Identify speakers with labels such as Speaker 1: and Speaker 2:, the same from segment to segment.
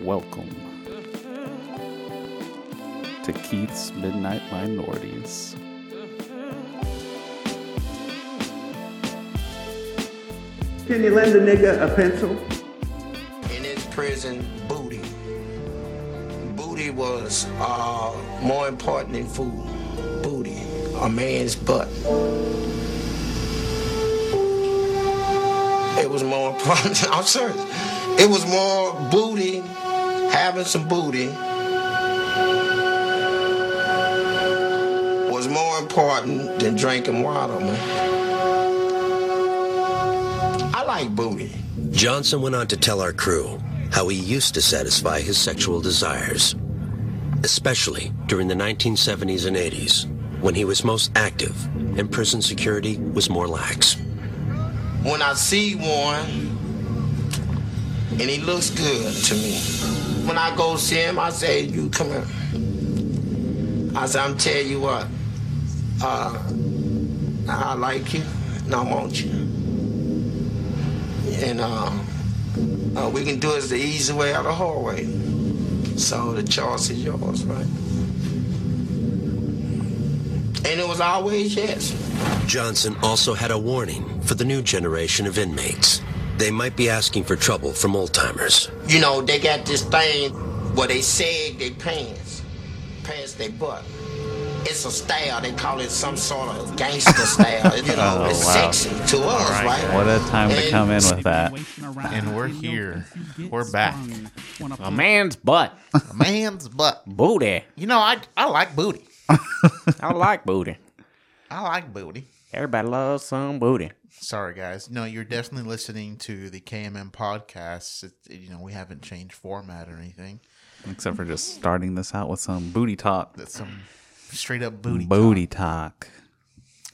Speaker 1: Welcome to Keith's Midnight Minorities.
Speaker 2: Can you lend a nigga a pencil?
Speaker 3: in his prison booty. Booty was uh, more important than food. Booty, a man's butt. It was more important. I'm serious. It was more booty, having some booty was more important than drinking water, man. I like booty.
Speaker 4: Johnson went on to tell our crew how he used to satisfy his sexual desires, especially during the 1970s and 80s, when he was most active and prison security was more lax.
Speaker 3: when I see one and he looks good to me. When I go see him, I say, you come here. I say, I'm telling you what, uh, I like you and I want you. And uh, uh, we can do it the easy way or the hard way. So the choice is yours, right? And it was always yes.
Speaker 4: Johnson also had a warning for the new generation of inmates. They might be asking for trouble from old timers.
Speaker 3: you know, they got this thing where they sag their pants, pants they butt. It's a style. They call it some sort of gangster style. You know,
Speaker 1: Oh,
Speaker 3: it's
Speaker 1: wow.
Speaker 3: sexy to us, right?
Speaker 1: What a time to
Speaker 3: And-
Speaker 1: come in with that.
Speaker 5: And we're here. We're back.
Speaker 6: A man's butt.
Speaker 5: A man's butt.
Speaker 6: Booty.
Speaker 5: You know, I I like booty.
Speaker 6: I like booty.
Speaker 5: I like booty.
Speaker 6: Everybody loves some booty.
Speaker 5: Sorry, guys. No, you're definitely listening to the KMM podcast. It, you know, we haven't changed format or anything.
Speaker 1: Except for just starting this out with some booty talk.
Speaker 5: That's some straight up booty.
Speaker 1: Booty talk.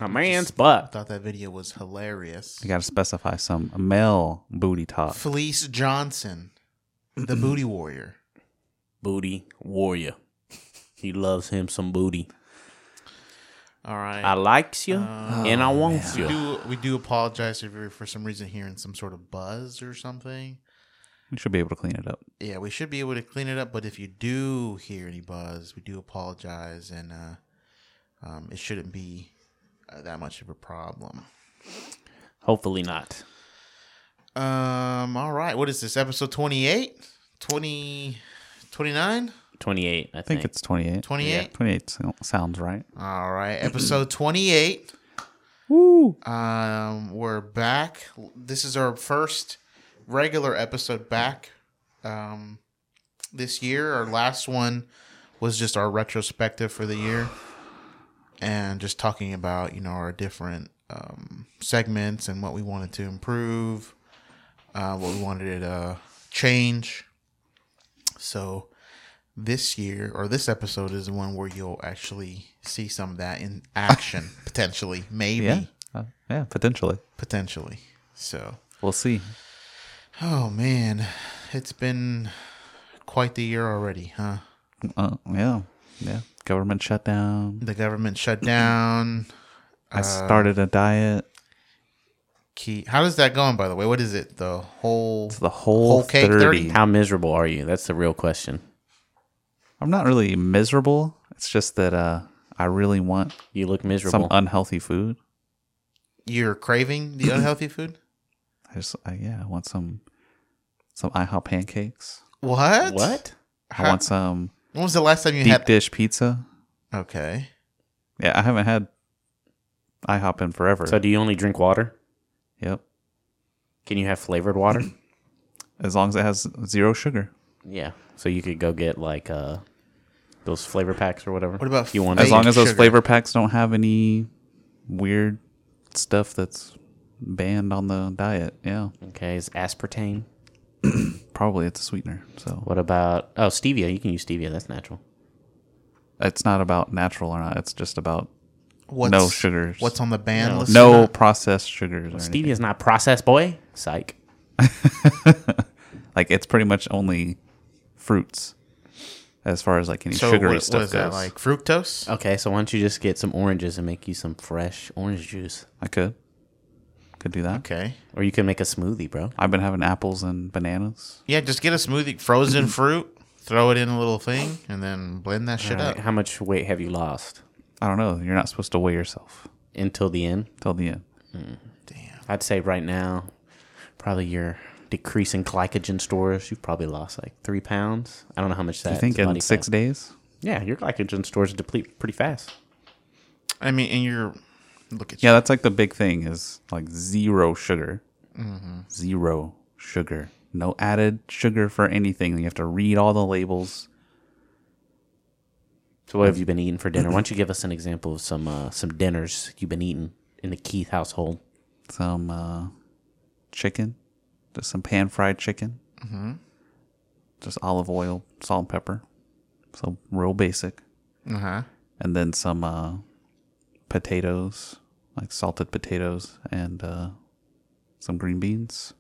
Speaker 6: A man's butt.
Speaker 5: Thought that video was hilarious.
Speaker 1: You got to specify some male booty talk.
Speaker 5: Felice Johnson, the booty warrior.
Speaker 6: Booty warrior. He loves him some booty.
Speaker 5: All right.
Speaker 6: I likes you
Speaker 5: Oh,
Speaker 6: and I wants
Speaker 5: we
Speaker 6: you.
Speaker 5: do we do apologize if you're for some reason hearing some sort of buzz or something.
Speaker 1: You should be able to clean it up.
Speaker 5: Yeah, we should be able to clean it up, but if you do hear any buzz, we do apologize, and uh, um, it shouldn't be uh, that much of a problem.
Speaker 6: Hopefully not.
Speaker 5: Um, all right, what is this episode 28? 20, 29?
Speaker 6: 28, I
Speaker 1: I think
Speaker 6: think.
Speaker 1: it's 28.
Speaker 5: 28?
Speaker 1: 28 so- sounds right.
Speaker 5: All right, episode 28.
Speaker 1: Woo!
Speaker 5: Um, we're back. This is our first regular episode back um, this year. Our last one was just our retrospective for the year and just talking about, you know, our different um, segments and what we wanted to improve, uh, what we wanted to uh, change. So this year or this episode is the one where you'll actually see some of that in action potentially maybe
Speaker 1: Yeah. Uh, yeah, potentially.
Speaker 5: potentially. So,
Speaker 1: We'll see.
Speaker 5: oh man, it's been quite the year already, huh?
Speaker 1: Uh, yeah. Yeah. Government shutdown.
Speaker 5: The government shut down.
Speaker 1: I started a diet.
Speaker 5: Key. How does that going, by the way? What is it? The whole.
Speaker 1: It's the whole,
Speaker 5: Whole cake, 30.
Speaker 1: 30.
Speaker 6: How miserable are you? That's the real question.
Speaker 1: I'm not really miserable. It's just that uh, I really want
Speaker 6: You look
Speaker 1: some
Speaker 6: miserable.
Speaker 1: unhealthy food.
Speaker 5: You're craving the unhealthy food.
Speaker 1: I just, I, yeah, I want some some IHOP pancakes.
Speaker 5: What?
Speaker 6: what?
Speaker 1: I want some
Speaker 5: When was the last time you
Speaker 1: deep
Speaker 5: had?
Speaker 1: dish pizza.
Speaker 5: Okay.
Speaker 1: Yeah, I haven't had IHOP in forever.
Speaker 6: So do you only drink water?
Speaker 1: yep.
Speaker 6: Can you have flavored water?
Speaker 5: Mm-hmm.
Speaker 1: As long as it has zero sugar.
Speaker 6: yeah. So you could go get like uh those flavor packs or whatever.
Speaker 5: What about
Speaker 6: you want
Speaker 1: As
Speaker 5: fake
Speaker 1: long as those
Speaker 5: sugar?
Speaker 1: flavor packs don't have any weird stuff that's banned on the diet. Yeah.
Speaker 6: Okay, is aspartame?
Speaker 1: Probably it's a sweetener. So
Speaker 6: What about oh stevia? You can use stevia. That's natural.
Speaker 1: it's not about natural or not. It's just about
Speaker 5: What's,
Speaker 1: no sugars.
Speaker 5: What's on the ban list?
Speaker 1: no
Speaker 5: or not?
Speaker 1: processed sugars. Or anything.
Speaker 6: Stevia's not processed, boy. Psych.
Speaker 1: Like it's pretty much only fruits as far as like any
Speaker 5: So
Speaker 1: sugary
Speaker 5: what,
Speaker 1: stuff
Speaker 5: what is that
Speaker 1: goes. Uh,
Speaker 5: like? Fructose.
Speaker 6: Okay, so why don't you just get some oranges and make you some fresh orange juice?
Speaker 1: I could. Could do that.
Speaker 5: Okay.
Speaker 6: Or you can make a smoothie, bro.
Speaker 1: I've been having apples and bananas.
Speaker 5: Yeah, just get a smoothie, frozen fruit, throw it in a little thing, and then blend that shit
Speaker 1: Oh.
Speaker 6: Alright,
Speaker 5: up.
Speaker 6: How much weight have you lost
Speaker 1: I don't know. You're not supposed to weigh yourself
Speaker 6: until the end?
Speaker 1: till the end.
Speaker 6: I'd say right now, probably your decreasing glycogen stores. You've probably lost like three pounds. I don't know how much that.
Speaker 1: You think in six days?
Speaker 6: Yeah, your glycogen stores deplete pretty fast.
Speaker 5: I mean, and you're look at
Speaker 1: Yeah, that's like the big thing is like zero sugar.
Speaker 5: Mm-hmm.
Speaker 1: Zero sugar. No added sugar for anything. You have to read all the labels.
Speaker 6: So what have you been eating for dinner? Why don't you give us an example of some uh, some dinners you've been eating in the Keith household?
Speaker 1: Some uh, chicken, just some pan fried chicken, just olive oil, salt, and pepper. So real basic.
Speaker 5: you. Uh huh.
Speaker 1: and then some uh, potatoes, like salted potatoes, and uh, some green beans.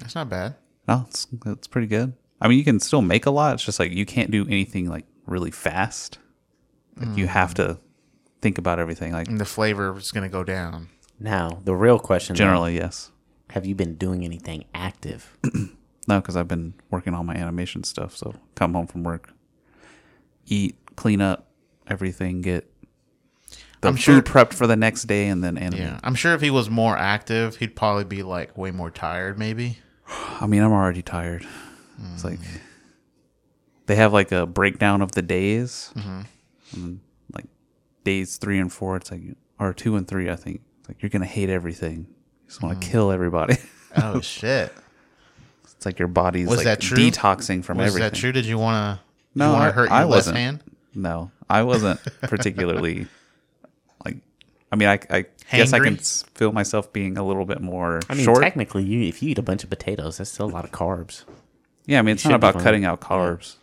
Speaker 5: That's not bad.
Speaker 1: No, it's, it's pretty good. I mean, you can still make a lot. It's just like you can't do anything like really fast. Like you have to think about everything. Like
Speaker 5: And the flavor is gonna go down.
Speaker 6: Now the real question: though,
Speaker 1: generally, yes.
Speaker 6: have you been doing anything active?
Speaker 1: No, because I've been working on my animation stuff. So come home from work, eat, clean up everything, get the
Speaker 5: I'm
Speaker 1: food
Speaker 5: sure-
Speaker 1: prepped for the next day, and then animate.
Speaker 5: Yeah, I'm sure if he was more active, he'd probably be like way more tired, maybe.
Speaker 1: I mean, I'm already tired. It's like
Speaker 5: Mm.
Speaker 1: they have like a breakdown of the days,
Speaker 5: Mm-hmm.
Speaker 1: and then, like days three and four. It's like or two and three. I think it's like you're gonna hate everything. You just
Speaker 5: Mm-hmm.
Speaker 1: want to kill everybody.
Speaker 5: Oh shit!
Speaker 1: it's like your body's
Speaker 5: Was
Speaker 1: like
Speaker 5: that true?
Speaker 1: detoxing from
Speaker 5: Was
Speaker 1: everything.
Speaker 5: that true? Did you want to?
Speaker 1: No,
Speaker 5: you wanna
Speaker 1: I-
Speaker 5: hurt your
Speaker 1: I
Speaker 5: left
Speaker 1: wasn't.
Speaker 5: hand?
Speaker 1: No, I wasn't particularly like. I mean, I, I guess I can
Speaker 5: Hangry?
Speaker 1: s- feel myself being a little bit more
Speaker 6: I mean,
Speaker 1: short.
Speaker 6: technically, you if you eat a bunch of potatoes, that's still a lot of carbs.
Speaker 1: yeah, I mean, it's
Speaker 6: should
Speaker 1: not
Speaker 6: be
Speaker 1: about
Speaker 6: fine.
Speaker 1: cutting out carbs,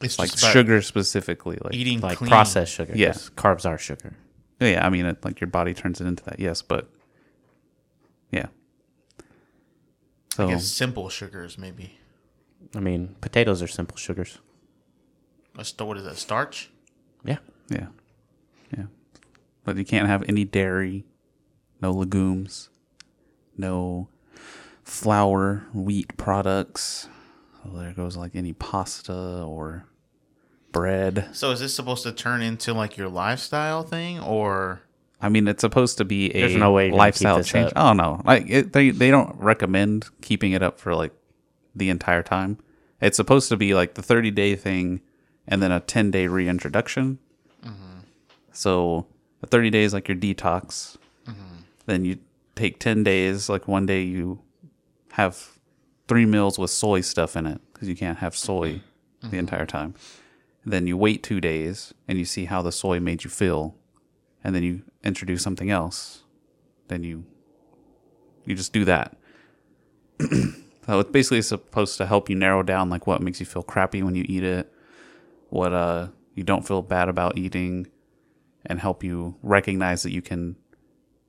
Speaker 5: It's
Speaker 1: like
Speaker 5: just about
Speaker 1: sugar specifically. Like
Speaker 5: eating
Speaker 6: Like
Speaker 5: clean.
Speaker 6: processed sugar.
Speaker 1: Yeah.
Speaker 6: 'cause carbs are sugar.
Speaker 1: Yeah, yeah, I mean, it, like your body turns it into that. Yes, but yeah. So
Speaker 5: I guess simple sugars, maybe.
Speaker 6: I mean, potatoes are simple sugars.
Speaker 5: Let's throw- what is that? Starch.
Speaker 6: Yeah.
Speaker 1: yeah, yeah, but you can't have any dairy, no legumes, no flour, wheat products. So there goes like any pasta or bread.
Speaker 5: So is this supposed to turn into like your lifestyle thing, or
Speaker 1: I mean, it's supposed to be a
Speaker 6: There's no way you're gonna keep
Speaker 1: lifestyle
Speaker 6: this
Speaker 1: change.
Speaker 6: up.
Speaker 1: Oh no, like it, they they don't recommend keeping it up for like the entire time. It's supposed to be like the 30 day thing, and then a 10 day reintroduction.
Speaker 6: Mm-hmm.
Speaker 1: So the 30 days like your detox.
Speaker 6: Mm-hmm.
Speaker 1: Then you take 10 days. Like one day you have three meals with soy stuff in it because you can't have soy
Speaker 6: Mm-hmm.
Speaker 1: the entire time. Then you wait two days and you see how the soy made you feel and then you introduce something else, then you you just do that. so it's basically supposed to help you narrow down like what makes you feel crappy when you eat it, what uh you don't feel bad about eating, and help you recognize that you can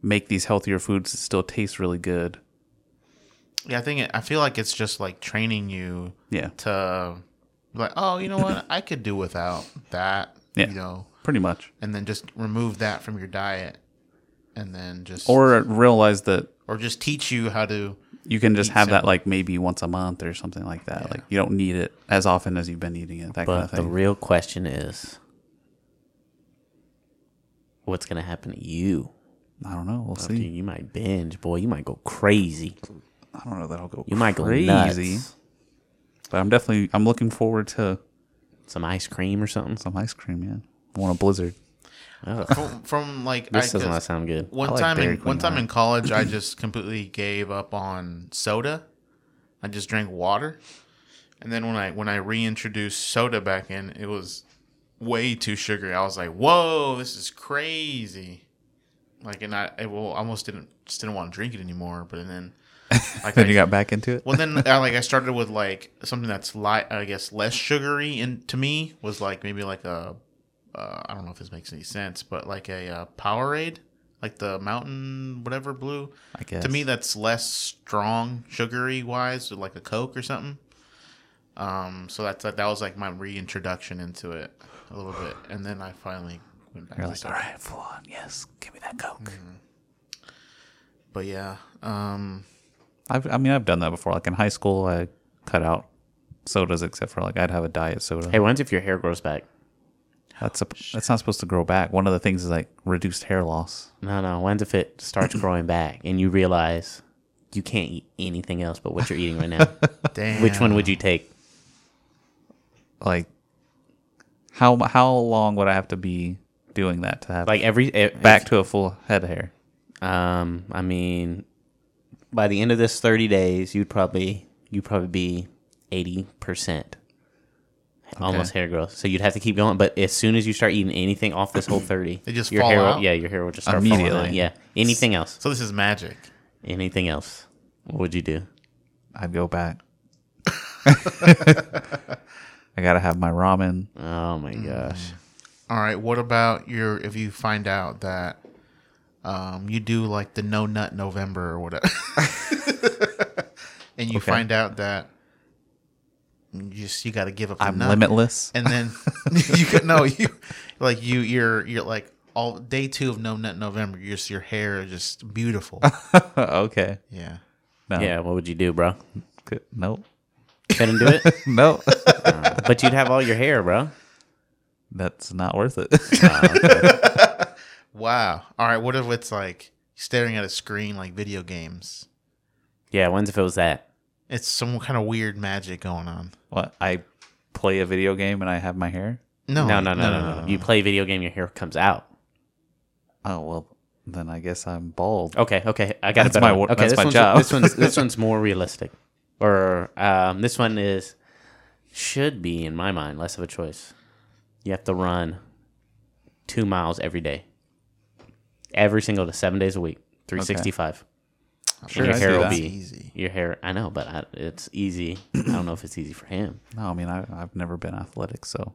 Speaker 1: make these healthier foods that still taste really good.
Speaker 5: yeah, I think it, I feel like it's just like training you
Speaker 1: Yeah.
Speaker 5: to like, oh, you know what? I could do without that.
Speaker 1: Yeah.
Speaker 5: You know,
Speaker 1: Pretty much.
Speaker 5: and then just remove that from your diet, and then just
Speaker 1: Or realize that
Speaker 5: or just teach you how to.
Speaker 1: you can just
Speaker 5: Eat
Speaker 1: have that
Speaker 5: simple.
Speaker 1: like maybe once a month or something like that. Like you don't need it as often as you've been eating it. That kind of
Speaker 6: But
Speaker 1: thing.
Speaker 6: the real question is, what's gonna happen to you?
Speaker 1: I don't know. We'll
Speaker 6: Dude,
Speaker 1: see.
Speaker 6: you might binge, boy. You might go crazy.
Speaker 1: I don't know that I'll go.
Speaker 6: You might go
Speaker 1: crazy,
Speaker 6: nuts.
Speaker 1: but I'm definitely I'm looking forward to
Speaker 6: Some ice cream or something. Oh,
Speaker 1: some ice cream. Yeah, I want a blizzard.
Speaker 5: from, from like
Speaker 6: This does not
Speaker 5: just-
Speaker 6: sound good.
Speaker 5: One
Speaker 1: I like
Speaker 5: time,
Speaker 1: Dairy
Speaker 5: in,
Speaker 1: Queen
Speaker 5: one time
Speaker 1: Light.
Speaker 5: in college, I just completely gave up on soda. I just drank water, and then when I when I reintroduced soda back in, it was way too sugary. I was like, "Whoa, this is crazy!" Like, and I, I well, almost didn't just didn't want to drink it anymore. But then, like,
Speaker 1: Then
Speaker 5: I-
Speaker 1: you got back into it.
Speaker 5: well, then I, like I started with like something that's light, I guess, less sugary, and to me was like maybe like a, uh, I don't know if this makes any sense, but like a uh, Powerade, like the mountain whatever blue.
Speaker 1: I guess
Speaker 5: To me, that's less strong sugary wise, like a Coke or something. Um, so that's that, that was like my reintroduction into it a little bit, and then I finally went back.
Speaker 1: you're
Speaker 5: to
Speaker 1: like, all
Speaker 5: soda. Mm-hmm.
Speaker 1: right, full on. Yes, give me that coke.
Speaker 5: But yeah, um,
Speaker 1: I've, I mean, I've done that before. Like in high school, I cut out sodas except for like I'd have a diet soda.
Speaker 6: Hey, when's if your hair grows back?
Speaker 1: that's a, that's not supposed to grow back. One of the things is like reduced hair loss.
Speaker 6: No, no. When's if it starts growing back and you realize you can't eat anything else but what you're eating right now?
Speaker 5: damn.
Speaker 6: Which one would you take?
Speaker 1: Like how how long would I have to be doing that to have
Speaker 6: Like every eh,
Speaker 1: back to a full head of hair?
Speaker 6: Um, I mean, by the end of this 30 days, you'd probably you'd probably be 80 percent almost hair growth. So you'd have to keep going. But as soon as you start eating anything off this whole 30,
Speaker 5: They just
Speaker 6: your
Speaker 5: fall
Speaker 6: hair,
Speaker 5: out?
Speaker 6: Will, yeah, your hair will just start falling out.
Speaker 1: Immediately.
Speaker 6: Yeah, anything else?
Speaker 5: So this is magic.
Speaker 6: Anything else? What would you do?
Speaker 1: I'd go back. I gotta have my ramen.
Speaker 6: Oh my gosh,
Speaker 5: All right. What about your if you find out that um, you do like the no nut November or whatever, and you
Speaker 1: Okay.
Speaker 5: find out that you just you got to give up. The
Speaker 1: I'm
Speaker 5: nut.
Speaker 1: limitless.
Speaker 5: and then you could no you like you you're you're like all day two of no nut November. Your your hair is just beautiful.
Speaker 1: okay.
Speaker 5: yeah.
Speaker 1: No.
Speaker 6: yeah, what would you do, bro?
Speaker 1: Good. Nope.
Speaker 6: Couldn't do it, Uh,
Speaker 1: No.
Speaker 6: but you'd have all your hair, bro.
Speaker 1: That's not worth it.
Speaker 5: Wow. All right. What if it's like staring at a screen like video games?
Speaker 6: Yeah, when's if it was that?
Speaker 5: It's some kind of weird magic going on.
Speaker 1: what? I play a video game and I have my hair?
Speaker 5: Oh, No,
Speaker 6: No, no, no, no, no. You play a video game, your hair comes out.
Speaker 1: Oh well, then I guess I'm bald.
Speaker 6: Okay, okay, I got
Speaker 1: That's
Speaker 6: it.
Speaker 1: my wor-
Speaker 6: okay,
Speaker 1: that's
Speaker 6: this
Speaker 1: my
Speaker 6: one's,
Speaker 1: job.
Speaker 6: This one's this one's more realistic, or um, this one is should be in my mind less of a choice. You have to run two miles every day, every single day, seven days a week, three sixty five.
Speaker 1: Sure,
Speaker 6: your
Speaker 1: I'd
Speaker 6: hair
Speaker 1: do
Speaker 6: will
Speaker 1: that.
Speaker 6: be
Speaker 5: Easy.
Speaker 6: your hair. I know, but I, it's easy. I don't know if it's easy for him.
Speaker 1: No, I mean I, I've never been athletic, so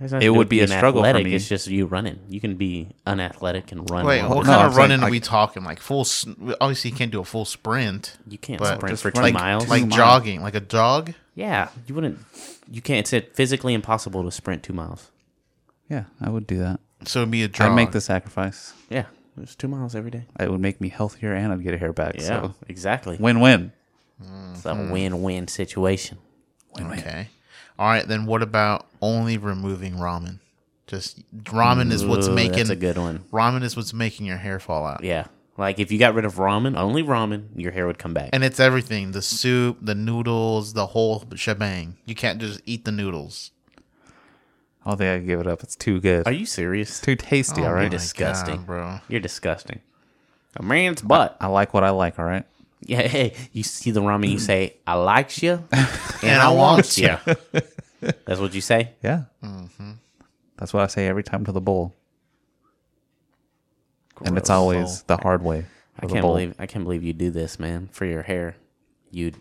Speaker 6: There's nothing
Speaker 1: It
Speaker 6: to do
Speaker 1: would
Speaker 6: with
Speaker 1: be a
Speaker 6: being
Speaker 1: struggle for
Speaker 6: athletic,
Speaker 1: me.
Speaker 6: It's just you running. You can be unathletic and run.
Speaker 5: Wait,
Speaker 6: well.
Speaker 5: what
Speaker 1: no,
Speaker 5: kind
Speaker 1: I'm
Speaker 5: of
Speaker 1: saying,
Speaker 5: running
Speaker 1: like-
Speaker 5: are we talking? Like full? s- Obviously, you can't do a full sprint.
Speaker 6: you can't
Speaker 5: but
Speaker 6: sprint
Speaker 1: just
Speaker 6: for two
Speaker 1: run
Speaker 5: like
Speaker 6: miles.
Speaker 5: like
Speaker 1: Two miles.
Speaker 5: jogging, like a jog.
Speaker 6: Yeah, you wouldn't. You can't. It's uh, physically impossible to sprint two miles.
Speaker 1: yeah, I would do that.
Speaker 5: So it'd be a jog.
Speaker 1: I'd make the sacrifice.
Speaker 6: Yeah, it's two miles every day.
Speaker 1: It would make me healthier and I'd get a hair back.
Speaker 6: Yeah,
Speaker 1: So
Speaker 6: exactly.
Speaker 1: win-win.
Speaker 6: It's a
Speaker 1: Mm-hmm.
Speaker 6: win-win situation.
Speaker 5: Okay. All right, then what about only removing ramen? Just ramen is what's
Speaker 6: Ooh,
Speaker 5: making
Speaker 6: that's a good one.
Speaker 5: ramen is what's making your hair fall out.
Speaker 6: Yeah, like if you got rid of ramen, only ramen, your hair would come back.
Speaker 5: And it's everything, the soup, the noodles, the whole shebang. You can't just eat the noodles.
Speaker 1: I don't think I can give it up. It's too good.
Speaker 6: Are you serious?
Speaker 1: too tasty? all
Speaker 6: You're
Speaker 1: right.
Speaker 6: disgusting,
Speaker 5: Oh God, bro.
Speaker 6: You're disgusting. A man's butt.
Speaker 1: I like what I like. All right.
Speaker 6: Yeah, hey, you see the ramen, you say, "I likes you, and,
Speaker 5: I
Speaker 6: I
Speaker 5: wants
Speaker 6: wants you." That's what you say.
Speaker 1: Yeah. Mm-hmm. That's what I say every time to the bowl, and it's
Speaker 6: Gross.
Speaker 1: always the hard way.
Speaker 6: I
Speaker 1: for the
Speaker 6: can't
Speaker 1: bowl.
Speaker 6: believe I can't believe you do this, man, for your hair. You'd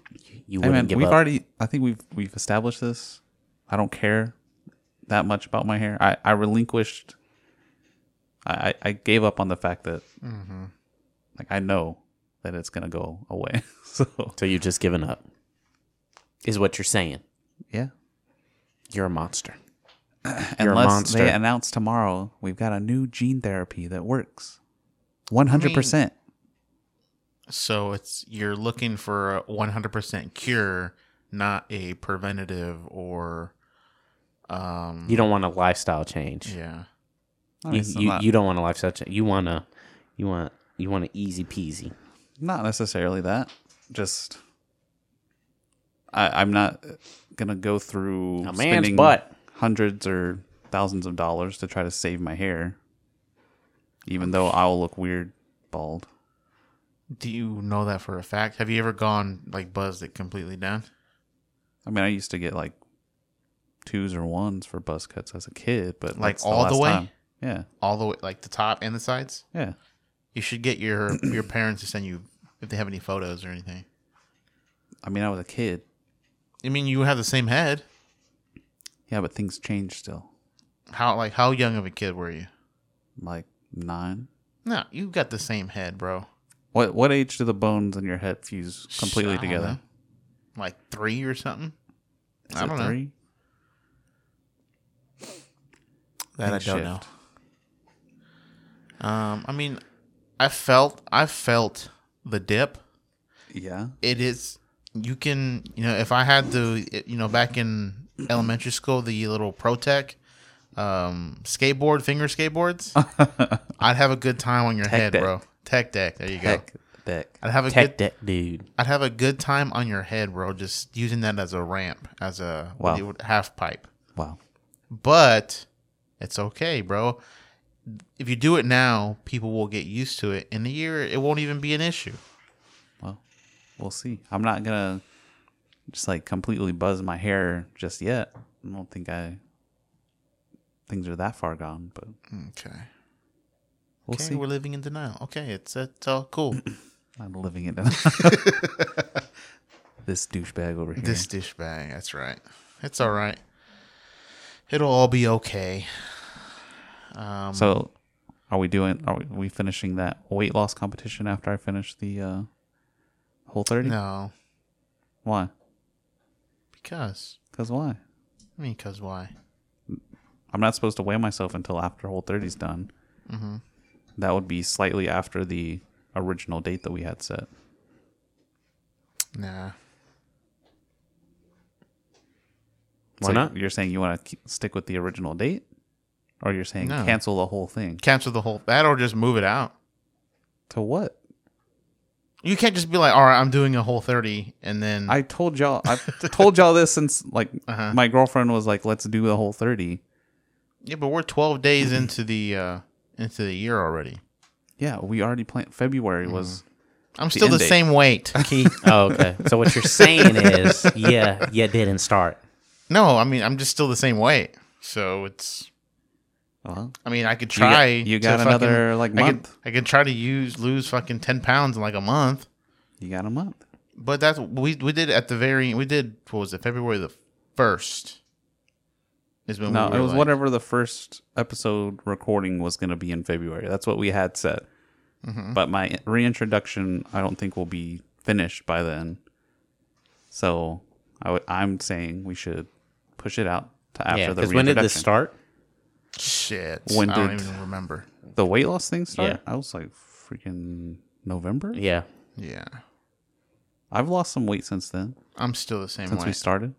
Speaker 6: you
Speaker 1: Hey
Speaker 6: wouldn't
Speaker 1: man,
Speaker 6: give
Speaker 1: we've
Speaker 6: up.
Speaker 1: already. I think we've we've established this. I don't care that much about my hair. I I relinquished. I I I gave up on the fact that, Mm-hmm. like, I know that it's gonna go away. so
Speaker 6: So you've just given up, is what you're saying.
Speaker 1: yeah,
Speaker 6: You're a monster. You're a
Speaker 1: unless
Speaker 6: monster.
Speaker 1: they announce tomorrow we've got a new gene therapy that works, one hundred percent.
Speaker 5: So it's you're looking for a 100% cure, not a preventative or um
Speaker 6: You don't want a lifestyle change.
Speaker 5: yeah.
Speaker 1: Oh,
Speaker 6: You, you, you don't want a lifestyle change. You want a you want you want an easy peasy.
Speaker 1: Not necessarily that. Just I, I'm not gonna go through
Speaker 6: A man's butt.
Speaker 1: hundreds or thousands of dollars to try to save my hair, even though I'll look weird bald.
Speaker 5: Do you know that for a fact? Have you ever gone like buzzed it completely down?
Speaker 1: I mean, I used to get like twos or ones for buzz cuts as a kid, but
Speaker 5: Like
Speaker 1: that's
Speaker 5: all the
Speaker 1: last
Speaker 5: way?
Speaker 1: time. Yeah,
Speaker 5: All the way like the top and the sides?
Speaker 1: yeah.
Speaker 5: You should get your your parents to send you if they have any photos or anything.
Speaker 1: I mean, I was a kid.
Speaker 5: I mean, you have the same head.
Speaker 1: Yeah, but things change still.
Speaker 5: How like how young of a kid were you?
Speaker 1: Like nine.
Speaker 5: No, you got the same head, bro.
Speaker 1: What what age do the bones in your head fuse completely
Speaker 5: I don't
Speaker 1: together?
Speaker 5: know. Like three or something.
Speaker 1: Is
Speaker 5: I
Speaker 1: it
Speaker 5: don't know.
Speaker 1: three?
Speaker 5: That I
Speaker 1: Things
Speaker 5: don't
Speaker 1: shift.
Speaker 5: know. Um, I mean, I felt I felt the dip,
Speaker 1: Yeah.
Speaker 5: it is you can you know if I had the you know back in elementary school the little ProTech um, skateboard finger skateboards, I'd have a good time on your head,
Speaker 1: Deck.
Speaker 5: bro. Tech deck, there you go.
Speaker 1: Heck, deck.
Speaker 5: I'd have a
Speaker 6: Tech
Speaker 5: good
Speaker 6: deck, dude.
Speaker 5: I'd have a good time on your head, bro. Just using that as a ramp, as a
Speaker 1: Wow.
Speaker 5: half pipe.
Speaker 1: Wow.
Speaker 5: But it's okay, bro. If you do it now, people will get used to it. In a year, it won't even be an issue.
Speaker 1: We'll see. I'm not gonna just like completely buzz my hair just yet. I don't think I things are that far gone, but
Speaker 5: Okay.
Speaker 1: we'll
Speaker 5: okay,
Speaker 1: see.
Speaker 5: we're living in denial. Okay, it's it's all cool.
Speaker 1: I'm living it. this douchebag over here.
Speaker 5: this dish bag. That's right. It's all right. It'll all be okay. um,
Speaker 1: so, are we doing? Are we, we finishing that weight loss competition after I finish the uh, whole thirty?
Speaker 5: No,
Speaker 1: Why?
Speaker 5: because
Speaker 1: Because why?
Speaker 5: I mean, because why?
Speaker 1: I'm not supposed to weigh myself until after whole 30's done.
Speaker 5: Mm-hmm.
Speaker 1: That would be slightly after the original date that we had set.
Speaker 5: Nah.
Speaker 1: Why
Speaker 6: not?
Speaker 1: You're saying you want to stick with the original date, or you're saying
Speaker 5: No.
Speaker 1: cancel the whole thing?
Speaker 5: Cancel the whole that, or just move it out.
Speaker 1: To what?
Speaker 5: You can't just be like, all right, I'm doing a whole thirty, and then
Speaker 1: I told y'all. I've told y'all this since like
Speaker 5: Uh-huh.
Speaker 1: my girlfriend was like, "Let's do the whole 30.
Speaker 5: yeah, but we're twelve days into the uh into the year already.
Speaker 1: Yeah, we already planned. February was
Speaker 5: I'm still
Speaker 1: end
Speaker 5: the
Speaker 1: date.
Speaker 5: same weight.
Speaker 6: Oh, okay. So what you're saying is, yeah, yeah, didn't start.
Speaker 5: no, I mean, I'm just still the same weight. So it's.
Speaker 1: well,
Speaker 5: I mean, I could try.
Speaker 1: you
Speaker 5: to
Speaker 1: got
Speaker 5: fucking-
Speaker 1: another, like,
Speaker 5: I could,
Speaker 1: month.
Speaker 5: I could try to use lose fucking ten pounds in like a month.
Speaker 1: you got a month.
Speaker 5: But that's we we did at the very we did what was it February the first is when
Speaker 1: No,
Speaker 5: we were
Speaker 1: it was
Speaker 5: like-
Speaker 1: whatever the first episode recording was going to be in February. That's what we had set. But my reintroduction, I don't think will be finished by then. So I would, I'm saying we should push it out to after
Speaker 6: yeah,
Speaker 1: the
Speaker 6: because
Speaker 1: reintroduction.
Speaker 6: when did this start?
Speaker 5: shit.
Speaker 1: When
Speaker 5: I don't
Speaker 1: did-
Speaker 5: even remember.
Speaker 1: The weight loss thing started.
Speaker 6: Yeah.
Speaker 1: I was like freaking November.
Speaker 6: Yeah.
Speaker 5: Yeah,
Speaker 1: I've lost some weight since then.
Speaker 5: I'm still the same
Speaker 1: Since
Speaker 5: way.
Speaker 1: we started,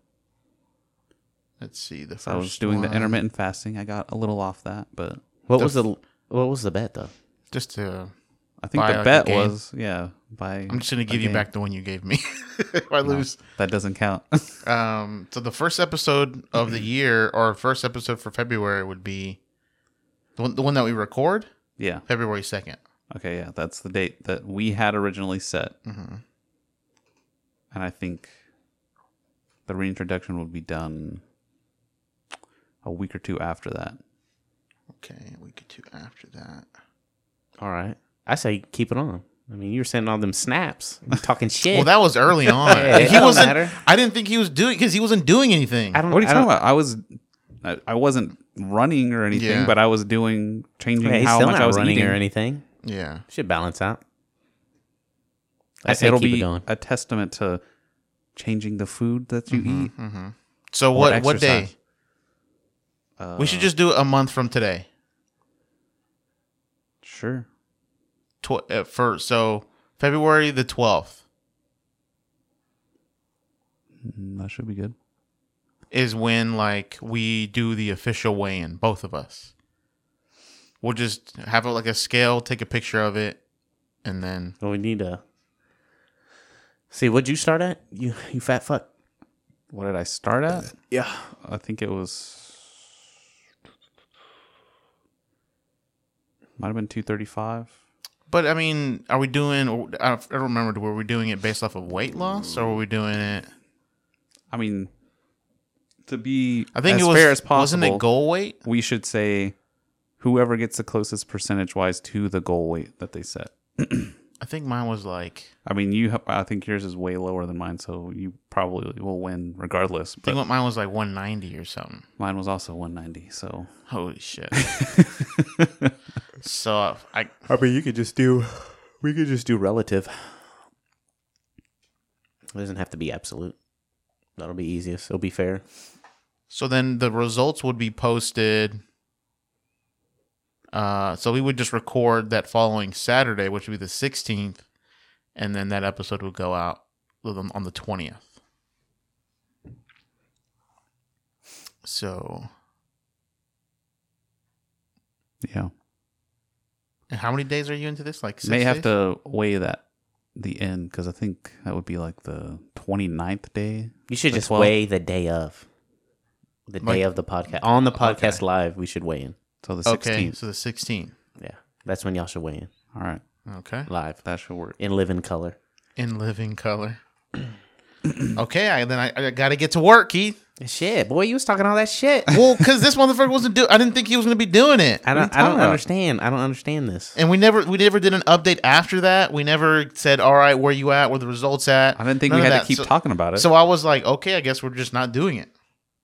Speaker 5: Let's see the first.
Speaker 1: so I was doing
Speaker 5: one-
Speaker 1: the intermittent fasting. I got a little off that, but
Speaker 6: What was the what was the bet though?
Speaker 5: Just to
Speaker 1: I think
Speaker 5: By,
Speaker 1: the
Speaker 5: like, a
Speaker 1: bet
Speaker 5: game?
Speaker 1: was yeah. By
Speaker 5: I'm just gonna
Speaker 1: a
Speaker 5: give you
Speaker 1: game.
Speaker 5: back the one you gave me. if I lose.
Speaker 1: That doesn't count.
Speaker 5: Um. So the first episode of the year or first episode for February would be the one, the one that we record
Speaker 1: yeah.
Speaker 5: February second.
Speaker 1: Okay, yeah, that's the date that we had originally set. And I think the reintroduction would be done a week or two after that.
Speaker 5: Okay, we could do after that.
Speaker 6: All right. I say keep it on. I mean, you were sending all them snaps, and talking shit.
Speaker 5: Well, that was early on.
Speaker 6: it
Speaker 5: he
Speaker 6: don't
Speaker 5: wasn't.
Speaker 6: matter.
Speaker 5: I didn't think he was doing because he wasn't doing anything.
Speaker 6: I don't.
Speaker 1: What are you
Speaker 6: I
Speaker 1: talking
Speaker 6: don't-
Speaker 1: about? I was I, I wasn't running or anything,
Speaker 5: Yeah.
Speaker 1: but I was doing changing
Speaker 6: Yeah, he's
Speaker 1: how
Speaker 6: still
Speaker 1: much
Speaker 6: not
Speaker 1: I was
Speaker 6: running
Speaker 1: eating.
Speaker 6: or anything.
Speaker 5: yeah.
Speaker 6: Should balance out. I
Speaker 1: I
Speaker 6: say
Speaker 1: It'll
Speaker 6: keep
Speaker 1: be
Speaker 6: it going.
Speaker 1: a testament to changing the food that you eat.
Speaker 5: So what? What day?
Speaker 1: exercise.
Speaker 5: we should just do it a month from today.
Speaker 1: Sure.
Speaker 5: Tw- uh, for so February the twelfth
Speaker 1: Mm, That should be good.
Speaker 5: is when like we do the official weigh-in, both of us. We'll just have it like a scale, take a picture of it, and then
Speaker 6: Well, we need to see. What'd you start at? You you fat fuck.
Speaker 1: What did I start at?
Speaker 6: Yeah.
Speaker 1: I think it was might have been 235.
Speaker 5: But I mean, are we doing? I don't I don't remember. Were we doing it based off of weight loss, or were we doing it?
Speaker 1: I mean, to be
Speaker 5: I think
Speaker 1: as
Speaker 5: it was.
Speaker 1: fair as possible,
Speaker 5: Wasn't it goal weight?
Speaker 1: we should say whoever gets the closest percentage wise to the goal weight that they set.
Speaker 5: I think mine was like.
Speaker 1: I mean, you have, I think yours is way lower than mine, so you probably will win regardless.
Speaker 5: I think
Speaker 1: But
Speaker 5: what mine was like 190 or something.
Speaker 1: mine was also 190, so
Speaker 5: Holy shit! so I
Speaker 6: I mean, you could just do. We could just do relative. It doesn't have to be absolute. That'll be easiest. It'll be fair.
Speaker 5: so then the results would be posted. Uh, so we would just record that following Saturday, which would be the 16th, and then that episode would go out on on the twentieth. So,
Speaker 1: Yeah.
Speaker 5: and how many days are you into this? Like six
Speaker 1: May have
Speaker 5: days?
Speaker 1: to weigh that the end because I think that would be like the 29th day.
Speaker 6: You should
Speaker 1: The
Speaker 6: just
Speaker 1: 12th?
Speaker 6: weigh the day of. The
Speaker 5: Like-
Speaker 6: day of the podcast. On the podcast live, we should weigh in.
Speaker 1: So the 16th.
Speaker 5: Okay, so the sixteenth.
Speaker 6: Yeah. That's when y'all should weigh in
Speaker 1: All right.
Speaker 5: Okay,
Speaker 6: live
Speaker 1: That should work.
Speaker 6: in live in color.
Speaker 5: in living color. okay, I, then I, I got to get to work, Keith.
Speaker 6: Shit, boy, you was talking all that shit.
Speaker 5: Well, because this motherfucker wasn't do. I didn't think he was going to be doing it.
Speaker 6: I
Speaker 5: What are you
Speaker 6: don't I don't
Speaker 5: talking about?
Speaker 6: understand. I don't understand this.
Speaker 5: And we never we never did an update after that. We never said, "All right, where you at? Where the results at?"
Speaker 1: I didn't think
Speaker 5: None
Speaker 1: we
Speaker 5: of
Speaker 1: had to
Speaker 5: that.
Speaker 1: keep
Speaker 5: So-
Speaker 1: talking about it.
Speaker 5: So I was like, "Okay, I guess we're just not doing it."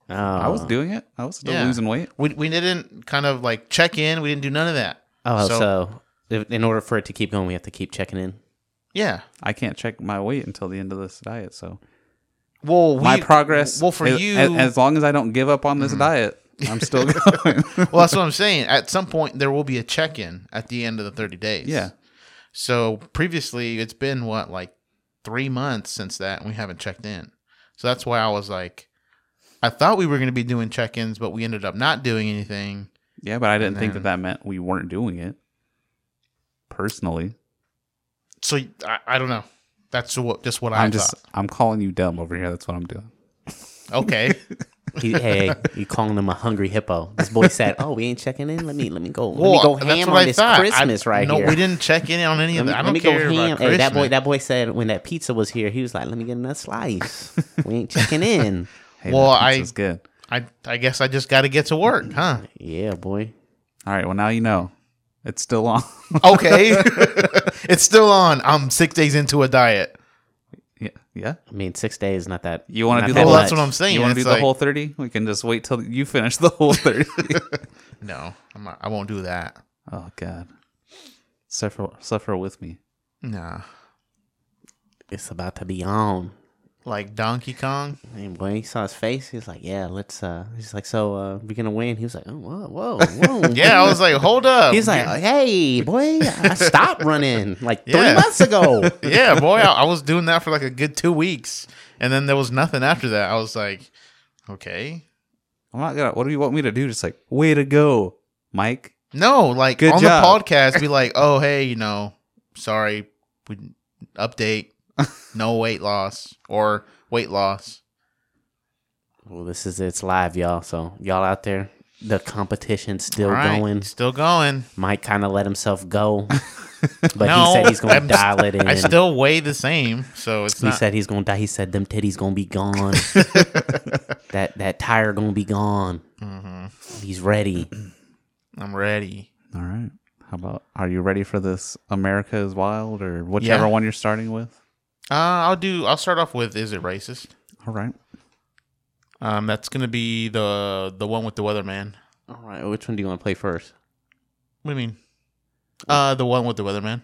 Speaker 6: Oh.
Speaker 1: I was doing it. I was still
Speaker 5: uh, Yeah.
Speaker 1: losing weight.
Speaker 5: We we didn't kind of like check in. We didn't do none of that.
Speaker 6: Oh,
Speaker 5: So-
Speaker 6: so, if, in order for it to keep going, we have to keep checking in.
Speaker 5: Yeah.
Speaker 1: I can't check my weight until the end of this diet. So
Speaker 5: Well, we,
Speaker 1: my progress.
Speaker 5: Well, for
Speaker 1: as-
Speaker 5: you, Mm-hmm.
Speaker 1: as, as long as I don't give up on this diet, I'm still going.
Speaker 5: well, that's what I'm saying. At some point, there will be a check in at the end of the 30 days.
Speaker 1: yeah.
Speaker 5: So previously, it's been what like three months since that, and we haven't checked in. So that's why I was like, I thought we were going to be doing check ins, but we ended up not doing anything.
Speaker 1: Yeah, but I didn't think
Speaker 5: then-
Speaker 1: that that meant we weren't doing it. Personally,
Speaker 5: So I, I don't know. That's what just what i
Speaker 1: I'm
Speaker 5: thought.
Speaker 1: just I'm calling you dumb over here. That's what I'm doing.
Speaker 5: okay.
Speaker 6: He, hey, you calling him a hungry hippo? This boy said, "Oh, we ain't checking in. Let me let me go. Let me
Speaker 5: Well,
Speaker 6: go
Speaker 5: that's
Speaker 6: ham
Speaker 5: what
Speaker 6: on
Speaker 5: I
Speaker 6: this
Speaker 5: thought. I-
Speaker 6: Christmas right
Speaker 5: no,
Speaker 6: here."
Speaker 5: we didn't check in on any
Speaker 6: Let
Speaker 5: of
Speaker 6: me,
Speaker 5: that. I
Speaker 6: let
Speaker 5: don't
Speaker 6: me
Speaker 5: care
Speaker 6: go ham.
Speaker 5: about
Speaker 6: Hey, that boy,
Speaker 5: Christmas.
Speaker 6: that boy said when that pizza was here, he was like, "Let me get another slice. we ain't checking in."
Speaker 1: Hey,
Speaker 5: Well,
Speaker 1: that
Speaker 5: I-
Speaker 1: pizza's good.
Speaker 5: I I guess I just got to get to work, huh?
Speaker 6: Yeah, boy.
Speaker 1: All right. Well, now you know. It's still on.
Speaker 5: Okay, it's still on. I'm six days into a diet.
Speaker 1: yeah. Yeah.
Speaker 6: I mean, six days not that.
Speaker 1: You wanna
Speaker 6: not
Speaker 1: do
Speaker 6: that
Speaker 1: the
Speaker 5: Well,
Speaker 1: whole-
Speaker 5: that's
Speaker 6: much.
Speaker 5: what I'm saying.
Speaker 1: you want to
Speaker 5: It's
Speaker 1: do the
Speaker 5: like-
Speaker 1: whole 30? We can just wait till you finish the whole 30.
Speaker 5: No, I'm not, I won't do that.
Speaker 1: oh God. Suffer, suffer with me.
Speaker 5: Nah,
Speaker 6: It's about to be on.
Speaker 5: like Donkey Kong.
Speaker 6: And when he saw his face, he was like, "Yeah, let's." uh He's like, "So, uh, we gonna win?" He was like, "Oh, whoa, whoa, whoa!"
Speaker 5: Yeah, I was like, hold up.
Speaker 6: He's like, hey, boy, I stopped running like three
Speaker 5: Yeah.
Speaker 6: months ago.
Speaker 5: yeah, boy, I, I was doing that for like a good two weeks, and then there was nothing after that. I was like, okay,
Speaker 1: I'm not gonna. What do you want me to do? Just like way to go, Mike.
Speaker 5: no, like
Speaker 1: Good
Speaker 5: on
Speaker 1: job.
Speaker 5: the podcast, be like, oh hey, you know, sorry, we update, no weight loss or weight loss.
Speaker 6: Well, this is it's live, y'all. So y'all out there, the competition's still
Speaker 5: All right,
Speaker 6: going.
Speaker 5: still going.
Speaker 6: Mike kind of let himself go, but
Speaker 5: No,
Speaker 6: he said he's gonna
Speaker 5: I'm-
Speaker 6: dial it in.
Speaker 5: I still weigh the same, so it's
Speaker 6: he
Speaker 5: not.
Speaker 6: said he's gonna die. He said them titties gonna be gone. that that tire gonna be gone. He's ready.
Speaker 5: I'm ready.
Speaker 1: All right. How about? Are you ready for this? America is wild, or whichever
Speaker 5: Yeah.
Speaker 1: one you're starting with.
Speaker 5: Uh, I'll do. I'll start off with. Is it racist?
Speaker 1: All right.
Speaker 5: Um, that's gonna be the the one with the weatherman.
Speaker 6: All right, which one do you want to play first?
Speaker 5: What do you mean? Uh, the one with the weatherman.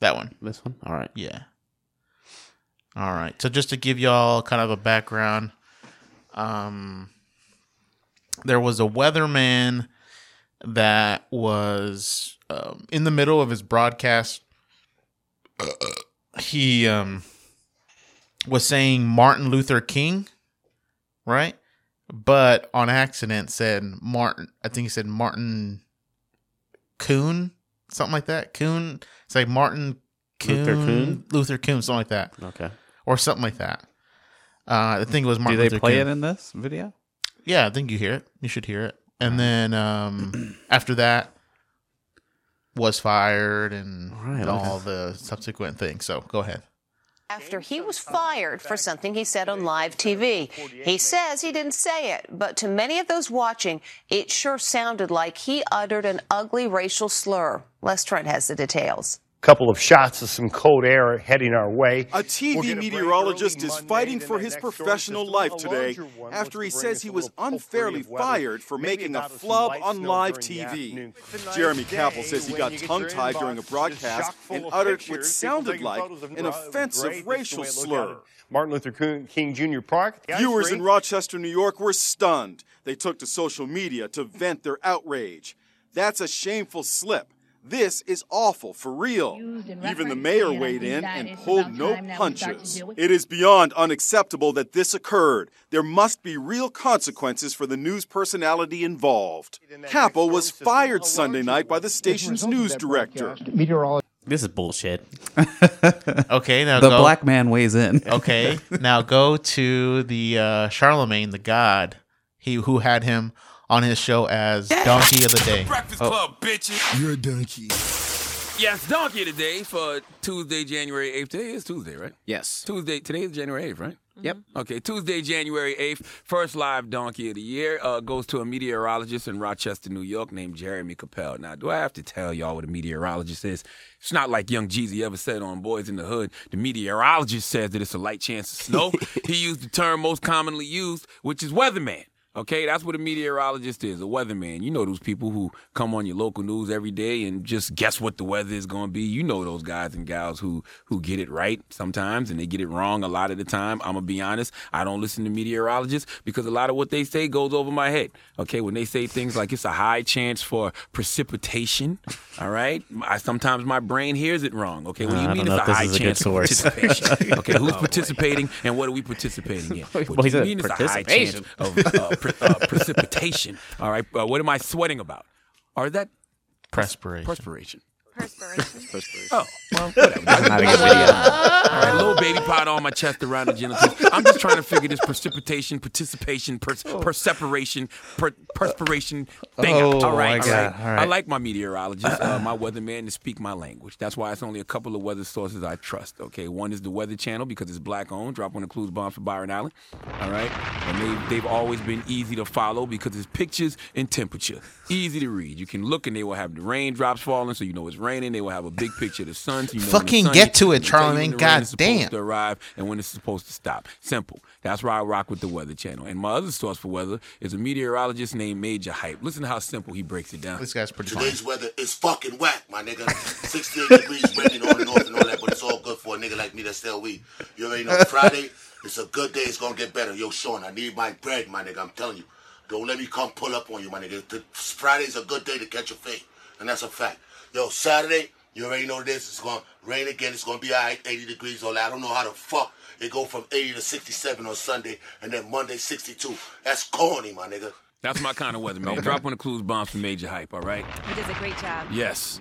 Speaker 5: That one.
Speaker 6: This one. All right.
Speaker 5: Yeah. All right. So just to give y'all kind of a background, um, there was a weatherman that was um, in the middle of his broadcast. He um was saying Martin Luther King, right? But on accident said Martin. I think he said Martin Coon, something like that. Coon. It's like Martin Coon,
Speaker 6: Luther
Speaker 5: Luther Coon,
Speaker 6: Coon?
Speaker 5: something like that,
Speaker 6: Okay.
Speaker 5: or something like that. Uh, I think it was
Speaker 1: Do
Speaker 5: Martin.
Speaker 1: they
Speaker 5: Luther
Speaker 1: play
Speaker 5: Coon.
Speaker 1: it in this video?
Speaker 5: Yeah, I think you hear it. You should hear it. And then um, after that, was fired and
Speaker 6: right,
Speaker 5: all the subsequent things. So go ahead.
Speaker 7: after he was fired for something he said on live TV. He says he didn't say it, but to many of those watching, it sure sounded like he uttered an ugly racial slur. Les Trent has the details.
Speaker 8: couple of shots of some cold air heading our way.
Speaker 9: A TV meteorologist is fighting for his professional life today after he says he was unfairly fired for making a flub on live TV. Jeremy Capel says he got tongue tied during a broadcast and uttered what sounded like an offensive racial slur.
Speaker 8: Martin Luther Coon- King Jr. Park. The ice
Speaker 9: Viewers in
Speaker 8: rink.
Speaker 9: Rochester, New York were stunned. They took to social media to vent their outrage. That's a shameful slip.
Speaker 10: This is awful, for real. Even the mayor weighed in and pulled no punches. It is beyond unacceptable that this occurred. There must be real consequences for the news personality involved. Capo was fired Sunday night by the station's news director.
Speaker 6: This is bullshit.
Speaker 5: Okay, now
Speaker 1: The
Speaker 5: go.
Speaker 1: black man weighs in.
Speaker 5: Okay, now go to the uh, Charlemagne the God, he who had him on his show as Donkey of the Day.
Speaker 11: Breakfast Club, bitches. You're a donkey. Yes, donkey today for Tuesday, January 8th. Today is Tuesday, right?
Speaker 7: Yes.
Speaker 11: Tuesday, today is January 8th, right?
Speaker 6: Mm-hmm.
Speaker 7: Yep.
Speaker 11: Okay, Tuesday, January 8th, first live donkey of the year uh, goes to a meteorologist in Rochester, New York named Jeremy Capel. Now, do I have to tell y'all what a meteorologist is? It's not like Young Jeezy ever said on Boys in the Hood. The meteorologist says that it's a light chance of snow. he used the term most commonly used, which is weatherman. Okay, that's what a meteorologist is, a weatherman. You know those people who come on your local news every day and just guess what the weather is going to be. You know those guys and gals who who get it right sometimes and they get it wrong a lot of the time. I'm gonna be honest, I don't listen to meteorologists because a lot of what they say goes over my head. Okay, when they say things like it's a high chance for precipitation, all right? I sometimes my brain hears it wrong. Okay, what do you
Speaker 6: I
Speaker 11: mean
Speaker 6: don't
Speaker 11: it's
Speaker 6: know
Speaker 11: a
Speaker 6: if this
Speaker 11: high
Speaker 6: is a good
Speaker 11: chance for
Speaker 6: source.
Speaker 11: participation? okay, who's participating and what are we participating in? What
Speaker 6: Oh, Well, he
Speaker 11: do
Speaker 6: said
Speaker 11: you mean it's a high chance
Speaker 6: participation.
Speaker 11: of uh, pre- uh, precipitation. All right, uh, what am I sweating about? Or that
Speaker 5: Perspiration.
Speaker 11: perspiration?
Speaker 7: Perspiration.
Speaker 11: Oh, well, whatever.
Speaker 6: Not a good video.
Speaker 11: All right, little baby pot on my chest around the genitals. I'm just trying to figure this precipitation, participation, pers- perseparation, per- perspiration thing out.
Speaker 1: Oh,
Speaker 11: All right,
Speaker 1: my
Speaker 11: all,
Speaker 1: God.
Speaker 11: right.
Speaker 1: All right.
Speaker 11: I like my meteorologist, uh, my weatherman, to speak my language. That's why it's only a couple of weather sources I trust. Okay, one is the Weather Channel because it's black owned, dropping the clues bombs for Byron Island. All right, and they've, they've always been easy to follow because it's pictures and temperature, easy to read. You can look and they will have the raindrops falling, so you know it's raining. They will have a big picture of the sun, so you know when the
Speaker 5: Fucking
Speaker 11: sun
Speaker 5: get
Speaker 11: is-
Speaker 5: to it,
Speaker 11: they tell
Speaker 5: Charlemagne.
Speaker 11: you when the rain is
Speaker 5: Goddamn.
Speaker 11: supposed to arrive and when it's supposed to stop. Simple. That's why I rock with the Weather Channel. And my other source for weather is a meteorologist named Major Hype. Listen to how simple he breaks it down.
Speaker 5: This guy's pretty funny.
Speaker 9: Today's weather is fucking whack, my nigga. 68 degrees, raining on and off and all that, but it's all good for a nigga like me that sell weed. You already know Friday, it's a good day, it's gonna get better. Yo, Sean, I need my bread, my nigga, I'm telling you. Don't let me come pull up on you, my nigga. Th- Friday's a good day to catch a fade, and that's a fact. Yo, Saturday, you already know this, it's gonna rain again, it's gonna be alright, 80 degrees, all that. I don't know how the fuck it go from 80 to 67 on Sunday, and then Monday 62. That's corny, my nigga.
Speaker 11: That's my kind of weather, man. Drop on the clues bombs for Major Hype, all right?
Speaker 7: He does a great job.
Speaker 11: Yes.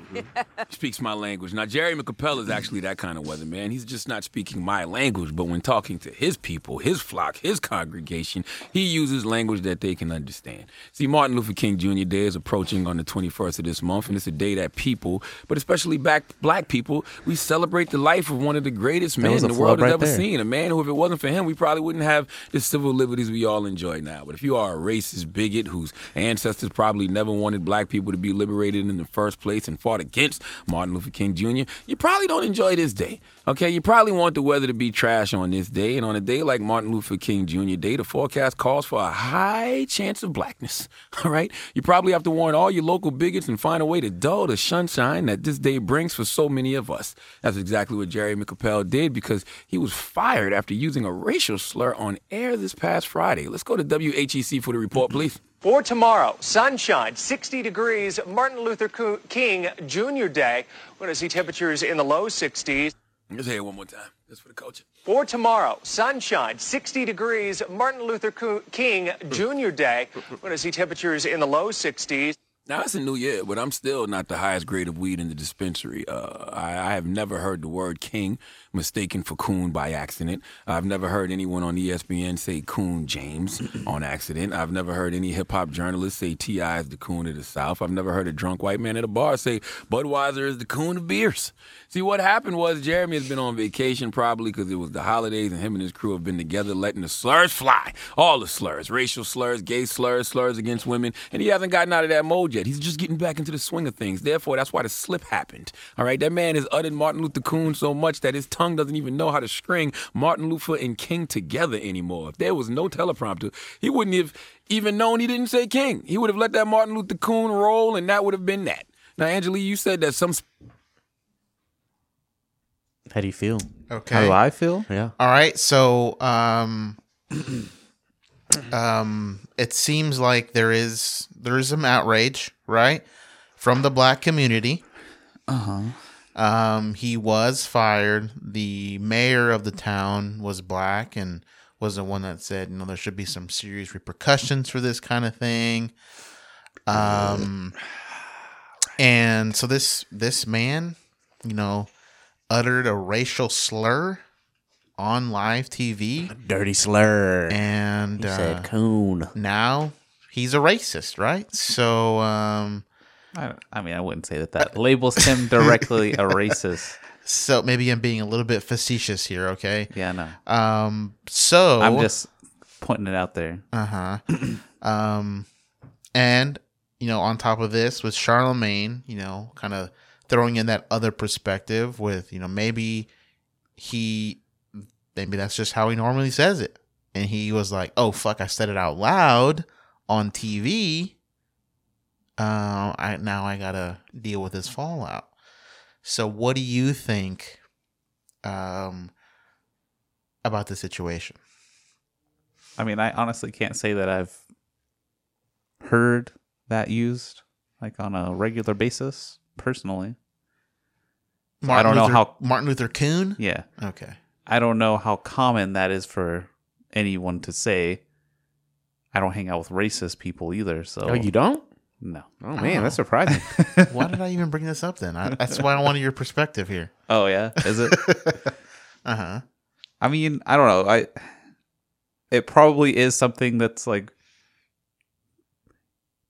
Speaker 11: Speaks my language. Now, Jerry McCapella is actually that kind of weather, man. He's just not speaking my language, but when talking to his people, his flock, his congregation, he uses language that they can understand. See, Martin Luther King Jr. Day is approaching on the 21st of this month, and it's a day that people, but especially back black people, we celebrate the life of one of the greatest men
Speaker 1: was
Speaker 11: the
Speaker 1: a flub
Speaker 11: world has
Speaker 1: right
Speaker 11: ever
Speaker 1: there.
Speaker 11: seen seen, a man who, if it wasn't for him, we probably wouldn't have the civil liberties we all enjoy now. But if you are a racist bigot whose ancestors probably never wanted black people to be liberated in the first place and fought against Martin Luther King Jr., you probably don't enjoy this day. Okay, you probably want the weather to be trash on this day. And on a day like Martin Luther King Jr. Day, the forecast calls for a high chance of blackness. All right, you probably have to warn all your local bigots and find a way to dull the sunshine that this day brings for so many of us. That's exactly what Jerry McCapel did because he was fired after using a racial slur on air this past Friday. Let's go to WHEC for the report, please.
Speaker 12: For tomorrow, sunshine, 60 degrees, Martin Luther Co- King Jr. Day. We're going to see temperatures in the low 60s.
Speaker 11: Let's hear it one more time. That's for the culture.
Speaker 12: For tomorrow, sunshine, 60 degrees, Martin Luther Co- King Jr. Day. We're going to see temperatures in the low 60s.
Speaker 11: Now it's a new year, but I'm still not the highest grade of weed in the dispensary. Uh, I, I have never heard the word king mistaken for coon by accident. I've never heard anyone on E ESPN say coon James on accident. I've never heard any hip hop journalist say T.I. is the coon of the South. I've never heard a drunk white man at a bar say Budweiser is the coon of beers. See, what happened was Jeremy has been on vacation probably because it was the holidays and him and his crew have been together letting the slurs fly. All the slurs, racial slurs, gay slurs, slurs against women, and he hasn't gotten out of that mode yet. He's just getting back into the swing of things. Therefore, that's why the slip happened. All right, that man has uttered Martin Luther Coon so much that his tongue doesn't even know how to string Martin Luther and King together anymore. If there was no teleprompter, he wouldn't have even known he didn't say King. He would have let that Martin Luther Coon roll, and that would have been that. Now, Angelique, you said that some
Speaker 6: How do you feel?
Speaker 5: Okay.
Speaker 1: How do I feel?
Speaker 6: Yeah.
Speaker 5: All right, so um, um, it seems like there is there is some outrage, right, from the black community
Speaker 1: Uh-huh.
Speaker 5: Um, he was fired. The mayor of the town was black and was the one that said, you know, there should be some serious repercussions for this kind of thing. Um, and so this this man, you know, uttered a racial slur on live TV.
Speaker 6: Dirty slur.
Speaker 5: And
Speaker 6: he
Speaker 5: uh,
Speaker 6: said coon.
Speaker 5: Now he's a racist, right? So um
Speaker 1: I, I mean, I wouldn't say that that labels him directly a racist.
Speaker 5: so maybe I'm being a little bit facetious here, okay?
Speaker 1: Yeah, no.
Speaker 5: Um so
Speaker 1: I'm just pointing it out there.
Speaker 5: Uh-huh. um and you know, on top of this with Charlemagne, you know, kind of throwing in that other perspective with, you know, maybe he maybe that's just how he normally says it. And he was like, "Oh fuck, I said it out loud on TV. Uh, I now I gotta deal with this fallout." So, what do you think um, about the situation?
Speaker 1: I mean, I honestly can't say that I've heard that used like on a regular basis personally. So I don't know
Speaker 5: Luther,
Speaker 1: how.
Speaker 5: Martin Luther Coon.
Speaker 1: Yeah.
Speaker 5: Okay.
Speaker 1: I don't know how common that is for anyone to say. I don't hang out with racist people either. So
Speaker 6: Oh, you don't?
Speaker 1: No.
Speaker 6: Oh man,
Speaker 5: Oh.
Speaker 6: that's surprising.
Speaker 5: Why did I even bring this up then? I, that's why I wanted your perspective here.
Speaker 1: Oh yeah, is it?
Speaker 5: Uh
Speaker 6: Uh-huh.
Speaker 5: huh.
Speaker 1: I mean, I don't know. I it probably is something that's like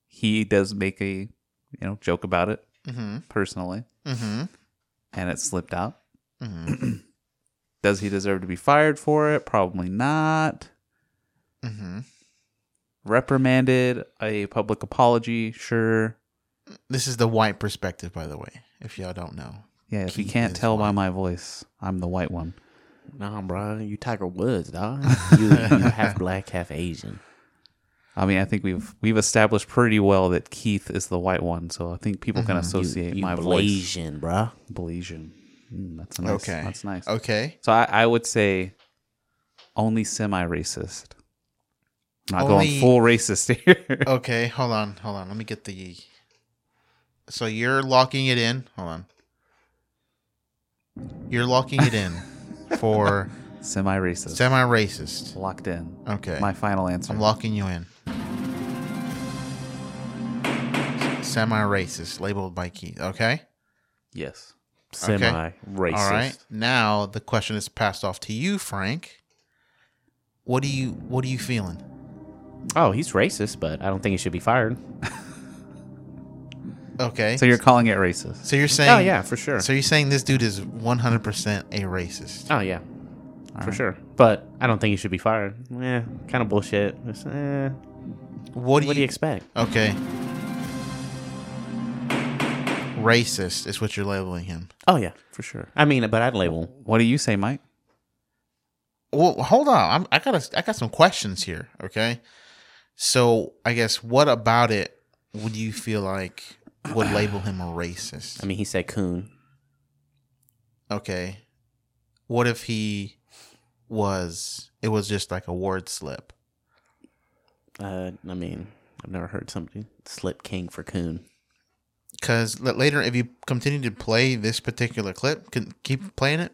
Speaker 1: he does make a you know joke about it
Speaker 5: Mhm.
Speaker 1: personally,
Speaker 5: Mm-hmm.
Speaker 1: and it slipped out.
Speaker 5: Mm-hmm.
Speaker 1: Does he deserve to be fired for it? Probably not.
Speaker 5: Mm-hmm.
Speaker 1: Reprimanded, a public apology, sure.
Speaker 5: This is the white perspective, by the way. If y'all don't know,
Speaker 1: Yeah, if you
Speaker 5: Keith
Speaker 1: can't
Speaker 5: is
Speaker 1: tell by my voice, I'm the white one.
Speaker 6: nah, bro, you Tiger Woods, dog. You, you half black, half Asian.
Speaker 1: I mean, I think we've we've established pretty well that Keith is the white one, so I think people can
Speaker 5: Mm-hmm.
Speaker 1: associate
Speaker 6: you
Speaker 1: my voice.
Speaker 6: Blasian, bro.
Speaker 1: Blasian. Mm, that's nice.
Speaker 5: Okay. Oh,
Speaker 1: That's nice.
Speaker 5: okay.
Speaker 1: So I, I would say only semi racist. Not
Speaker 5: Only- Oh.
Speaker 1: going full racist here.
Speaker 5: Okay, hold on, hold on. Let me get the. So you're locking it in. Hold on. You're locking it in for
Speaker 1: semi racist.
Speaker 5: semi-racist.
Speaker 1: Locked in.
Speaker 5: Okay.
Speaker 1: My final answer.
Speaker 5: I'm locking you in. Semi-racist, labeled by Keith. Okay.
Speaker 1: yes.
Speaker 5: Okay.
Speaker 6: Semi racist.
Speaker 5: All right. Now the question is passed off to you, Frank. What do you What are you feeling?
Speaker 6: Oh, he's racist, but I don't think he should be fired.
Speaker 5: Okay.
Speaker 1: So you're calling it racist.
Speaker 5: So you're saying.
Speaker 6: Oh yeah, for sure.
Speaker 5: So you're saying this dude is 100% a racist.
Speaker 6: Oh yeah, for sure. But I don't think he should be fired. Yeah, kind of bullshit. It's, eh,
Speaker 5: What do you
Speaker 6: what do you expect?
Speaker 5: Okay. Racist is what you're labeling him.
Speaker 6: Oh yeah, for sure. I mean, but I'd label.
Speaker 1: What do you say, Mike?
Speaker 5: Well, hold on. I'm, I got I got some questions here. Okay. So I guess what about it would you feel like would label him a racist?
Speaker 6: I mean, he said coon.
Speaker 5: Okay. What if he was? It was just like a word slip.
Speaker 6: Uh, I mean, I've never heard somebody slip king for coon.
Speaker 5: Because later, if you continue to play this particular clip, can keep playing it.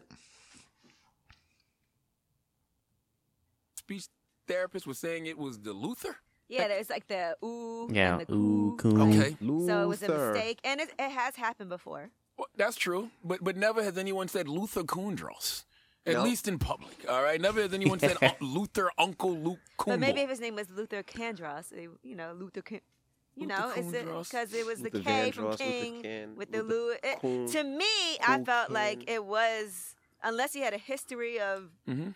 Speaker 13: Speech therapist was saying it was the Luther.
Speaker 14: Yeah, there's like the ooh.
Speaker 6: Yeah,
Speaker 14: And the
Speaker 6: ooh,
Speaker 14: coo.
Speaker 15: Mm-hmm.
Speaker 6: coon.
Speaker 13: Okay.
Speaker 14: So it was a
Speaker 13: Luther.
Speaker 14: mistake, and it, it has happened before.
Speaker 13: Well, that's true, but but never has anyone said Luther Kundros, at
Speaker 14: No.
Speaker 13: least in public. All right, never has anyone said "Un- Luther Uncle Luke Kundros.
Speaker 14: But maybe if his name was Luther Kandross, it- you know, Luther Kin- You
Speaker 13: Luther
Speaker 14: know, is it
Speaker 13: Kondross,
Speaker 14: because it was the
Speaker 15: Luther
Speaker 14: K from
Speaker 15: Vandross, Luther
Speaker 14: King
Speaker 15: Kin,
Speaker 14: with the
Speaker 15: Luther
Speaker 14: Lou? It,
Speaker 15: Kun-
Speaker 14: to me, I felt like
Speaker 15: Kin.
Speaker 14: it was unless he had a history of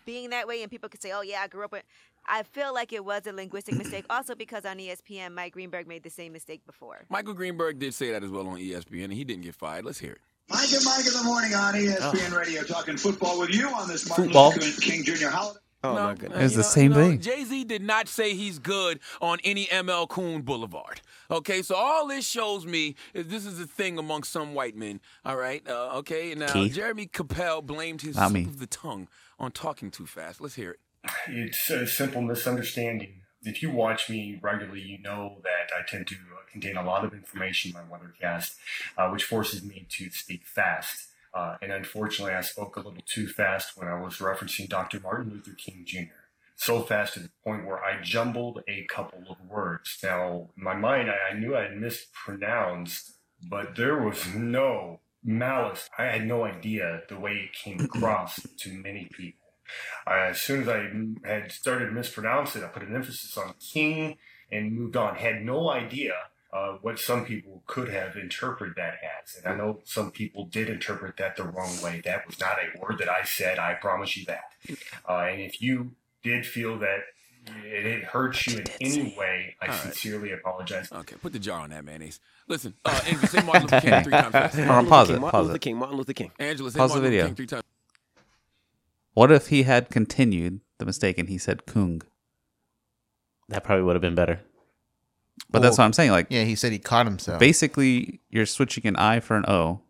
Speaker 14: being that way, and people could say, "Oh yeah, I grew up with." I feel like it was a linguistic mistake, also because on E ESPN, Mike Greenberg made the same mistake before.
Speaker 13: Michael Greenberg did say that as well on ESPN, and he didn't get fired. Let's hear it.
Speaker 16: Mike and Mike in the morning on E ESPN Radio, talking football with you on this Martin
Speaker 1: Football.
Speaker 16: Luther King Jr. holiday.
Speaker 15: Oh my
Speaker 13: Uh,
Speaker 15: goodness.
Speaker 1: It's
Speaker 13: you
Speaker 1: the
Speaker 13: know-
Speaker 1: same
Speaker 13: you know,
Speaker 1: thing.
Speaker 13: Jay Z did not say he's good on any ML Coon Boulevard. Okay, so all this shows me is this is a thing among some white men. All right, uh, okay. Now
Speaker 1: Keith.
Speaker 13: Jeremy Capel blamed his
Speaker 1: Not
Speaker 13: slip
Speaker 1: me.
Speaker 13: of the tongue on talking too fast. Let's hear it.
Speaker 17: It's a simple misunderstanding.
Speaker 11: if you watch me regularly, you know that I tend to uh, contain a lot of information in my weathercast, uh, which forces me to speak fast. Uh, and unfortunately, I spoke a little too fast when I was referencing Dr. Martin Luther King Jr. So fast to the point where I jumbled a couple of words. Now, in my mind, I, I knew I had mispronounced, but there was no malice. I had no idea the way it came across to many people. Uh, as soon as I m- had started to mispronounce it, I put an emphasis on king and moved on. Had no idea uh, what some people could have interpreted that as. And I know some people did interpret that the wrong way. That was not a word that I said. I promise you that. Uh, and if you did feel that it, it hurt you in any way, I
Speaker 9: All right.
Speaker 11: sincerely apologize.
Speaker 9: Okay, put the jar on that mayonnaise. Listen, uh, Angela, say Martin Luther King three times fast.
Speaker 1: Hold on, pause it,
Speaker 9: Martin
Speaker 1: pause
Speaker 9: Luther
Speaker 1: it.
Speaker 9: King, Martin Luther King. Angela, say
Speaker 1: Pause the
Speaker 9: Martin Luther
Speaker 1: video.
Speaker 9: King three times.
Speaker 1: What if he had continued the mistake and he said Kung?
Speaker 6: That probably would have been better.
Speaker 1: But that's
Speaker 5: Oh.
Speaker 1: what I'm saying. Like,
Speaker 5: Yeah, he said he caught himself.
Speaker 1: basically, you're switching an I for an O.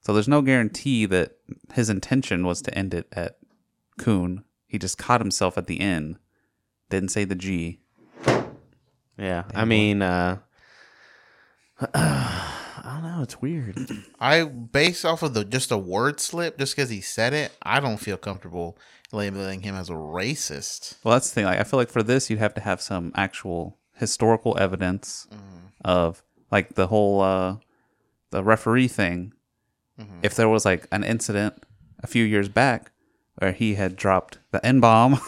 Speaker 1: So there's no guarantee that his intention was to end it at Coon. He just caught himself at the end. Didn't say the G.
Speaker 6: Yeah, I mean, uh, I don't know. It's weird.
Speaker 5: I based off of the just a word slip, just because he said it, I don't feel comfortable labeling him as a racist.
Speaker 1: Well, that's the thing. Like, I feel like for this, you'd have to have some actual historical evidence of like the whole uh, the referee thing.
Speaker 6: Mm-hmm.
Speaker 1: If there was like an incident a few years back where he had dropped the n bomb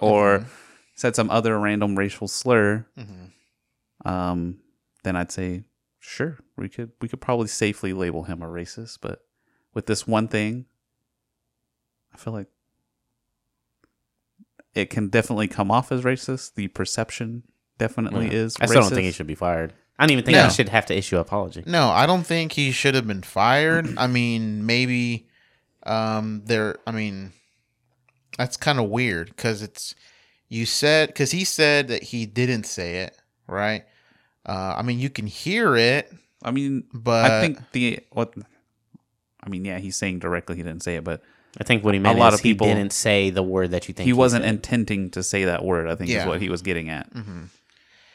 Speaker 1: or
Speaker 6: Mm-hmm.
Speaker 1: said some other random racial slur,
Speaker 6: Mm-hmm.
Speaker 1: um, then I'd say sure we could we could probably safely label him a racist. But with this one thing, I feel like it can definitely come off as racist. The perception definitely
Speaker 6: Yeah.
Speaker 1: is.
Speaker 6: Mm-hmm. I still don't
Speaker 1: racist.
Speaker 6: think he should be fired. I don't even think
Speaker 5: No.
Speaker 6: he should have to issue an apology.
Speaker 5: No, I don't think he should have been fired. I mean, maybe um there I mean that's kind of weird cuz it's you said cuz he said that he didn't say it, right? Uh I mean, you can hear it.
Speaker 1: I mean,
Speaker 5: but
Speaker 1: I think the what. I mean, yeah, he's saying directly he didn't say it, but
Speaker 6: I think what he meant is he didn't say the word that you think
Speaker 1: he
Speaker 6: he
Speaker 1: wasn't
Speaker 6: said.
Speaker 1: intending to say that word. I think
Speaker 6: Yeah.
Speaker 1: is what he was getting at.
Speaker 5: Mhm.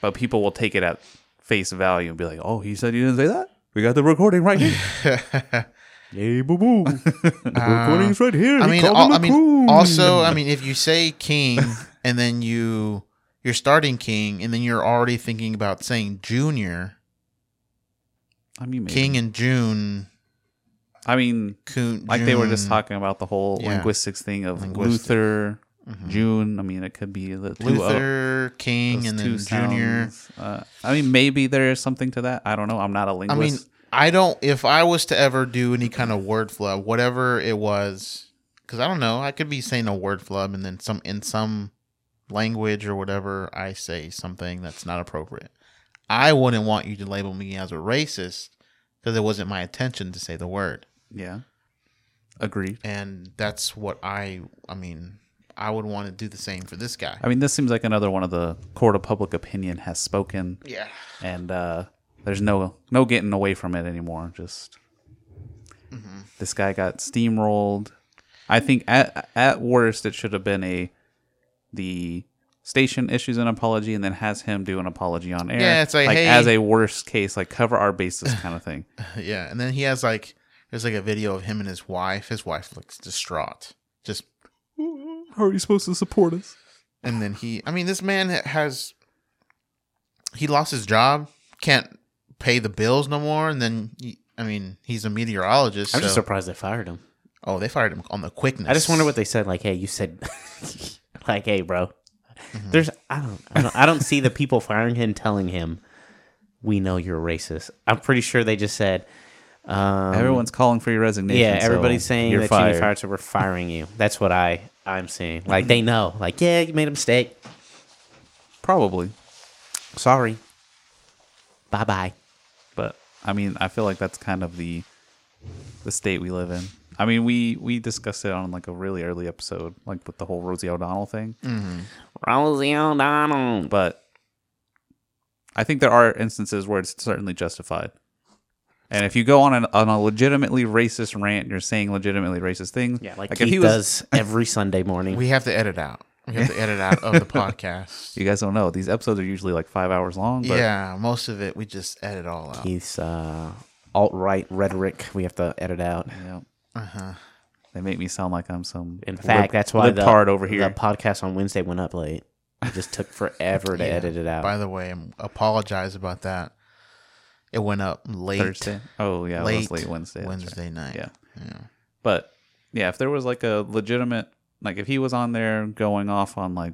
Speaker 1: But people will take it at face value and be like, "Oh, he said he didn't say that. We got the recording right here."
Speaker 6: Yay, boo boo.
Speaker 5: Uh, I mean, al- I mean also, I mean, if you say king and then you you're starting king and then you're already thinking about saying junior,
Speaker 1: I mean, maybe.
Speaker 5: king and June.
Speaker 1: I mean,
Speaker 5: Coon,
Speaker 1: like they were just
Speaker 5: June.
Speaker 1: talking about the whole
Speaker 5: Yeah.
Speaker 1: linguistics thing of
Speaker 5: Linguistic. Mm-hmm.
Speaker 1: Luther, June. I mean, it could be the two of-
Speaker 5: Luther, King,
Speaker 1: those
Speaker 5: and
Speaker 1: two
Speaker 5: then Junior.
Speaker 1: sounds. Uh, I mean, maybe there is something to that. I don't know. I'm not a
Speaker 5: I
Speaker 1: linguist.
Speaker 5: mean, I don't. If I was to ever do any kind of word flub, whatever it was, because I don't know, I could be saying a word flub, and then some in some language or whatever, I say something that's not appropriate. I wouldn't want you to label me as a racist because it wasn't my intention to say the word.
Speaker 1: Yeah. Agreed.
Speaker 5: And that's what I. I mean, I would want to do the same for this guy.
Speaker 1: I mean, this seems like another one of the court of public opinion has spoken.
Speaker 5: Yeah.
Speaker 1: And uh, there's no no getting away from it anymore. Just
Speaker 5: Mm-hmm.
Speaker 1: this guy got steamrolled. I think at at worst it should have been a the station issues an apology and then has him do an apology on air.
Speaker 5: Yeah, it's like, hey-
Speaker 1: as a worst case, like cover our bases kind of thing.
Speaker 5: yeah, and then he has like there's like a video of him and his wife. His wife looks distraught. Just
Speaker 1: How are you supposed to support us?
Speaker 5: and then he I mean this man ha- has he lost his job, can't pay the bills no more and then he, I mean, he's a meteorologist.
Speaker 6: I'm just
Speaker 5: so-
Speaker 6: surprised they fired him.
Speaker 5: Oh, they fired him on the quickness.
Speaker 6: I just wonder what they said. Like, hey, you said, like, hey, bro.
Speaker 1: Mm-hmm.
Speaker 6: There's, I don't, I don't, I don't see the people firing him telling him, we know you're racist. I'm pretty sure they just said, um,
Speaker 1: Everyone's calling for your resignation.
Speaker 6: Yeah,
Speaker 1: so
Speaker 6: everybody's saying
Speaker 1: you're
Speaker 6: that you need
Speaker 1: fired.
Speaker 6: fired, so we're firing you. That's what I, I'm seeing. Like, they know. Like, yeah, you made a mistake.
Speaker 1: Probably.
Speaker 6: Sorry. Bye bye.
Speaker 1: But I mean, I feel like that's kind of the the state we live in. I mean, we we discussed it on like a really early episode, like with the whole Rosie O'Donnell thing.
Speaker 6: Mm-hmm. Rosie O'Donnell.
Speaker 1: But I think there are instances where it's certainly justified. And if you go on an, on a legitimately racist rant, you're saying legitimately racist things.
Speaker 6: Yeah, like,
Speaker 1: if
Speaker 6: he
Speaker 1: was-
Speaker 6: does every Sunday morning.
Speaker 5: we have to edit out. We have to edit out of the podcast.
Speaker 1: You guys don't know. These episodes are usually like five hours long. But
Speaker 5: yeah, most of it we just edit all out.
Speaker 6: Keith's uh, alt right rhetoric we have to edit out.
Speaker 1: Yeah.
Speaker 5: Uh-huh.
Speaker 1: They make me sound like I'm some.
Speaker 6: In fact,
Speaker 1: lib-
Speaker 6: that's why the,
Speaker 1: libtard over here.
Speaker 6: the podcast on Wednesday went up late. It just took forever to
Speaker 5: Yeah.
Speaker 6: edit it out.
Speaker 5: By the way, I apologize about that. It went up late.
Speaker 1: Thursday? Oh, yeah, it was late Wednesday, that's right.
Speaker 5: Wednesday night.
Speaker 1: Yeah.
Speaker 5: yeah.
Speaker 1: But yeah, if there was like a legitimate, like if he was on there going off on like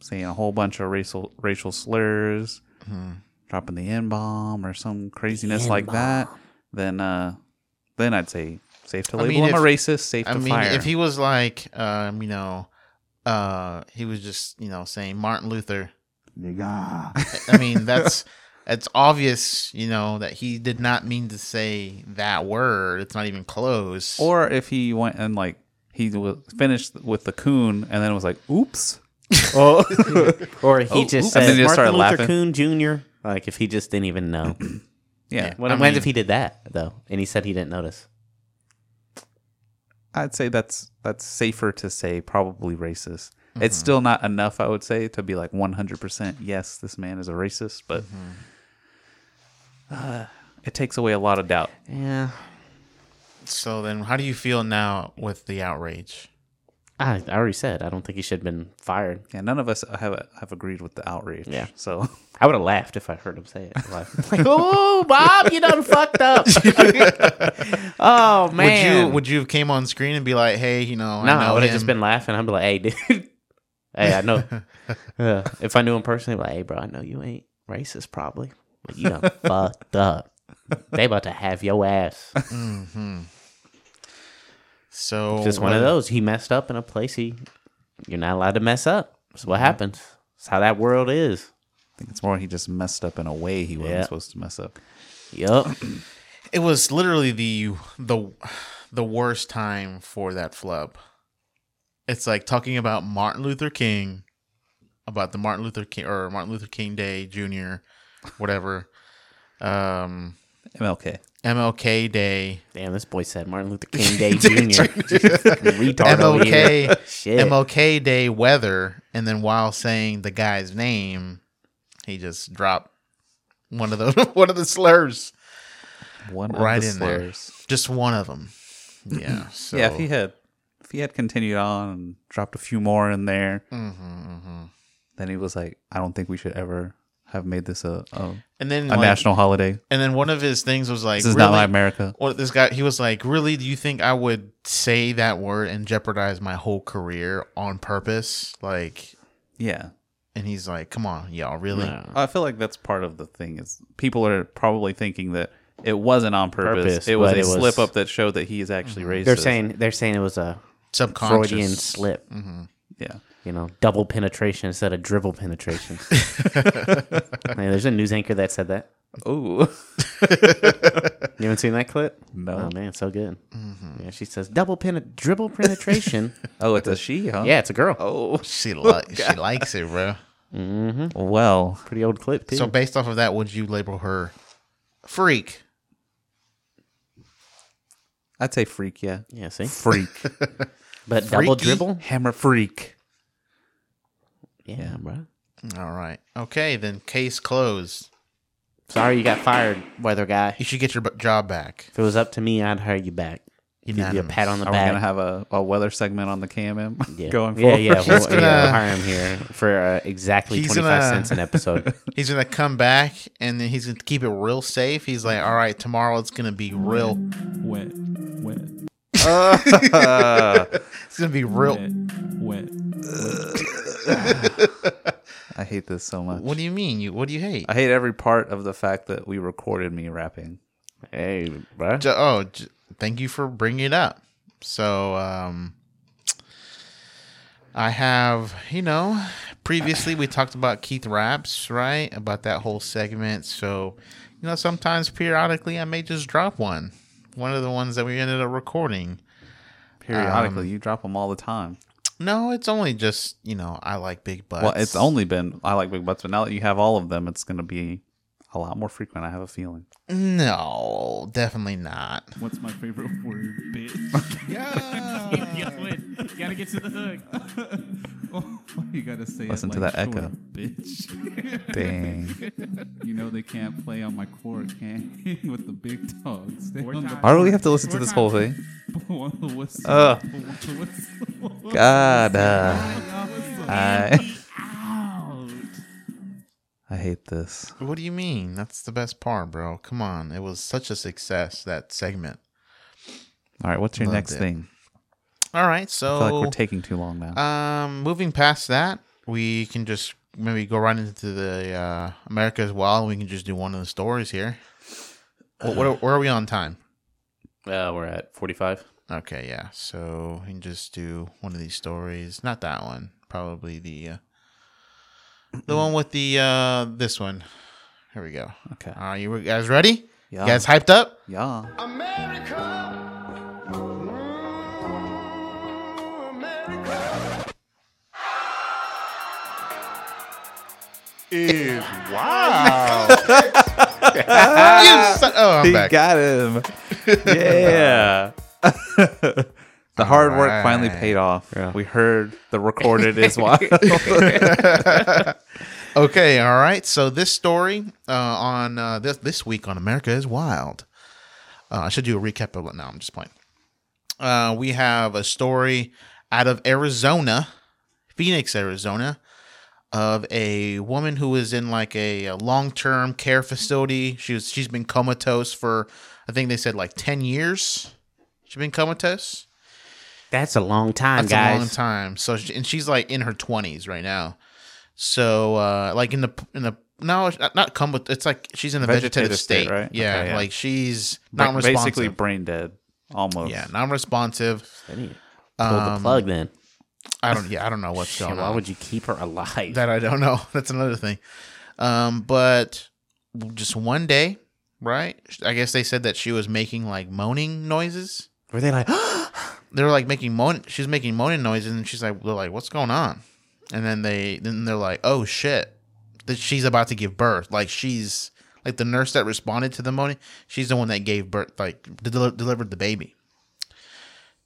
Speaker 1: saying a whole bunch of racial racial slurs,
Speaker 5: Mhm.
Speaker 1: dropping the n bomb or some craziness like that, then uh, then I'd say safe to label him
Speaker 5: if-
Speaker 1: a racist, safe
Speaker 5: I
Speaker 1: to
Speaker 5: mean,
Speaker 1: fire.
Speaker 5: if he was like, um, you know, uh, he was just, you know, saying Martin Luther. Nigga. I mean, that's it's obvious, you know, that he did not mean to say that word. It's not even close.
Speaker 1: or if he went and like he was finished with the coon and then was like, "Oops."
Speaker 6: Oh, or he
Speaker 1: Oh, oops.
Speaker 6: just
Speaker 1: And
Speaker 6: said
Speaker 1: then he just
Speaker 6: Martin
Speaker 1: started
Speaker 6: Luther
Speaker 1: laughing.
Speaker 6: Coon Jr. Like if he just didn't even know.
Speaker 1: Yeah.
Speaker 6: What
Speaker 1: I
Speaker 6: I mean,
Speaker 1: mean-
Speaker 6: if he did that though, and he said he didn't notice.
Speaker 1: I'd say that's that's safer to say probably racist.
Speaker 5: Mm-hmm.
Speaker 1: It's still not enough, I would say, to be like one hundred percent. Yes, this man is a racist, but
Speaker 5: Mm-hmm.
Speaker 1: uh, it takes away a lot of doubt.
Speaker 6: Yeah.
Speaker 5: So then, how do you feel now with the outrage?
Speaker 6: I, I already said I don't think he should have been fired.
Speaker 1: Yeah, none of us have have agreed with the outrage.
Speaker 6: Yeah.
Speaker 1: so
Speaker 6: I would have laughed if I heard him say it. Like, like,
Speaker 17: oh, Bob, you done fucked up.
Speaker 6: oh
Speaker 5: would you would you have came on screen and be like, hey, you know,
Speaker 6: no,
Speaker 5: I
Speaker 6: I
Speaker 5: know
Speaker 6: would have
Speaker 5: him.
Speaker 6: just been laughing. I'd be like, "Hey, dude, hey, I know." Yeah. if I knew him personally, I'd be like, "Hey, bro, I know you ain't racist, probably, but you done fucked up. They about to have your ass."
Speaker 5: Mhm. So
Speaker 6: It's just one of
Speaker 5: what-
Speaker 6: those. He messed up in a place he you're not allowed to mess up. That's what happens. That's how that world is.
Speaker 1: I think it's more he just messed up in a way he wasn't
Speaker 6: Yeah.
Speaker 1: supposed to mess up.
Speaker 6: Yup.
Speaker 5: It was literally the the the worst time for that flub. It's like talking about Martin Luther King, about the Martin Luther King or Martin Luther King Day Jr., whatever. Um,
Speaker 1: MLK.
Speaker 5: MLK Day.
Speaker 6: Damn, this boy said Martin Luther King Day Jr. Retard over here.
Speaker 5: MLK
Speaker 6: Shit.
Speaker 5: MLK Day weather, and then while saying the guy's name, he just dropped one of the one of the slurs.
Speaker 1: One of
Speaker 5: right
Speaker 1: the
Speaker 5: in there,
Speaker 1: slurs.
Speaker 5: just one of them. Yeah. So
Speaker 1: Yeah, if he had if he had continued on and dropped a few more in there,
Speaker 5: Mm-hmm,
Speaker 1: then he was like, I don't think we should ever have made this a a,
Speaker 5: And then
Speaker 1: a
Speaker 5: like-
Speaker 1: national holiday.
Speaker 5: And then one of his things was like,
Speaker 1: This is not my America.
Speaker 5: Well, this guy, he was like, really? Do you think I would say that word and jeopardize my whole career on purpose? Like,
Speaker 1: Yeah.
Speaker 5: and he's like, come on, y'all, really?
Speaker 1: I feel like that's part of the thing is people are probably thinking that it wasn't on purpose.
Speaker 6: Purpose,
Speaker 1: it was
Speaker 6: but
Speaker 1: a
Speaker 6: it was- Mm-hmm.
Speaker 1: slip up that showed that he is actually racist.
Speaker 6: They're saying they're saying it was a
Speaker 5: Subconscious.
Speaker 6: Freudian slip.
Speaker 1: Yeah.
Speaker 6: You know, double penetration instead of dribble penetration. Hey, there's a news anchor that said that.
Speaker 1: Ooh.
Speaker 6: You haven't seen that clip?
Speaker 1: No.
Speaker 6: Oh man, so good. Yeah, she says double pen dribble penetration.
Speaker 1: Oh, it's a she, huh?
Speaker 6: Yeah, it's a girl.
Speaker 1: Oh,
Speaker 5: She, li- she likes it, bro.
Speaker 6: hmm
Speaker 1: Well,
Speaker 6: Pretty old clip too.
Speaker 5: So, based off of that, would you label her freak?
Speaker 1: I'd say freak, yeah.
Speaker 6: yeah, see,
Speaker 1: Freak.
Speaker 6: but double
Speaker 5: Freaky?
Speaker 6: dribble.
Speaker 1: Hammer freak.
Speaker 6: Yeah,
Speaker 1: Yeah.
Speaker 6: bro.
Speaker 5: All right. Okay, then case closed.
Speaker 6: Sorry, you got fired, weather guy.
Speaker 5: You should get your b- job back.
Speaker 6: If it was up to me, I'd hire you back. Give you a
Speaker 5: Unanimous.
Speaker 6: pat on the
Speaker 1: Are we
Speaker 6: back.
Speaker 1: gonna have a, a weather segment on the KMM
Speaker 6: yeah.
Speaker 1: going
Speaker 6: yeah,
Speaker 1: forward?
Speaker 6: yeah, we'll,
Speaker 5: He's
Speaker 6: yeah, we'll
Speaker 5: gonna-
Speaker 6: hire him here for uh, exactly
Speaker 5: He's
Speaker 6: twenty five
Speaker 5: gonna-
Speaker 6: cents an episode.
Speaker 5: He's gonna come back and then he's gonna keep it real safe. He's like, all right, tomorrow it's gonna be real.
Speaker 1: Wet, wet,
Speaker 5: It's gonna be real.
Speaker 1: wet. I hate this so much.
Speaker 5: What do you mean? You what do you hate?
Speaker 1: I hate every part of the fact that we recorded me rapping.
Speaker 6: hey, bro.
Speaker 5: J- oh, j- thank you for bringing it up. So, um, I have you know previously we talked about Keith raps right about that whole segment. So, you know sometimes periodically I may just drop one, one of the ones that we ended up recording.
Speaker 1: Periodically, you drop them all the time.
Speaker 5: No, it's only just you know I like big butts.
Speaker 1: Well, it's only been I like big butts, but now that you have all of them, it's gonna be a lot more frequent. I have a feeling.
Speaker 5: No, definitely not.
Speaker 18: What's my favorite word, bitch? yeah. Yo, wait, gotta get to the hook. oh, you gotta say
Speaker 1: Listen
Speaker 18: it
Speaker 1: to
Speaker 18: like
Speaker 1: that echo.
Speaker 18: short, bitch.
Speaker 1: Dang.
Speaker 18: you know they can't play on my court, can with the big dogs. They on the-
Speaker 1: Why do we have to listen to this whole thing?
Speaker 18: Blow on the whistle.
Speaker 1: Ugh.
Speaker 18: Blow on the whistle.
Speaker 1: God. Uh, I,
Speaker 18: I.
Speaker 1: I hate this.
Speaker 5: What do you mean? That's the best part, bro. Come on. It was such a success, that segment.
Speaker 1: All right, what's your
Speaker 5: Loved
Speaker 1: next
Speaker 5: it.
Speaker 1: thing?
Speaker 5: All right, so
Speaker 1: I feel like we're taking too long now.
Speaker 5: Um, moving past that, we can just maybe go right into the uh, America as well. We can just do one of the stories here. What, what are, where are we on time?
Speaker 6: Uh, we're at 45.
Speaker 5: Okay, yeah. So we can just do one of these stories. Not that one. Probably the uh, the one with the uh, this one. Here we go.
Speaker 1: Okay.
Speaker 5: All right, you guys ready?
Speaker 1: Yeah.
Speaker 5: You guys hyped up?
Speaker 1: Yeah.
Speaker 5: Is wow. You son- oh, I'm
Speaker 1: he
Speaker 5: back.
Speaker 1: got him. Yeah. the hard work finally paid off. We heard the recorded is wild.
Speaker 5: okay, all right. So this story uh, on uh, this this week on America is Wild. Uh, I should do a recap of it. No, I'm just playing. Uh, we have a story out of Arizona, Phoenix, Arizona, of a woman who is in like a, a long term care facility. She was she's been comatose for I think they said like ten years. She's been comatose.
Speaker 6: That's a long time,
Speaker 5: That's
Speaker 6: guys.
Speaker 5: a long time. So she, and she's like in her twenties right now. So uh like in the in the no it's not- not come with it's like she's in a vegetative,
Speaker 1: Vegetative state,
Speaker 5: state,
Speaker 1: right?
Speaker 5: Yeah,
Speaker 1: Okay, yeah.
Speaker 5: like she's
Speaker 1: Ba-
Speaker 5: not responsive.
Speaker 1: Basically brain dead. Almost.
Speaker 5: yeah, non-responsive.
Speaker 6: Pulled the
Speaker 5: Um,
Speaker 6: plug then.
Speaker 5: I don't. Yeah, I don't know what's
Speaker 6: Shit,
Speaker 5: going
Speaker 6: why
Speaker 5: on.
Speaker 6: would you keep her alive?
Speaker 5: That I don't know. That's another thing. Um, but just one day, right? I guess they said that she was making like moaning noises.
Speaker 6: Were they like?
Speaker 5: they were like making moan. She's making moaning noises, and she's like, "They're like, what's going on?" And then they, then they're like, "Oh shit, that she's about to give birth." Like she's like the nurse that responded to the moaning. She's the one that gave birth, like del- delivered the baby.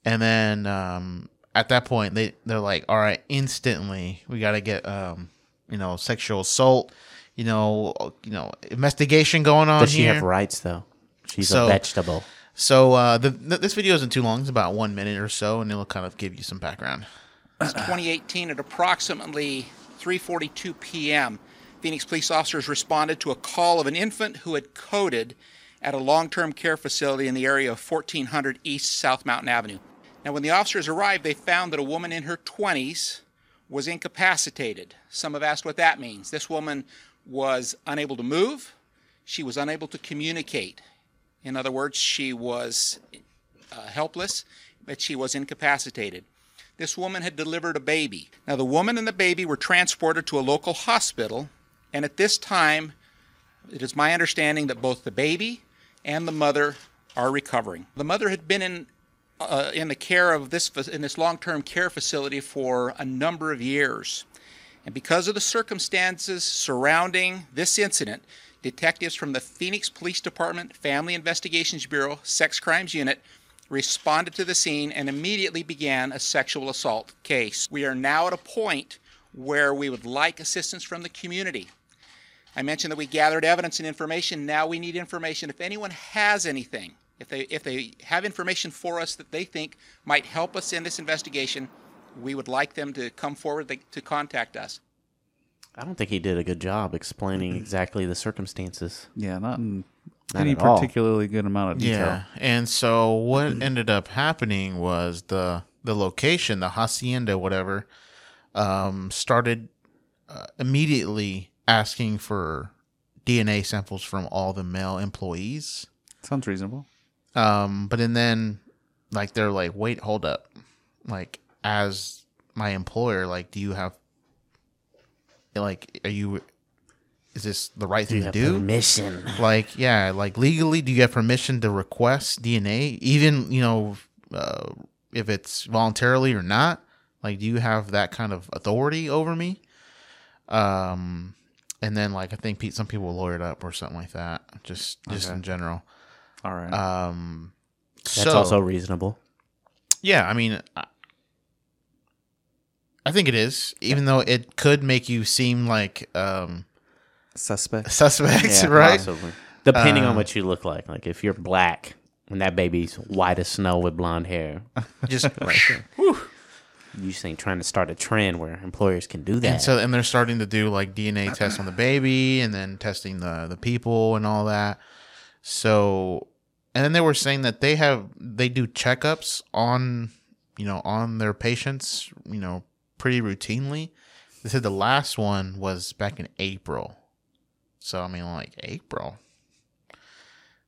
Speaker 5: And then um, at that point, they they're like, "All right, instantly, we got to get um, you know, sexual assault, you know, you know, investigation going on."
Speaker 6: Does she
Speaker 5: here.
Speaker 6: have rights though? She's
Speaker 5: So-
Speaker 6: a vegetable.
Speaker 5: So uh, the, th this video isn't too long; it's about one minute or so, and it'll kind of give you some background.
Speaker 11: 2018 at approximately 3:42 p.m. Phoenix police officers responded to a call of an infant who had coded at a long-term care facility in the area of 1400 East South Mountain Avenue. Now when the officers arrived, they found that a woman in her 20s was incapacitated. Some have asked what that means. This woman was unable to move, she was unable to communicate. In other words, she was uh, helpless, but she was incapacitated. This woman had delivered a baby. Now, the woman and the baby were transported to a local hospital, and at this time, it is my understanding that both the baby and the mother are recovering. The mother had been in uh, in the care of this fa- in this long-term care facility for a number of years. And because of the circumstances surrounding this incident, detectives from the Phoenix Police Department, Family Investigations Bureau, Sex Crimes Unit responded to the scene and immediately began a sexual assault case. We are now at a point where we would like assistance from the community. I mentioned that we gathered evidence and information. Now we need information. If anyone has anything, if they if they have information for us that they think might help us in this investigation, we would like them to come forward they- to contact us.
Speaker 6: I don't think he did a good job explaining exactly the circumstances.
Speaker 1: Yeah, not in
Speaker 6: Not
Speaker 1: any
Speaker 6: at all.
Speaker 1: particularly good amount of detail.
Speaker 5: Yeah, and so what ended up happening was the the location, the hacienda, whatever, um, started uh, immediately asking for DNA samples from all the male employees.
Speaker 1: Sounds reasonable.
Speaker 5: Um, but and then like they're like, wait, hold up, like as my employer, like, do you have like, are you? Is this the right thing
Speaker 6: you
Speaker 5: to
Speaker 6: have
Speaker 5: do?
Speaker 6: permission?
Speaker 5: Like, yeah, like legally, do you have permission to request DNA, even you know, uh, if it's voluntarily or not? Like, do you have that kind of authority over me? Um, and then like I think Pete, some people lawyered up or something like that. Just just
Speaker 6: Okay.
Speaker 5: in general.
Speaker 1: All right.
Speaker 5: Um,
Speaker 6: That's
Speaker 5: so-
Speaker 6: also reasonable.
Speaker 5: Yeah, I mean, I, I think it is, even though it could make you seem like um,
Speaker 1: suspect.
Speaker 5: Suspect,
Speaker 6: Yeah,
Speaker 5: right?
Speaker 6: possibly. Depending
Speaker 5: Uh,
Speaker 6: on what you look like. Like if you're black and that baby's white as snow with blonde hair.
Speaker 5: Just
Speaker 6: right there. You just ain't trying to start a trend where employers can do that.
Speaker 5: And so, and they're starting to do like DNA tests on the baby, and then testing the the people and all that. So, and then they were saying that they have they do checkups on, you know, on their patients, you know, pretty routinely. They said the last one was back in April. So I mean, like April.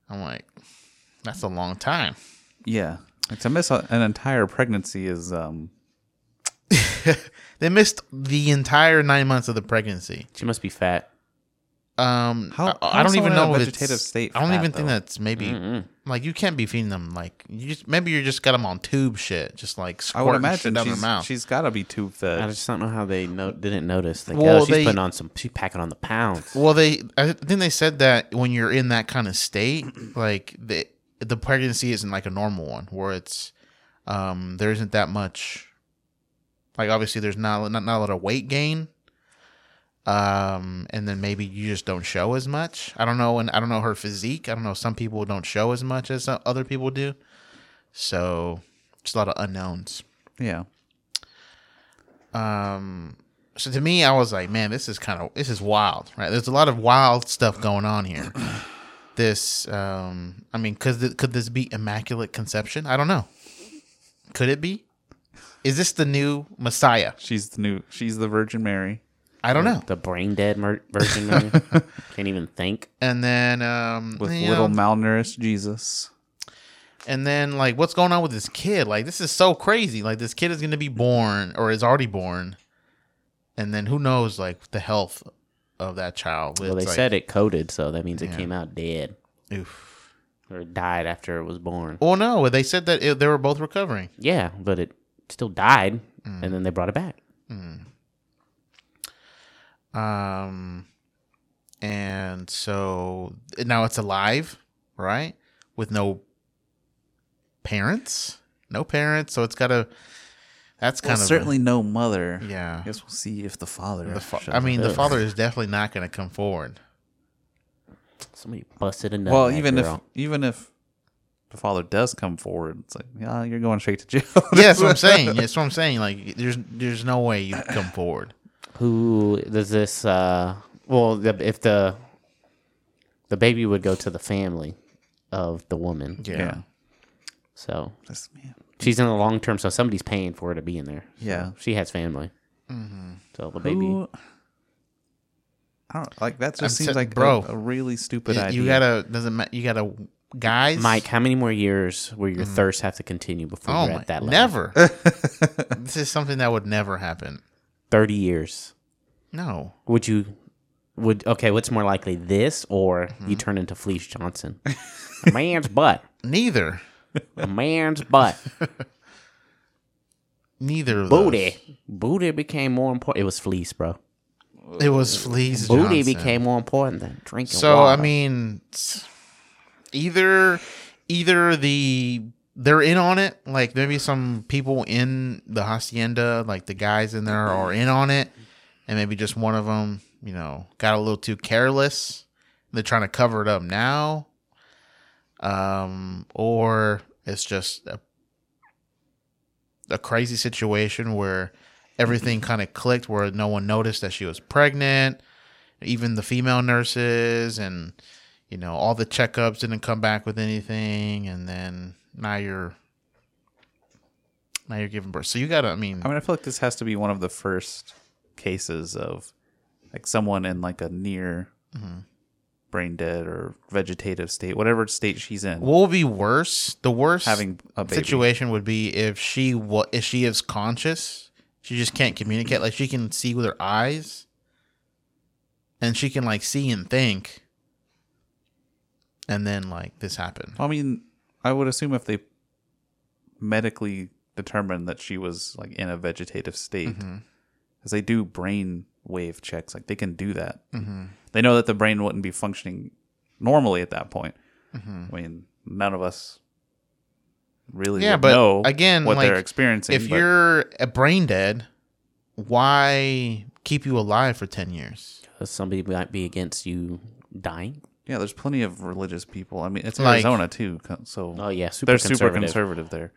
Speaker 5: I'm like, that's a long time.
Speaker 1: Yeah. Like to miss a, an entire pregnancy is um
Speaker 5: They missed the entire nine months of the pregnancy.
Speaker 6: She must be fat.
Speaker 5: Um,
Speaker 1: How-
Speaker 5: I- I,
Speaker 1: how is
Speaker 5: don't
Speaker 1: someone in
Speaker 5: even
Speaker 1: a
Speaker 5: know if
Speaker 1: vegetative
Speaker 5: it's-
Speaker 1: state
Speaker 5: I don't
Speaker 1: fat,
Speaker 5: even think
Speaker 1: though?
Speaker 5: that's maybe
Speaker 1: Mm-mm.
Speaker 5: like you can't be feeding them like you just maybe you just got them on tube shit, just like
Speaker 1: I would
Speaker 5: squirting shit
Speaker 1: imagine
Speaker 5: down their
Speaker 1: she's,
Speaker 5: mouth.
Speaker 1: she's got to be tube fed.
Speaker 6: I just don't know how they no- didn't notice. Like,
Speaker 5: Well,
Speaker 6: oh, she's
Speaker 5: they-
Speaker 6: putting on some, she's packing on the pounds.
Speaker 5: Well, they I think they said that when you're in that kind of state, like the the pregnancy isn't like a normal one where it's um there isn't that much like obviously there's not not, not a lot of weight gain. Um and then maybe you just don't show as much. I don't know and I don't know her physique. I don't know some people don't show as much as uh, other people do. So just a lot of unknowns.
Speaker 1: yeah.
Speaker 5: Um, so to me, I was like, man, this is kind of this is wild, right? There's a lot of wild stuff going on here. this, um, I mean, could th- could this be immaculate conception? I don't know. Could it be? Is this the new Messiah?
Speaker 1: She's the new she's the Virgin Mary.
Speaker 5: I don't know.
Speaker 6: The brain dead mer- version. Mary. Can't even think.
Speaker 5: And then, um,
Speaker 1: With
Speaker 5: you
Speaker 1: little
Speaker 5: know,
Speaker 1: malnourished Jesus.
Speaker 5: and then like, what's going on with this kid? Like, this is so crazy. Like, this kid is going to be born or is already born, and then who knows like the health of that child?
Speaker 6: Well, they
Speaker 5: It's like-
Speaker 6: said it coded, so that means it
Speaker 5: Yeah.
Speaker 6: came out dead.
Speaker 5: Oof.
Speaker 6: Or died after it was born.
Speaker 5: Well, no, they said that it, they were both recovering.
Speaker 6: Yeah, but it still died,
Speaker 5: Mm.
Speaker 6: and then they brought it back.
Speaker 5: Um, and so now it's alive, right? With no parents, no parents. So it's got to. That's kind
Speaker 1: well,
Speaker 5: of
Speaker 1: certainly no mother.
Speaker 5: Yeah.
Speaker 1: I guess we'll see if the father.
Speaker 5: The fa-
Speaker 1: shows
Speaker 5: I mean, the
Speaker 1: up.
Speaker 5: father is definitely not going to come forward.
Speaker 6: Somebody busted a nut.
Speaker 1: Well, even if
Speaker 6: girl.
Speaker 1: even if the father does come forward, it's like, yeah, you're going straight to jail.
Speaker 5: yeah, that's what I'm saying. That's what I'm saying. Like, there's there's no way you come forward.
Speaker 6: who does this? Uh, well, the, if the the baby would go to the family of the woman.
Speaker 5: Yeah. Yeah.
Speaker 6: So she's in the long term, so somebody's paying for her to be in there. So
Speaker 1: Yeah.
Speaker 6: she has family.
Speaker 5: Mm-hmm.
Speaker 1: Mhm.
Speaker 6: So the baby.
Speaker 1: Who- I don't like that. Just
Speaker 5: I'm
Speaker 1: seems
Speaker 5: sa-
Speaker 1: like
Speaker 5: bro,
Speaker 1: a, a really stupid
Speaker 5: you,
Speaker 1: idea.
Speaker 5: you gotta doesn't ma- you gotta guys.
Speaker 6: Mike, how many more years will your thirst have to continue before
Speaker 5: Mm-hmm. oh
Speaker 6: you're
Speaker 5: my,
Speaker 6: at that level?
Speaker 5: never. this is something that would never happen.
Speaker 6: Thirty years.
Speaker 5: No.
Speaker 6: Would you? Would okay? What's more likely, this or
Speaker 5: Mm-hmm.
Speaker 6: you turn into Fleece Johnson? a man's butt.
Speaker 5: Neither.
Speaker 6: A man's butt.
Speaker 5: Neither of
Speaker 6: Booty. Booty became more important. It was fleece, bro.
Speaker 5: Those. It was fleas.
Speaker 6: Booty
Speaker 5: Johnson.
Speaker 6: became more important than drinking
Speaker 5: So
Speaker 6: water.
Speaker 5: I mean, s- either either the they're in on it, like maybe some people in the hacienda, like the guys in there, are in on it, and maybe just one of them, you know, got a little too careless. They're trying to cover it up now, um, or it's just a, a crazy situation where everything
Speaker 1: Mm-hmm.
Speaker 5: kind of clicked, where no one noticed that she was pregnant even the female nurses and you know all the checkups didn't come back with anything and then now you're now you're giving birth so you gotta i mean
Speaker 1: I mean, I feel like this has to be one of the first cases of like someone in like a near
Speaker 5: Mm-hmm.
Speaker 1: brain dead or vegetative state, whatever state she's in.
Speaker 5: what would be worse the worst
Speaker 1: Having a baby.
Speaker 5: situation would be if she wa if she is conscious she just can't communicate like she can see with her eyes and she can like see and think and then like this happened
Speaker 1: I mean, I would assume if they
Speaker 5: Mm-hmm.
Speaker 1: medically determined that she was like in a vegetative state, because they do brain wave checks. Like they can do that.
Speaker 5: Mhm.
Speaker 1: They know that the brain wouldn't be functioning normally at that point.
Speaker 5: Mhm.
Speaker 1: I mean, none of us really
Speaker 5: yeah,
Speaker 1: would
Speaker 5: but
Speaker 1: know
Speaker 5: again,
Speaker 1: what
Speaker 5: like,
Speaker 1: they're experiencing.
Speaker 5: If
Speaker 1: but-
Speaker 5: you're a brain dead, why keep you alive for ten years?
Speaker 6: Because somebody might be against you dying.
Speaker 1: yeah, there's plenty of religious people. I mean, it's
Speaker 5: Like-
Speaker 1: Arizona too, co- so
Speaker 6: Oh, yeah, super
Speaker 1: they're super
Speaker 6: conservative.
Speaker 1: conservative there.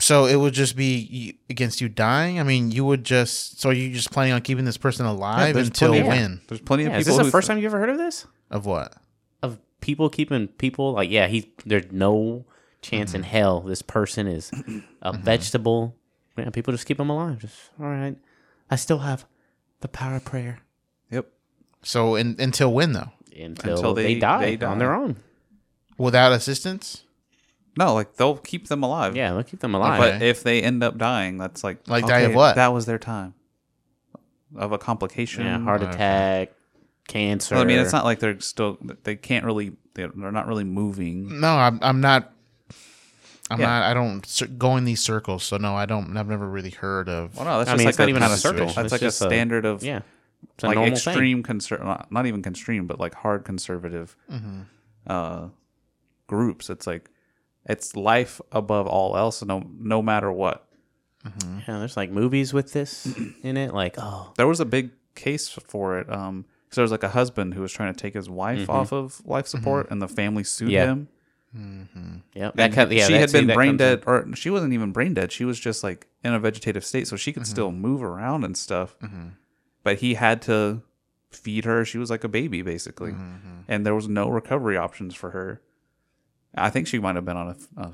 Speaker 5: So it would just be y- against you dying. I mean, you would just. So you just planning on keeping this person alive
Speaker 1: there's
Speaker 5: until
Speaker 1: plenty of-
Speaker 5: when?
Speaker 1: there's plenty
Speaker 6: Yeah, is this the first time you ever heard of this?
Speaker 5: Of what?
Speaker 6: Of people keeping people like yeah, he there's no chance in
Speaker 1: Mm-hmm.
Speaker 6: hell this person is a vegetable. Yeah, people just keep him alive. Just all right. I still have the power of prayer
Speaker 1: Yep.
Speaker 5: So in, until when though?
Speaker 6: until, they, die on their own.
Speaker 5: Without assistance?
Speaker 1: No, like they'll keep them alive.
Speaker 6: Yeah, they'll keep them
Speaker 1: Like,
Speaker 6: alive.
Speaker 1: But if they end up dying, that's like
Speaker 5: Like die of what?
Speaker 1: That was their time of a complication.
Speaker 6: yeah, heart attack,
Speaker 1: Mm-hmm.
Speaker 6: cancer.
Speaker 1: Well, I mean, it's not like they're still. They can't really. They're they're not really moving.
Speaker 5: No, I'm. I'm not. I'm
Speaker 1: Yeah.
Speaker 5: not. I don't cir- go in these circles. So no, I don't. I've never really heard of.
Speaker 1: Well, no, that's
Speaker 6: I
Speaker 1: just
Speaker 6: mean,
Speaker 1: like
Speaker 6: it's not
Speaker 1: a-
Speaker 6: even on a circle.
Speaker 1: That's
Speaker 6: It's
Speaker 1: like a
Speaker 6: just a-
Speaker 1: standard of
Speaker 6: yeah. It's a
Speaker 1: like
Speaker 6: normal thing.
Speaker 1: extreme conser- not, not even extreme, but like hard conservative
Speaker 5: Mhm.
Speaker 1: uh, groups. It's like it's life above all else, no no matter what.
Speaker 6: Yeah, there's like movies with this in it. Like, oh,
Speaker 1: There was a big case for it. Um, so there was like a husband who was trying to take his wife
Speaker 6: Mhm.
Speaker 1: off of life support, and the family sued
Speaker 6: Yeah.
Speaker 1: him.
Speaker 6: yep.
Speaker 1: And she had
Speaker 6: see,
Speaker 1: been
Speaker 6: that
Speaker 1: brain
Speaker 6: comes in.
Speaker 1: dead, or she wasn't even brain dead. She was just like in a vegetative state, so
Speaker 6: Mm-hmm.
Speaker 1: she could still move around and stuff. But he had to feed her. She was like a baby, basically,
Speaker 6: Mm-hmm.
Speaker 1: and there was no recovery options for her. I think she might have been on a, a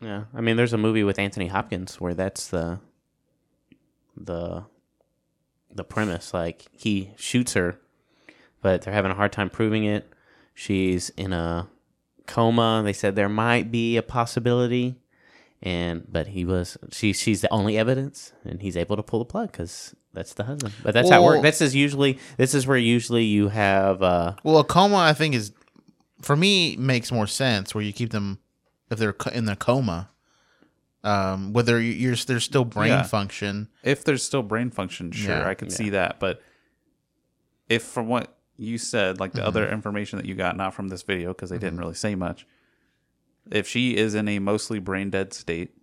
Speaker 6: Yeah, I mean, there's a movie with Anthony Hopkins where that's the the the premise. Like he shoots her, but they're having a hard time proving it. She's in a coma. They said there might be a possibility, and but he was she she's the only evidence, and he's able to pull the plug because that's the husband. But that's how it
Speaker 5: Well-
Speaker 6: works. This is usually this is where usually you have uh
Speaker 5: Well, a coma, I think, is for me makes more sense where you keep them if they're co- in the coma, um, whether you- you're there's still brain
Speaker 1: Yeah.
Speaker 5: function.
Speaker 1: if there's still brain function, sure,
Speaker 5: Yeah.
Speaker 1: I could see that. But if from what you said, like the
Speaker 6: Mm-hmm.
Speaker 1: other information that you got, not from this video, because they didn't really say much, if she is in a mostly brain dead state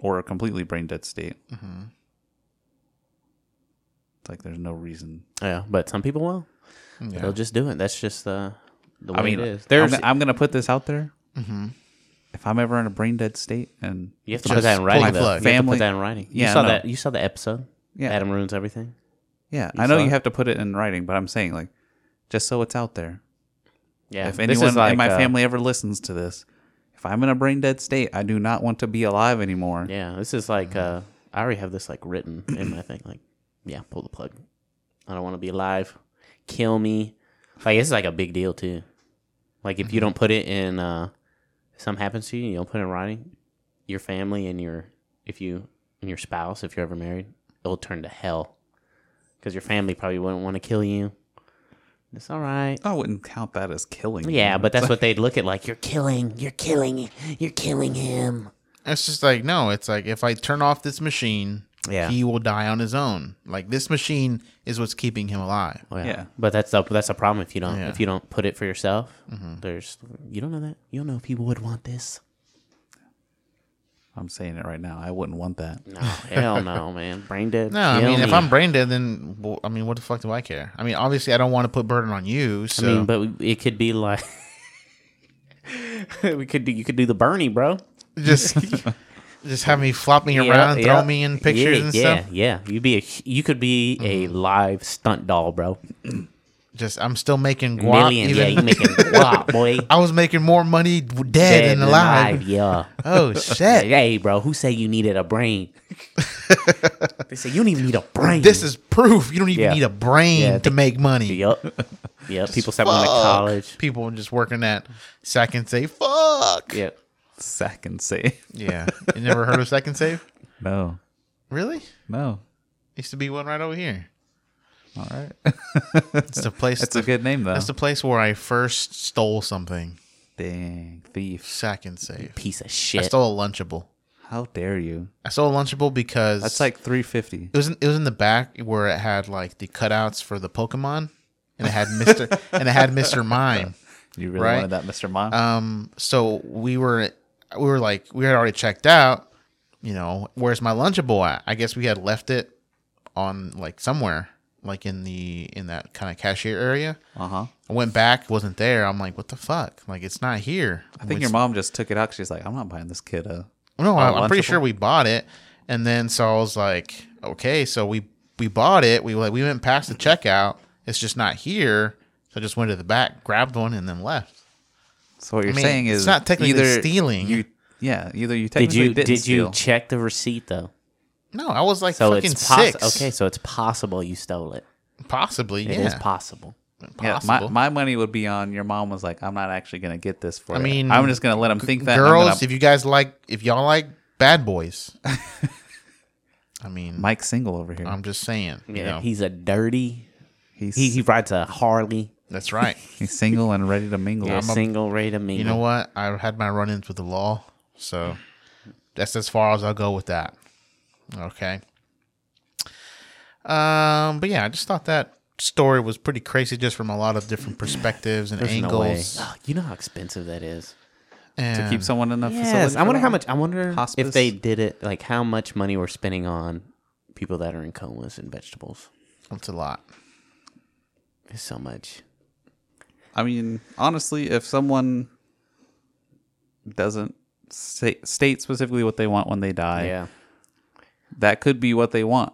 Speaker 1: or a completely brain dead state,
Speaker 6: Mm-hmm.
Speaker 5: Mhm.
Speaker 1: it's like there's no reason.
Speaker 6: yeah, but some people will.
Speaker 5: Yeah.
Speaker 6: They'll just do it. That's just the the way
Speaker 1: I mean,
Speaker 6: it is. Mm-hmm.
Speaker 1: There's, I'm, I'm going to put this out there.
Speaker 5: Mhm.
Speaker 1: If I'm ever in a brain dead state and
Speaker 6: You have to
Speaker 5: Just
Speaker 6: put that in
Speaker 5: pull
Speaker 6: writing.
Speaker 5: the
Speaker 6: Though.
Speaker 5: plug.
Speaker 6: You have to
Speaker 1: Family-
Speaker 6: put that in writing.
Speaker 1: Yeah,
Speaker 6: you saw
Speaker 1: no.
Speaker 6: that. You saw the episode.
Speaker 1: Yeah.
Speaker 6: Adam ruins everything.
Speaker 1: yeah,
Speaker 6: You
Speaker 1: I know
Speaker 6: saw
Speaker 1: you
Speaker 6: it?
Speaker 1: have to put it in writing, but I'm saying like just so it's out there.
Speaker 6: Yeah.
Speaker 1: If
Speaker 6: This is
Speaker 1: anyone
Speaker 6: like,
Speaker 1: in my
Speaker 6: uh,
Speaker 1: family ever listens to this, if I'm in a brain dead state, I do not want to be alive anymore.
Speaker 6: Yeah. This is like. Uh, I already have this like written in my thing. Like, yeah, pull the plug. I don't want to be alive. Kill me. Like this is like a big deal too. Like if you don't put it in, uh, if something happens to you, you don't put it in writing. Your family and your if you and your spouse, if you're ever married, it'll turn to hell. Because your family probably wouldn't want to kill you. It's all right.
Speaker 1: I wouldn't count that as killing.
Speaker 6: Yeah,
Speaker 1: you know?
Speaker 6: but that's
Speaker 1: It's
Speaker 6: what they'd look at like you're killing, you're killing, you're killing him.
Speaker 5: It's just like no, it's like if I turn off this machine,
Speaker 6: Yeah.
Speaker 5: he will die on his own. Like this machine is what's keeping him alive.
Speaker 6: Oh, yeah.
Speaker 1: Yeah.
Speaker 6: but that's the that's a problem if you don't
Speaker 5: Yeah. Mm-hmm.
Speaker 6: if you don't put it for yourself. There's you don't know that you don't know if people would want
Speaker 1: like-
Speaker 6: this.
Speaker 1: I'm saying it right now. I wouldn't want that.
Speaker 6: No, hell no, man, brain dead.
Speaker 5: No, I mean,
Speaker 6: kill
Speaker 5: if
Speaker 6: me.
Speaker 5: I'm brain dead, then well, I mean, what the fuck do I care? I mean, obviously, I don't want to put burden on you.
Speaker 6: I
Speaker 5: So
Speaker 6: mean, but it could be like we could do you could do the Bernie, bro.
Speaker 5: just just have me flop me
Speaker 6: Yeah,
Speaker 5: around, throw
Speaker 6: yeah.
Speaker 5: me in pictures
Speaker 6: yeah,
Speaker 5: and
Speaker 6: yeah,
Speaker 5: stuff. Mm-hmm.
Speaker 6: Yeah, you'd be a you could be a live stunt doll, bro.
Speaker 5: Just I'm still making guap.
Speaker 6: Million, yeah,
Speaker 5: even-
Speaker 6: you making guap, boy.
Speaker 5: I was making more money w- dead,
Speaker 6: Dead
Speaker 5: than
Speaker 6: and
Speaker 5: alive.
Speaker 6: yeah.
Speaker 5: Oh shit!
Speaker 6: Hey, bro, who say you needed a brain? they say you don't even need a brain.
Speaker 5: This is proof. You don't even
Speaker 6: Yeah.
Speaker 5: need a brain
Speaker 6: Yeah,
Speaker 5: to
Speaker 6: they-
Speaker 5: make money.
Speaker 6: Yep. Yep. People start going to
Speaker 5: Fuck.
Speaker 6: college.
Speaker 5: People just working at second save. Fuck.
Speaker 6: Yep.
Speaker 1: Sack and save.
Speaker 5: Yeah. You never heard of second save?
Speaker 1: No,
Speaker 5: Really?
Speaker 1: no.
Speaker 5: Used to be one right over here.
Speaker 1: All right.
Speaker 5: It's the place.
Speaker 1: That's a good name though.
Speaker 5: That's the place where I first stole something.
Speaker 1: Dang thief.
Speaker 5: Second save.
Speaker 6: Piece of
Speaker 5: I
Speaker 6: shit.
Speaker 5: stole a lunchable.
Speaker 1: How dare you?
Speaker 5: I sold Lunchable because
Speaker 1: That's like three fifty.
Speaker 5: it was in, it was in the back where it had like the cutouts for the Pokemon, and it had Mister and it had Mister Mime.
Speaker 1: You really wanted that Mr. Mime?
Speaker 5: Um, so we were we were like we had already checked out. You know, where's my Lunchable at? I guess we had left it on like somewhere, like in the in that kind of cashier area.
Speaker 1: Uh huh.
Speaker 5: I went back, wasn't there. I'm like, what the fuck? Like it's not here.
Speaker 1: I think
Speaker 5: We
Speaker 1: your mom just took it out. 'cause She's like, I'm not buying this kid a.
Speaker 5: No,
Speaker 1: a
Speaker 6: Oh,
Speaker 5: I, I'm pretty
Speaker 1: Lunchable."
Speaker 5: sure we bought it, and then so I was like, okay, so we we bought it. We like we went past the checkout. It's just not here. So I just went to the back, grabbed one, and then left.
Speaker 1: So what
Speaker 5: I
Speaker 1: you're
Speaker 5: mean,
Speaker 1: saying
Speaker 5: it's
Speaker 1: is
Speaker 5: not technically
Speaker 1: either
Speaker 5: stealing.
Speaker 1: You, yeah, either you
Speaker 6: Did
Speaker 1: technically
Speaker 6: you
Speaker 1: didn't
Speaker 6: did
Speaker 1: steal.
Speaker 6: you check the receipt though?
Speaker 5: No, I was like fucking
Speaker 6: it's possi-
Speaker 5: six.
Speaker 6: Okay, so it's possible you stole it.
Speaker 5: Possibly,
Speaker 6: It
Speaker 5: yeah.
Speaker 6: is possible.
Speaker 1: Yeah, my,
Speaker 5: possible.
Speaker 1: my money would be on your mom was like, I'm not actually gonna get this for.
Speaker 5: I
Speaker 1: you.
Speaker 5: mean,
Speaker 1: I'm just gonna let him think that. and I'm
Speaker 5: girls.
Speaker 1: gonna-
Speaker 5: If you guys like, if y'all like Bad Boys, I mean,
Speaker 1: Mike Single over here.
Speaker 5: I'm just saying.
Speaker 6: Yeah,
Speaker 5: you know,
Speaker 6: he's a dirty. he he rides a Harley.
Speaker 5: that's right.
Speaker 1: He's single and ready to mingle.
Speaker 6: Yeah,
Speaker 5: I'm a-
Speaker 6: single rate of mingle.
Speaker 5: You know what? I had my run-ins with the law, so that's as far as I'll go with that. Okay. Um, but yeah, I just thought that story was pretty crazy, just from a lot of different perspectives and
Speaker 6: There's no way.
Speaker 5: angles.
Speaker 6: Oh, you know how expensive that is.
Speaker 1: to keep
Speaker 5: And-
Speaker 1: someone in the
Speaker 6: Yes,
Speaker 1: facility.
Speaker 6: I
Speaker 1: for
Speaker 6: wonder
Speaker 1: that
Speaker 6: how
Speaker 1: long?
Speaker 6: much. I wonder
Speaker 1: Hospice?
Speaker 6: if they did it, like how much money we're spending on people that are in comas and vegetables.
Speaker 5: That's a lot.
Speaker 6: It's so much.
Speaker 1: I mean, honestly, if someone doesn't say, state specifically what they want when they die,
Speaker 6: Yeah.
Speaker 1: that could be what they want.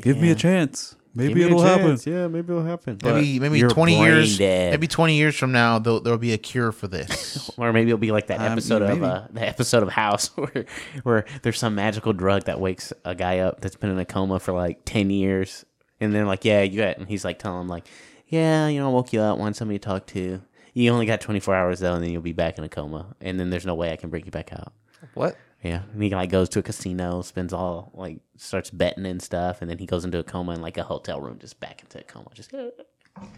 Speaker 1: Give me a
Speaker 6: Yeah.
Speaker 1: chance. Maybe
Speaker 6: Give me a
Speaker 1: it'll happen.
Speaker 6: chance. Yeah, maybe it'll happen.
Speaker 5: Maybe maybe
Speaker 6: You're
Speaker 5: twenty
Speaker 6: brain
Speaker 5: years.
Speaker 6: dead.
Speaker 5: Maybe twenty years from now, there'll, there'll be a cure for this.
Speaker 6: or maybe it'll be like that
Speaker 1: Um,
Speaker 6: episode
Speaker 1: maybe.
Speaker 6: of uh, the episode of House where where there's some magical drug that wakes a guy up that's been in a coma for like ten years, and they're like, "Yeah, you got," and he's like telling him like, "Yeah, you know, I woke you up, wanted somebody to talk to. You only got twenty four hours though, and then you'll be back in a coma, and then there's no way I can bring you back out."
Speaker 1: What?
Speaker 6: Yeah, and he like goes to a casino, spends all like starts betting and stuff, and then he goes into a coma in like a hotel room, just back into a coma, just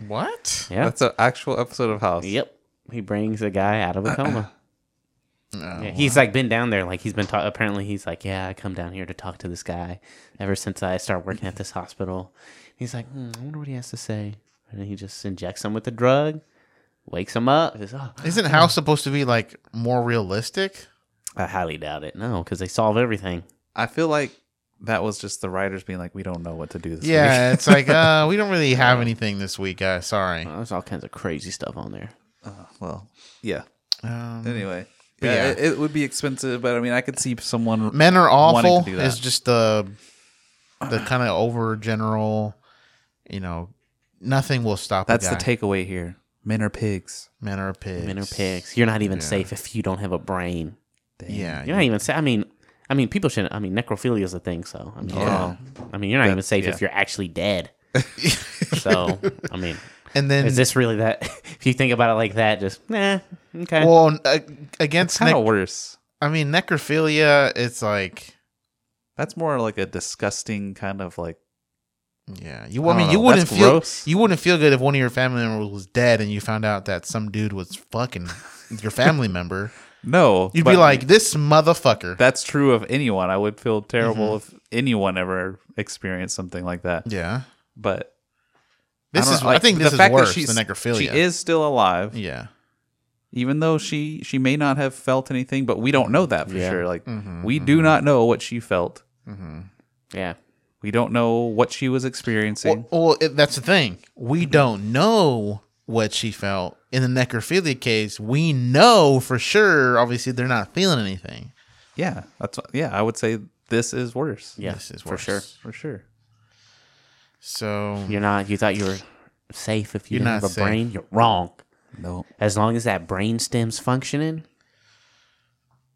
Speaker 5: what?
Speaker 6: yeah.
Speaker 1: That's an actual episode of House.
Speaker 6: Yep. He brings a guy out of a coma. Yeah, he's like been down there, like he's been talk. Apparently, he's like, yeah, I come down here to talk to this guy. Ever since I started working at this hospital, he's like, hmm, I wonder what he has to say. And then he just injects him with the drug, wakes him up. He's, oh,
Speaker 5: Isn't House supposed to be like more realistic?
Speaker 6: I highly doubt it. No, because they solve everything.
Speaker 1: I feel like that was just the writers being like, we don't know what to do this week.
Speaker 5: Yeah, it's like uh, we don't really have anything this week, guys. Sorry.
Speaker 6: Oh, there's all kinds of crazy stuff on there.
Speaker 1: Uh, Well, yeah.
Speaker 6: Uh,
Speaker 5: Um,
Speaker 1: Anyway.
Speaker 5: but
Speaker 1: Yeah,
Speaker 5: yeah.
Speaker 1: It, it would be expensive, but I mean, I could see someone.
Speaker 5: men are
Speaker 1: wanting to
Speaker 5: awful
Speaker 1: do that.
Speaker 5: is just the the kind of over general you know nothing will stop
Speaker 1: That's
Speaker 5: a
Speaker 1: the
Speaker 5: guy.
Speaker 1: takeaway here. Men are pigs.
Speaker 5: men are pigs
Speaker 6: Men are pigs. You're not even
Speaker 5: Yeah.
Speaker 6: safe if you don't have a brain.
Speaker 5: yeah,
Speaker 6: You're not even safe. I mean, I mean, people shouldn't. I mean, necrophilia is a thing, so I mean,
Speaker 1: Yeah.
Speaker 6: oh, I mean, you're not even safe
Speaker 1: yeah.
Speaker 6: if you're actually dead. so I mean,
Speaker 5: and then
Speaker 6: is this really that? If you think about it like that, just nah. Okay.
Speaker 5: well n- uh, against
Speaker 1: Kind of
Speaker 5: nec-
Speaker 1: worse.
Speaker 5: i mean necrophilia it's like
Speaker 1: That's more like a disgusting kind of like.
Speaker 5: yeah you i,
Speaker 1: I
Speaker 5: mean
Speaker 1: don't
Speaker 5: you
Speaker 1: know,
Speaker 5: wouldn't
Speaker 1: that's
Speaker 5: feel
Speaker 1: gross.
Speaker 5: you wouldn't feel good if one of your family members was dead and you found out that some dude was fucking your family member
Speaker 1: No.
Speaker 5: you'd be
Speaker 1: but
Speaker 5: like this motherfucker
Speaker 1: That's true of anyone. I would feel terrible if anyone ever experienced something like that.
Speaker 5: Mm-hmm. yeah
Speaker 1: But
Speaker 5: this
Speaker 1: don't
Speaker 5: is
Speaker 1: know,
Speaker 5: i
Speaker 1: like,
Speaker 5: think this is
Speaker 1: fact that
Speaker 5: worse
Speaker 1: she's-
Speaker 5: than necrophilia
Speaker 1: She is still alive,
Speaker 5: yeah
Speaker 1: even though she she may not have felt anything, but we don't know that for
Speaker 6: Yeah.
Speaker 1: sure. Like
Speaker 5: Mhm,
Speaker 1: we do not know what she felt.
Speaker 5: mm-hmm.
Speaker 6: yeah.
Speaker 1: We don't know what she was experiencing.
Speaker 5: Well, well, it, that's the thing. We don't know what she felt in the necrophilia case. We know for sure. Obviously, they're not feeling anything.
Speaker 1: yeah, that's what- yeah. I would say this is worse.
Speaker 6: Yeah.
Speaker 5: This is
Speaker 6: for
Speaker 5: worse.
Speaker 6: sure.
Speaker 1: for sure.
Speaker 5: So
Speaker 6: You're not. You thought you were safe if you
Speaker 5: You're
Speaker 6: didn't
Speaker 5: not
Speaker 6: have a
Speaker 5: safe.
Speaker 6: brain. You're wrong.
Speaker 1: No,
Speaker 6: As long as that brain stem's functioning,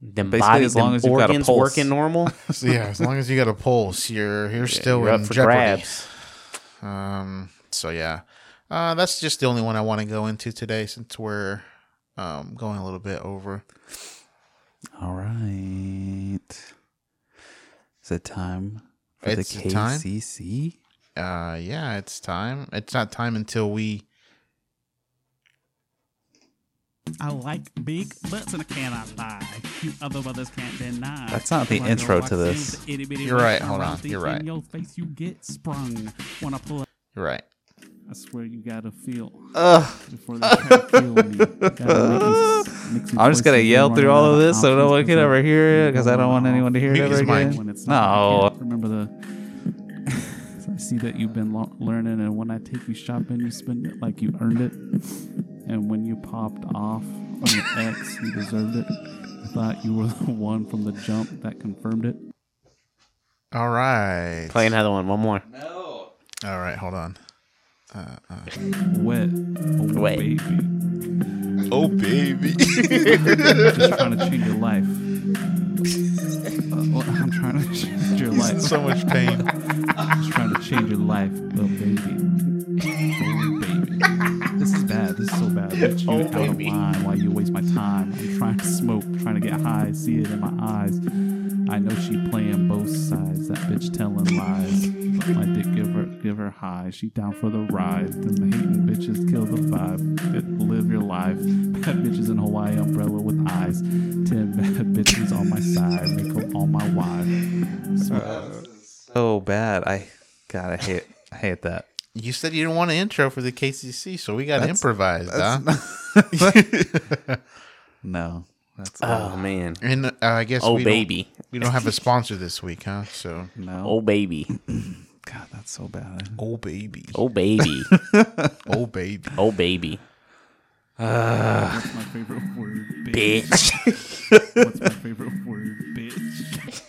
Speaker 6: then
Speaker 1: Basically,
Speaker 6: body,
Speaker 1: as long
Speaker 6: them
Speaker 1: as you've got a
Speaker 6: organs
Speaker 1: pulse.
Speaker 6: working normal,
Speaker 5: so yeah, as long as you got a pulse, you're you're still
Speaker 6: you're
Speaker 5: in
Speaker 6: up for
Speaker 5: jeopardy.
Speaker 6: grabs.
Speaker 5: Um. So yeah, uh, that's just the only one I want to go into today, since we're um going a little bit over.
Speaker 1: All right. Is it time for
Speaker 5: It's
Speaker 1: the
Speaker 5: time.
Speaker 1: KCC?
Speaker 5: Uh. Yeah, it's time. It's not time until we.
Speaker 18: I like big butts and I cannot lie. you other mothers can't deny.
Speaker 1: That's not the
Speaker 18: My girl
Speaker 1: intro
Speaker 18: walks
Speaker 1: to
Speaker 18: in
Speaker 1: this.
Speaker 18: with the itty-bitty
Speaker 5: You're
Speaker 18: waist
Speaker 5: right,
Speaker 18: and
Speaker 5: hold on,
Speaker 18: round thing
Speaker 5: you're right.
Speaker 18: In your face, you get sprung. Wanna pull up-
Speaker 5: You're right.
Speaker 18: I swear you gotta feel.
Speaker 1: Ugh.
Speaker 18: Before they try to kill me. Gotta make me- make me
Speaker 1: I'm just gonna
Speaker 18: voice
Speaker 1: yell
Speaker 18: me
Speaker 1: through
Speaker 18: running
Speaker 1: all
Speaker 18: out
Speaker 1: of this so no
Speaker 18: options
Speaker 1: one can
Speaker 18: 'cause I-
Speaker 1: ever hear it because I don't want anyone to hear it
Speaker 18: Mute
Speaker 1: ever
Speaker 18: his mic.
Speaker 1: again.
Speaker 18: When it's not- I
Speaker 1: No,
Speaker 18: can't Remember the. So I see that you've been lo- learning, and when I take you shopping, you spend it like you earned it. And when you popped off on your ex, you deserved it. I thought you were the one from the jump that confirmed it.
Speaker 5: All right.
Speaker 6: Play another one. One more.
Speaker 5: All right, hold on. Uh, uh.
Speaker 18: Wet. Oh,
Speaker 6: Wet.
Speaker 18: baby.
Speaker 5: Oh, baby.
Speaker 18: just trying to change your life. Uh, well, I'm trying to change your
Speaker 5: He's
Speaker 18: life.
Speaker 5: in so much pain.
Speaker 18: just trying to change your life, little baby. Oh, baby. This is bad. This is so bad. Let you
Speaker 17: Oh,
Speaker 18: out
Speaker 17: baby.
Speaker 18: of line while you waste my time. I'm trying to smoke, trying to get high, see it in my eyes. I know she playing both sides. That bitch telling lies. But my dick give her give her high. She down for the ride. Them hating bitches kill the vibe. Bit- Live your life. Bad bitches in Hawaii umbrella with eyes. Ten bad bitches on my side. Make 'em all my wives. So-
Speaker 17: Uh,
Speaker 1: so bad. I God, I hate I hate that.
Speaker 5: You said you didn't want an intro for the KCC, so we got to
Speaker 1: That's-
Speaker 5: improvise, huh?
Speaker 1: No, that's
Speaker 6: Oh man.
Speaker 5: and uh, I guess
Speaker 6: Oh
Speaker 5: we
Speaker 6: baby.
Speaker 5: don't, we don't have a sponsor this week, huh? So
Speaker 1: no.
Speaker 6: Oh baby.
Speaker 1: God, that's so bad.
Speaker 5: Oh baby,
Speaker 6: Oh baby.
Speaker 5: oh baby,
Speaker 6: oh baby.
Speaker 18: What's my favorite word, bitch?
Speaker 6: Bitch.
Speaker 18: What's my favorite word, bitch?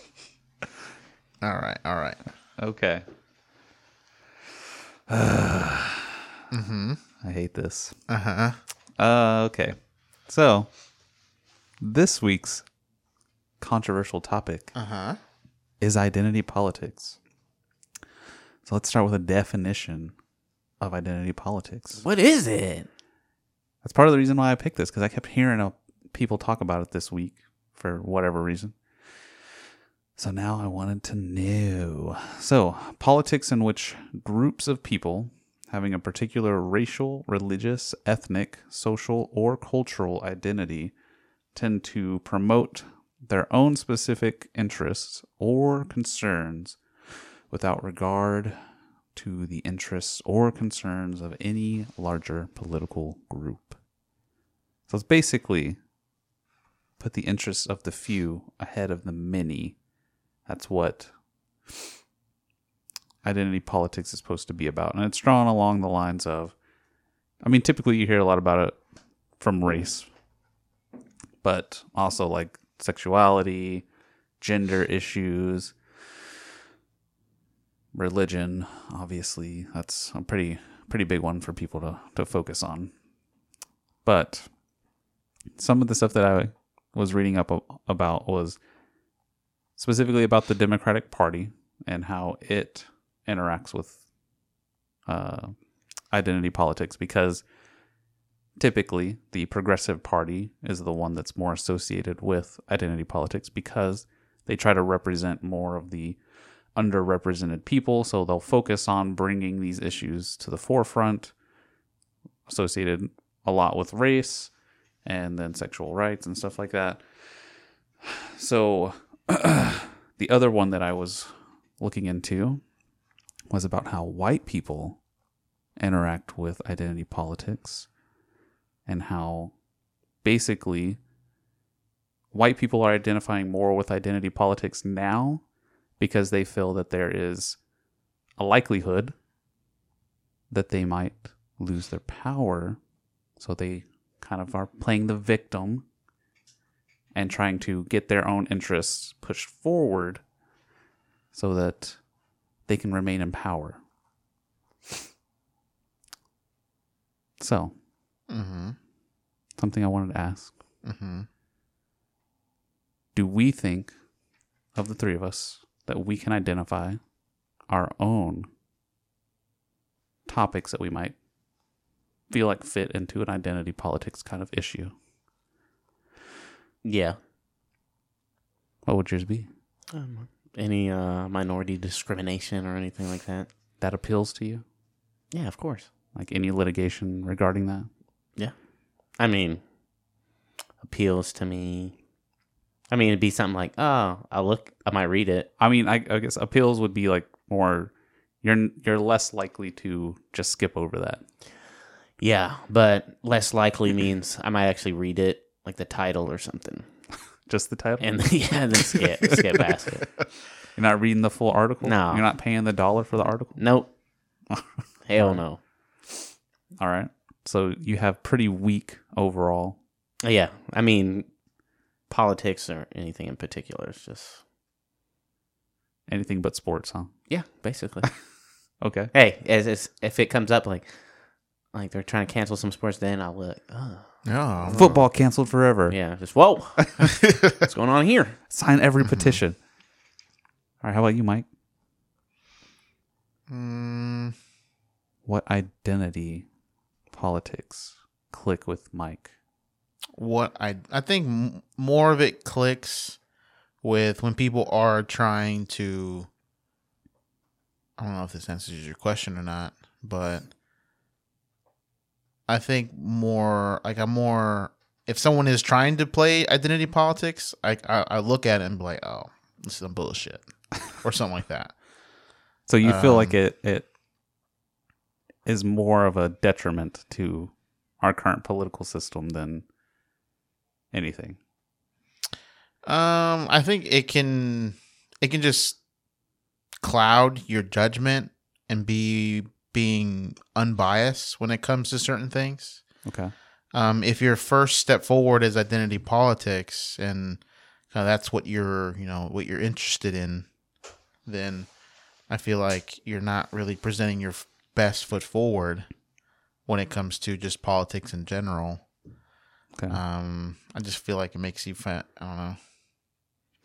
Speaker 5: All right, all right.
Speaker 1: Okay. Mm-hmm. I hate this.
Speaker 5: Uh
Speaker 18: Uh-huh.
Speaker 5: huh.
Speaker 1: Uh, okay. So, this week's controversial topic
Speaker 5: Uh
Speaker 18: Uh-huh.
Speaker 5: huh.
Speaker 1: is identity politics. So, let's start with a definition of identity politics.
Speaker 6: What is it?
Speaker 1: That's part of the reason why I picked this because I kept hearing uh, people talk about it this week for whatever reason. So now I wanted to know. So, politics in which groups of people having a particular racial, religious, ethnic, social, or cultural identity tend to promote their own specific interests or concerns without regard to the interests or concerns of any larger political group. So it's basically put the interests of the few ahead of the many. That's what identity politics is supposed to be about. And it's drawn along the lines of, I mean, typically you hear a lot about it from race, but also like sexuality, gender issues, religion obviously that's a pretty pretty big one for people to to focus on but some of the stuff that i was reading up a- about was specifically about the democratic party and how it interacts with uh, identity politics because typically the progressive party is the one that's more associated with identity politics because they try to represent more of the underrepresented people so they'll focus on bringing these issues to the forefront associated a lot with race and then sexual rights and stuff like that so the other one that i was looking into was about how white people interact with identity politics and how basically white people are identifying more with identity politics now because they feel that there is a likelihood that they might lose their power. So they kind of are playing the victim and trying to get their own interests pushed forward so that they can remain in power. So,
Speaker 5: Mm-hmm.
Speaker 1: something I wanted to ask.
Speaker 5: Mm-hmm.
Speaker 1: do we think of the three of us that we can identify our own topics that we might feel like fit into an identity politics kind of issue?
Speaker 6: Yeah.
Speaker 1: What would yours be?
Speaker 6: Um, any uh, minority discrimination or anything like that?
Speaker 1: That appeals to you?
Speaker 6: Yeah, of course.
Speaker 1: Like any litigation regarding that?
Speaker 6: Yeah. I mean, appeals to me. I mean, it'd be something like, oh, I'll look, I might read it.
Speaker 1: I mean, I, I guess appeals would be like more. You're you're less likely to just skip over that.
Speaker 6: Yeah, but less likely means I might actually read it, like the title or something.
Speaker 1: Just the title,
Speaker 6: and yeah, then skip skip past it.
Speaker 1: You're not reading the full article.
Speaker 6: No.
Speaker 1: you're not paying the dollar for the article.
Speaker 6: Nope. Hell no.
Speaker 1: All right. So you have pretty weak overall.
Speaker 6: Yeah, I mean, politics or anything in particular. It's just
Speaker 1: Anything but sports, huh?
Speaker 6: yeah, basically.
Speaker 1: Okay.
Speaker 6: hey, as, as if it comes up like like they're trying to cancel some sports, then I'll look. Oh.
Speaker 5: No.
Speaker 1: Football canceled forever.
Speaker 6: Yeah, just whoa, what's going on here?
Speaker 1: Sign every petition. All right. How about you, Mike?
Speaker 5: Mm,
Speaker 1: What identity politics click with Mike?
Speaker 5: what I I think m- more of it clicks with when people are trying to. I don't know if this answers your question or not, but I think more like I'm more if someone is trying to play identity politics, I I, I look at it and be like, oh, this is some bullshit or something like that.
Speaker 1: So you feel like
Speaker 5: Um,
Speaker 1: it it is more of a detriment to our current political system than anything.
Speaker 5: Um, I think it can it can just cloud your judgment and be being unbiased when it comes to certain things.
Speaker 1: Okay.
Speaker 5: Um, if your first step forward is identity politics and kind of that's what you're you know what you're interested in, then I feel like you're not really presenting your f- best foot forward when it comes to just politics in general.
Speaker 1: Okay.
Speaker 5: Um, I just feel like it makes you, fa- I don't know,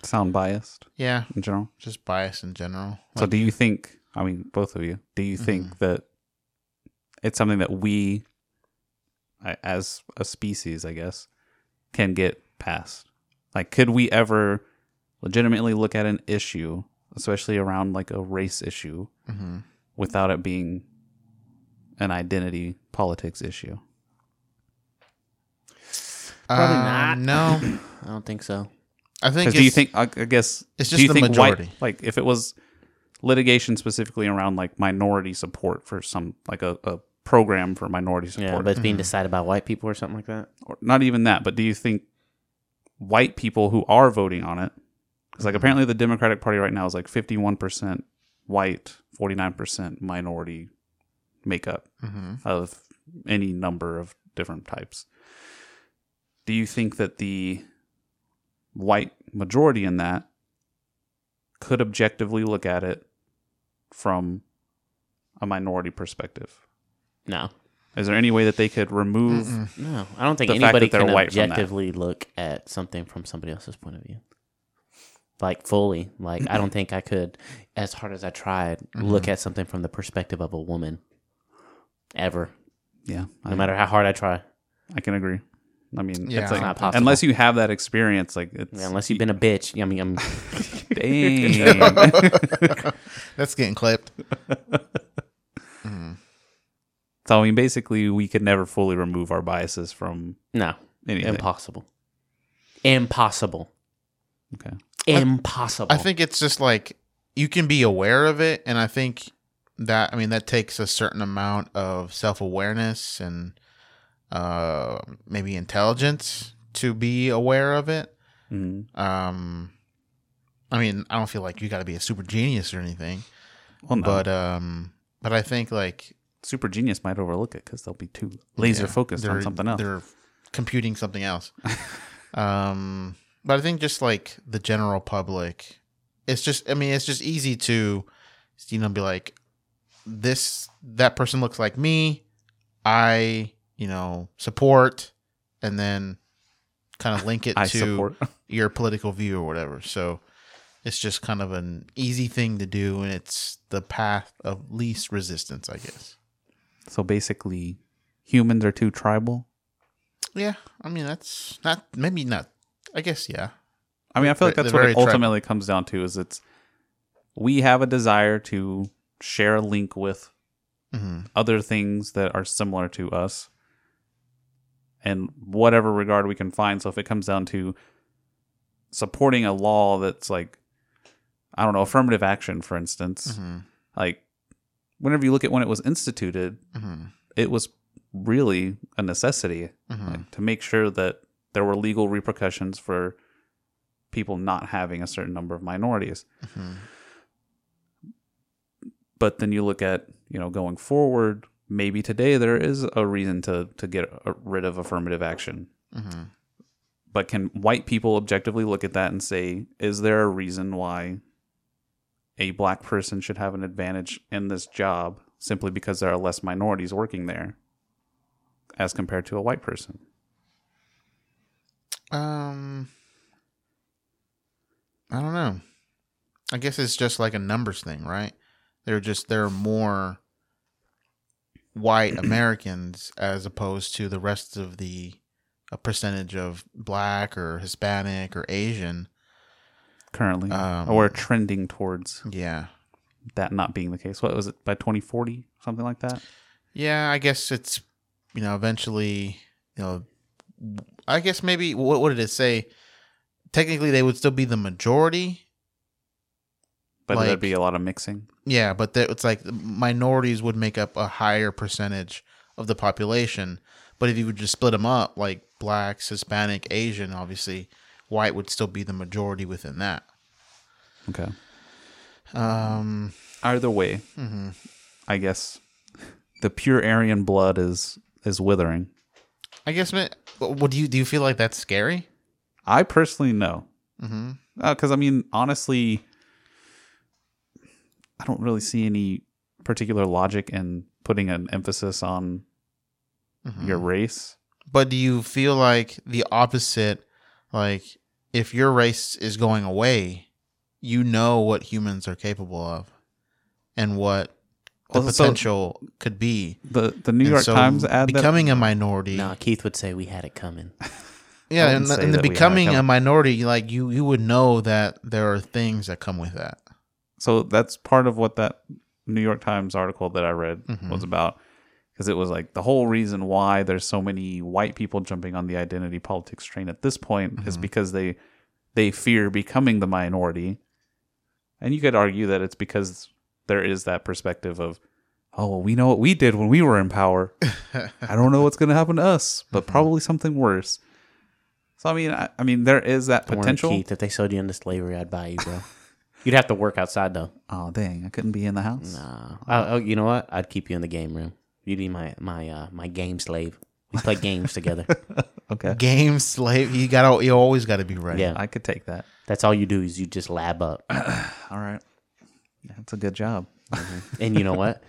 Speaker 1: Sound biased
Speaker 5: yeah,
Speaker 1: in general.
Speaker 5: just bias in general.
Speaker 1: So do you think I mean both of you, do you think that it's something that we I- as a species, I guess, can get past? Like could we ever legitimately look at an issue, especially around like a race issue,
Speaker 5: Mhm.
Speaker 1: without it being an identity politics issue?
Speaker 6: Probably
Speaker 5: Um,
Speaker 6: not.
Speaker 5: No,
Speaker 6: I don't think so.
Speaker 5: I think.
Speaker 1: 'Cause do you
Speaker 5: it's-
Speaker 1: think? I, I guess
Speaker 5: it's
Speaker 1: do
Speaker 5: just
Speaker 1: you
Speaker 5: the
Speaker 1: think
Speaker 5: majority.
Speaker 1: White, like if it was litigation specifically around like minority support for some like a, a program for minority support,
Speaker 6: Yeah, but it's being decided by white people or something like that.
Speaker 1: or not even that. But do you think white people who are voting on it? Because like apparently the Democratic Party right now is like fifty one percent white, forty nine percent minority makeup
Speaker 5: Mhm.
Speaker 1: of any number of different types. Do you think that the white majority in that could objectively look at it from a minority perspective?
Speaker 6: No,
Speaker 1: Is there any way that they could remove?
Speaker 6: no, I don't think
Speaker 1: The fact
Speaker 6: anybody
Speaker 1: that they're
Speaker 6: can
Speaker 1: white from that.
Speaker 6: objectively look at something from somebody else's point of view, like fully. Like I don't think I could, as hard as I tried, look at something from the perspective of a woman, ever.
Speaker 1: Yeah,
Speaker 6: No
Speaker 1: I-
Speaker 6: matter how hard I try,
Speaker 1: I can agree. I mean,
Speaker 5: Yeah.
Speaker 1: it's
Speaker 5: It's
Speaker 1: like,
Speaker 6: not possible.
Speaker 1: unless you have that experience, like it's
Speaker 6: Yeah, unless you've been a bitch. I mean, I'm,
Speaker 1: dang.
Speaker 5: That's getting clipped.
Speaker 1: so I mean, basically, we could never fully remove our biases from
Speaker 6: no,
Speaker 1: anything.
Speaker 6: impossible, impossible,
Speaker 1: okay,
Speaker 6: impossible.
Speaker 5: I think it's just like you can be aware of it, and I think that I mean that takes a certain amount of self awareness and uh, maybe intelligence to be aware of it.
Speaker 1: Mhm.
Speaker 5: Um, I mean, I don't feel like you got to be a super genius or anything,
Speaker 1: Well, no.
Speaker 5: but um, but I think like
Speaker 1: super genius might overlook it because they'll be too laser
Speaker 5: Yeah,
Speaker 1: focused on
Speaker 5: they're-
Speaker 1: something else.
Speaker 5: They're computing something else. um, but I think just like the general public, it's just I mean it's just easy to you know be like this that person looks like me, I you know support, and then kind of link it
Speaker 1: I
Speaker 5: to
Speaker 1: support.
Speaker 5: your political view or whatever. So. It's just kind of an easy thing to do, and it's the path of least resistance, I guess.
Speaker 1: So basically, humans are too tribal.
Speaker 5: Yeah, I mean that's not maybe not. I guess yeah.
Speaker 1: I mean, I feel like
Speaker 5: They're-
Speaker 1: that's
Speaker 5: they're
Speaker 1: what
Speaker 5: very
Speaker 1: it ultimately comes down to is it's we have a desire to share a link with
Speaker 5: Mhm.
Speaker 1: other things that are similar to us and whatever regard we can find. So if it comes down to supporting a law that's like I don't know affirmative action, for instance.
Speaker 5: Mhm.
Speaker 1: Like whenever you look at when it was instituted,
Speaker 5: Mhm.
Speaker 1: it was really a necessity
Speaker 5: Mhm.
Speaker 1: like, to make sure that there were legal repercussions for people not having a certain number of minorities.
Speaker 5: Mhm.
Speaker 1: But then you look at you know going forward, maybe today there is a reason to to get uh, rid of affirmative action.
Speaker 5: Mhm.
Speaker 1: But can white people objectively look at that and say, is there a reason why a black person should have an advantage in this job simply because there are less minorities working there as compared to a white person?
Speaker 5: Um, I don't know. I guess it's just like a numbers thing, right? There are just there are more white Americans as opposed to the rest of the a percentage of black or Hispanic or Asian.
Speaker 1: currently,
Speaker 5: Um,
Speaker 1: or trending towards.
Speaker 5: Yeah,
Speaker 1: that not being the case. What was it by 2040, something like that?
Speaker 5: Yeah, I guess it's you know eventually you know I guess maybe what what did it say? Technically, they would still be the majority.
Speaker 1: But there'd
Speaker 5: Like-
Speaker 1: be a lot of mixing.
Speaker 5: Yeah, but that it's like minorities would make up a higher percentage of the population. But if you would just split them up, like blacks, Hispanic, Asian, obviously, white would still be the majority within that.
Speaker 1: Okay.
Speaker 5: Um.
Speaker 1: Either way,
Speaker 5: Mhm.
Speaker 1: I guess the pure Aryan blood is is withering.
Speaker 5: I guess. ma- What do you do? You feel like that's scary?
Speaker 1: I personally know,
Speaker 5: Mm-hmm.
Speaker 1: because I mean, honestly, I don't really see any particular logic in putting an emphasis on
Speaker 5: Mm-hmm.
Speaker 1: your race.
Speaker 5: But do you feel like the opposite, like if your race is going away, you know what humans are capable of and what the
Speaker 1: Well, so-
Speaker 5: potential could be.
Speaker 1: The the New
Speaker 5: And
Speaker 1: York
Speaker 5: so
Speaker 1: Times ad that-
Speaker 5: becoming a minority.
Speaker 6: No, Keith would say we had it coming.
Speaker 5: Yeah,
Speaker 1: wouldn't
Speaker 5: and the,
Speaker 1: say
Speaker 5: and the
Speaker 1: that we had it
Speaker 5: becoming a
Speaker 1: coming.
Speaker 5: minority, like you, you would know that there are things that come with that.
Speaker 1: so that's part of what that New York Times article that I read
Speaker 6: Mm-hmm.
Speaker 5: Mhm.
Speaker 1: was about because it was like the whole reason why there's so many white people jumping on the identity politics train at this point is
Speaker 6: Mm-hmm.
Speaker 5: Mhm.
Speaker 1: because they they fear becoming the minority. And you could argue that it's because there is that perspective of oh, well, we know what we did when we were in power. I don't know what's going to happen to us, but
Speaker 6: Mm-hmm.
Speaker 1: probably something worse. So I mean, I, I mean there is that
Speaker 6: Don't worry,
Speaker 1: potential.
Speaker 6: Keith, if they sold you into slavery, I'd buy you, bro. You'd have to work outside though.
Speaker 1: Oh dang, I couldn't be in the house.
Speaker 6: Nah. Oh, oh, you know what? I'd keep you in the game room. You'd be my my uh, my game slave. We play games together.
Speaker 1: Okay.
Speaker 5: Game slave, you got, you always got to be ready.
Speaker 6: Yeah,
Speaker 1: I could take that.
Speaker 6: That's all you do is you just lab up.
Speaker 1: All right. That's a good job.
Speaker 6: And you know what?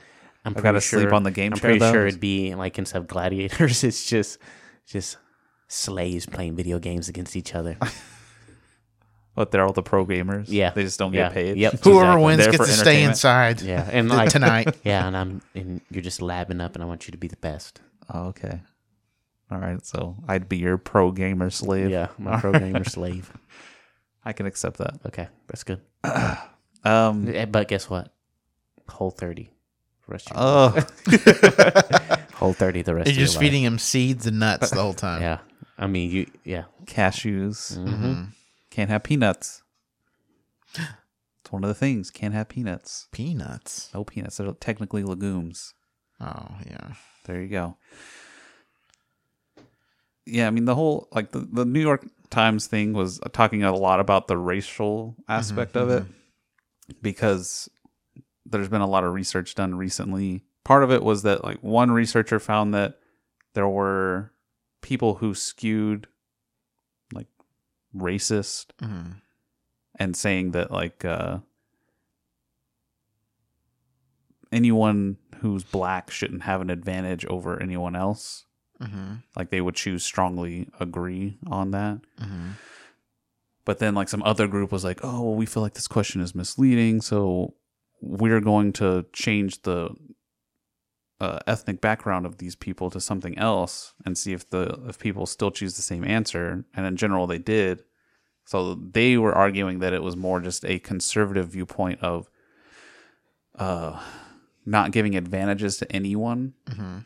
Speaker 1: I gotta sleep on the game
Speaker 6: I'm
Speaker 1: chair,
Speaker 6: pretty
Speaker 1: though.
Speaker 6: sure it'd be like instead of gladiators, it's just just slaves playing video games against each other.
Speaker 1: But they're all the pro gamers.
Speaker 6: Yeah,
Speaker 1: They just don't
Speaker 6: yeah,
Speaker 1: get paid.
Speaker 6: Yep,
Speaker 5: Whoever
Speaker 6: exactly.
Speaker 5: wins
Speaker 1: There
Speaker 5: gets
Speaker 1: for
Speaker 5: to stay
Speaker 1: entertainment.
Speaker 5: inside.
Speaker 6: Yeah, and
Speaker 5: th-
Speaker 6: like
Speaker 5: tonight.
Speaker 6: Yeah, and I'm and you're just labbing up, and I want you to be the best.
Speaker 1: Oh, okay. All right. So I'd be your pro gamer slave.
Speaker 6: Yeah, I'm
Speaker 1: All
Speaker 6: a programmer
Speaker 1: right.
Speaker 6: slave.
Speaker 1: I can accept that.
Speaker 6: Okay, that's good.
Speaker 1: Um,
Speaker 6: Eh, But guess what? Whole thirty. Rest of your
Speaker 1: oh,
Speaker 6: life. whole thirty. The rest.
Speaker 5: You're
Speaker 6: of your
Speaker 5: just
Speaker 6: life.
Speaker 5: feeding him seeds and nuts the whole time.
Speaker 6: Yeah, I mean you. Yeah,
Speaker 1: cashews. Mm.
Speaker 5: Mhm.
Speaker 1: Can't have peanuts. It's one of the things. Can't have peanuts.
Speaker 5: Peanuts.
Speaker 1: No peanuts. They're technically legumes.
Speaker 5: Oh yeah.
Speaker 1: There you go. Yeah, I mean the whole like the, the New York Times thing was talking a lot about the racial aspect of it because there's been a lot of research done recently. Part of it was that like one researcher found that there were people who skewed like racist
Speaker 5: Mhm.
Speaker 1: and saying that like uh anyone who's black shouldn't have an advantage over anyone else
Speaker 5: Mhm.
Speaker 1: like they would choose strongly agree on that
Speaker 5: Mhm.
Speaker 1: but then like some other group was like oh well we feel like this question is misleading so we're going to change the uh, ethnic background of these people to something else and see if the if people still choose the same answer and in general they did so they were arguing that it was more just a conservative viewpoint of uh not giving advantages to anyone
Speaker 5: Mhm.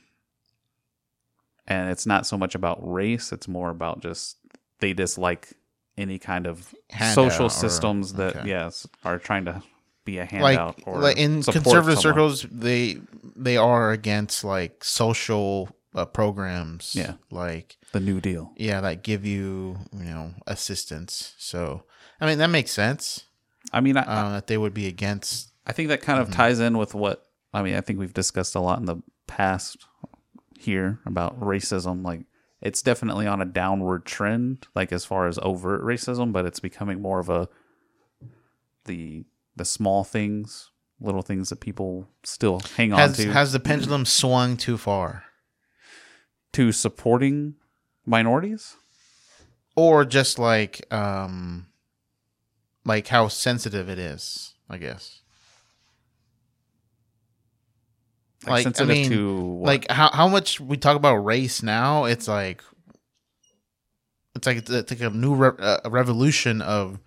Speaker 1: and it's not so much about race it's more about just they dislike any kind of
Speaker 5: Handout
Speaker 1: social
Speaker 5: or-
Speaker 1: systems that
Speaker 5: okay.
Speaker 1: yes are trying to be a handout
Speaker 5: like,
Speaker 1: or
Speaker 5: like in
Speaker 1: support
Speaker 5: conservative
Speaker 1: someone.
Speaker 5: circles they they are against like social uh, programs
Speaker 1: Yeah.
Speaker 5: like
Speaker 1: the new deal
Speaker 5: yeah that give you you know assistance so i mean that makes sense
Speaker 1: i mean
Speaker 5: um, that they would be against
Speaker 1: I think that kind of
Speaker 5: Mm-hmm.
Speaker 1: ties in with what I mean. I think we've discussed a lot in the past here about racism. Like, it's definitely on a downward trend, like as far as overt racism, but it's becoming more of a the the small things, little things that people still hang
Speaker 5: has,
Speaker 1: on to.
Speaker 5: has the pendulum swung too far
Speaker 1: to supporting minorities
Speaker 5: or just like um like how sensitive it is i guess
Speaker 1: Like, sensitive to what?
Speaker 5: like how, how much we talk about race now it's like it's like it's like a new re- uh, a revolution of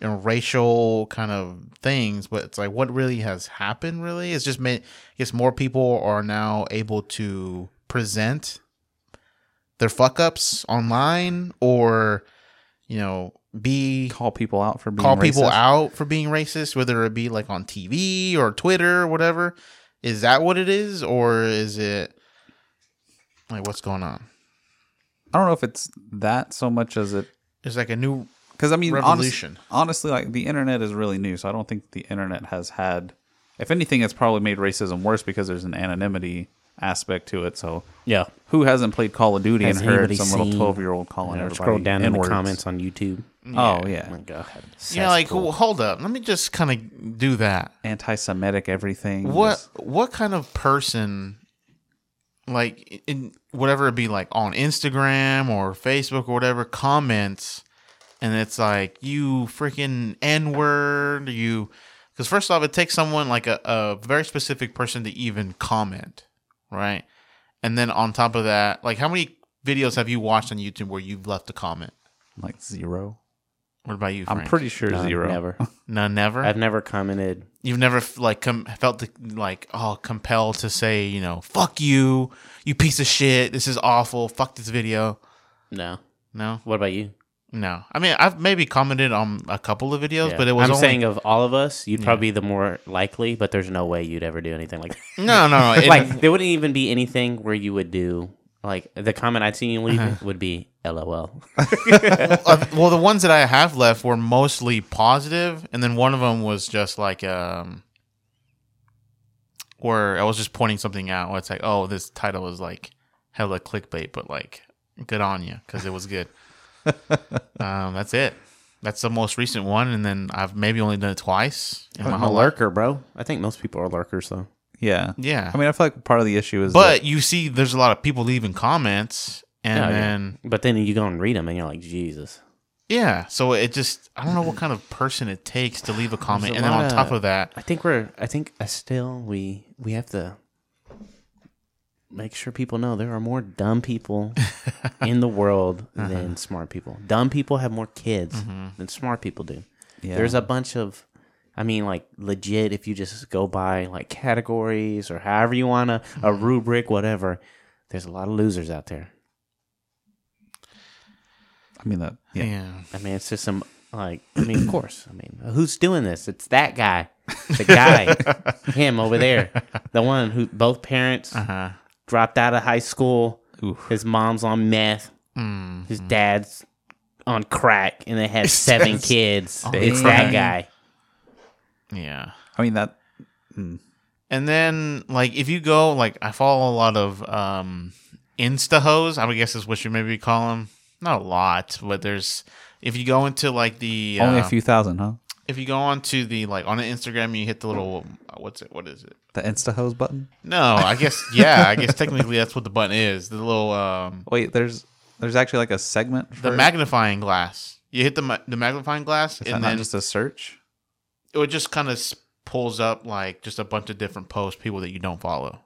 Speaker 5: you know, racial kind of things but it's like what really has happened really it's just made i guess more people are now able to present their fuck ups online or you know be
Speaker 1: call people out for being
Speaker 5: call people
Speaker 1: racist.
Speaker 5: out for being racist whether it be like on TV or Twitter or whatever is that what it is or is it like what's going on
Speaker 1: I don't know if it's that so much as it
Speaker 5: it's like a new
Speaker 1: because I mean honest-
Speaker 5: revolution
Speaker 1: honestly, like the internet is really new, so I don't think the internet has had. If anything, it's probably made racism worse because there's an anonymity aspect to it. So
Speaker 6: Yeah.
Speaker 1: who hasn't played Call of Duty
Speaker 6: Has
Speaker 1: and heard
Speaker 6: anybody
Speaker 1: some
Speaker 6: seen-
Speaker 1: little twelve year old calling
Speaker 6: Yeah,
Speaker 1: everybody?
Speaker 6: Scroll down in the
Speaker 1: N-words?
Speaker 6: comments on YouTube.
Speaker 1: Oh yeah,
Speaker 6: my God.
Speaker 5: yeah like wh- hold up let me just kind of do that
Speaker 1: anti-Semitic everything.
Speaker 5: what what kind of person like in whatever it be like on Instagram or Facebook or whatever comments and it's like you freaking n word you because first off it takes someone like a, a very specific person to even comment right and then on top of that like how many videos have you watched on YouTube where you've left a comment
Speaker 1: like zero
Speaker 5: what about you
Speaker 1: I'm
Speaker 5: Frank?
Speaker 1: pretty sure
Speaker 6: None,
Speaker 1: zero.
Speaker 6: Never.
Speaker 5: no never
Speaker 6: I've never commented.
Speaker 5: You've never f- like com- felt the, like oh compelled to say you know fuck you, you piece of shit. This is awful. Fuck this video.
Speaker 6: No.
Speaker 5: No.
Speaker 6: What about you?
Speaker 5: No, I mean I've maybe commented on a couple of videos,
Speaker 6: Yeah.
Speaker 5: but it was
Speaker 6: I'm
Speaker 5: only-
Speaker 6: saying of all of us, you'd
Speaker 5: Yeah.
Speaker 6: probably be the more likely, but there's no way you'd ever do anything like that.
Speaker 5: No, no, no, it-
Speaker 6: like there wouldn't even be anything where you would do like the comment I'd seen you leave
Speaker 5: Uh-huh.
Speaker 6: would be LOL.
Speaker 5: Uh, well the ones that I have left were mostly positive, and then one of them was just like um where I was just pointing something out. Where it's like oh this title is like hella clickbait, but like good on you because it was good. um, that's it. That's the most recent one, and then I've maybe only done it twice in my
Speaker 6: I'm a
Speaker 5: whole life.
Speaker 6: lurker, bro. I think most people are lurkers though.
Speaker 1: Yeah.
Speaker 5: Yeah.
Speaker 1: I mean, I feel like part of the issue is
Speaker 5: But you see, there's a lot of people leaving comments, and
Speaker 6: Yeah, yeah.
Speaker 5: then
Speaker 6: But then you go and read them and you're like, Jesus.
Speaker 5: Yeah, so it just I don't know what kind of person it takes to leave a comment, and then on top of that,
Speaker 6: I think we're. I think uh, still we we have to make sure people know there are more dumb people in the world than smart people. Dumb people have more kids than smart people do.
Speaker 1: Yeah.
Speaker 6: There's a bunch of, I mean, like legit. If you just go by like categories or however you wanna a
Speaker 1: Mm-hmm.
Speaker 6: rubric, whatever. There's a lot of losers out there.
Speaker 1: I mean that. Yeah.
Speaker 6: I mean, it's just some like. I mean, of course. I mean, who's doing this? It's that guy, the guy, him over there, the one who both parents
Speaker 1: Uh-huh.
Speaker 5: Uh-huh.
Speaker 6: dropped out of high school. His mom's on meth.
Speaker 1: Mm-hmm.
Speaker 6: His dad's on crack, and they had seven
Speaker 1: Yes.
Speaker 6: kids.
Speaker 1: On
Speaker 6: It's
Speaker 1: crack.
Speaker 6: that guy.
Speaker 5: yeah.
Speaker 1: I mean that.
Speaker 5: And then like if you go like I follow a lot of um insta hoes, I would guess is what you maybe call them. Not a lot, but there's if you go into like the
Speaker 1: Only a
Speaker 5: uh,
Speaker 1: few thousand, huh?
Speaker 5: If you go on to the like on Instagram, you hit the little uh, what's it? What is it?
Speaker 1: The Insta hose button.
Speaker 5: No, I guess yeah. I guess technically that's what the button is. The little um
Speaker 1: Wait, there's there's actually like a segment. For
Speaker 5: the magnifying glass. You hit the ma- the magnifying glass,
Speaker 1: Is that
Speaker 5: and
Speaker 1: not
Speaker 5: then
Speaker 1: just a search?
Speaker 5: it just kind of pulls up like just a bunch of different posts, people that you don't follow.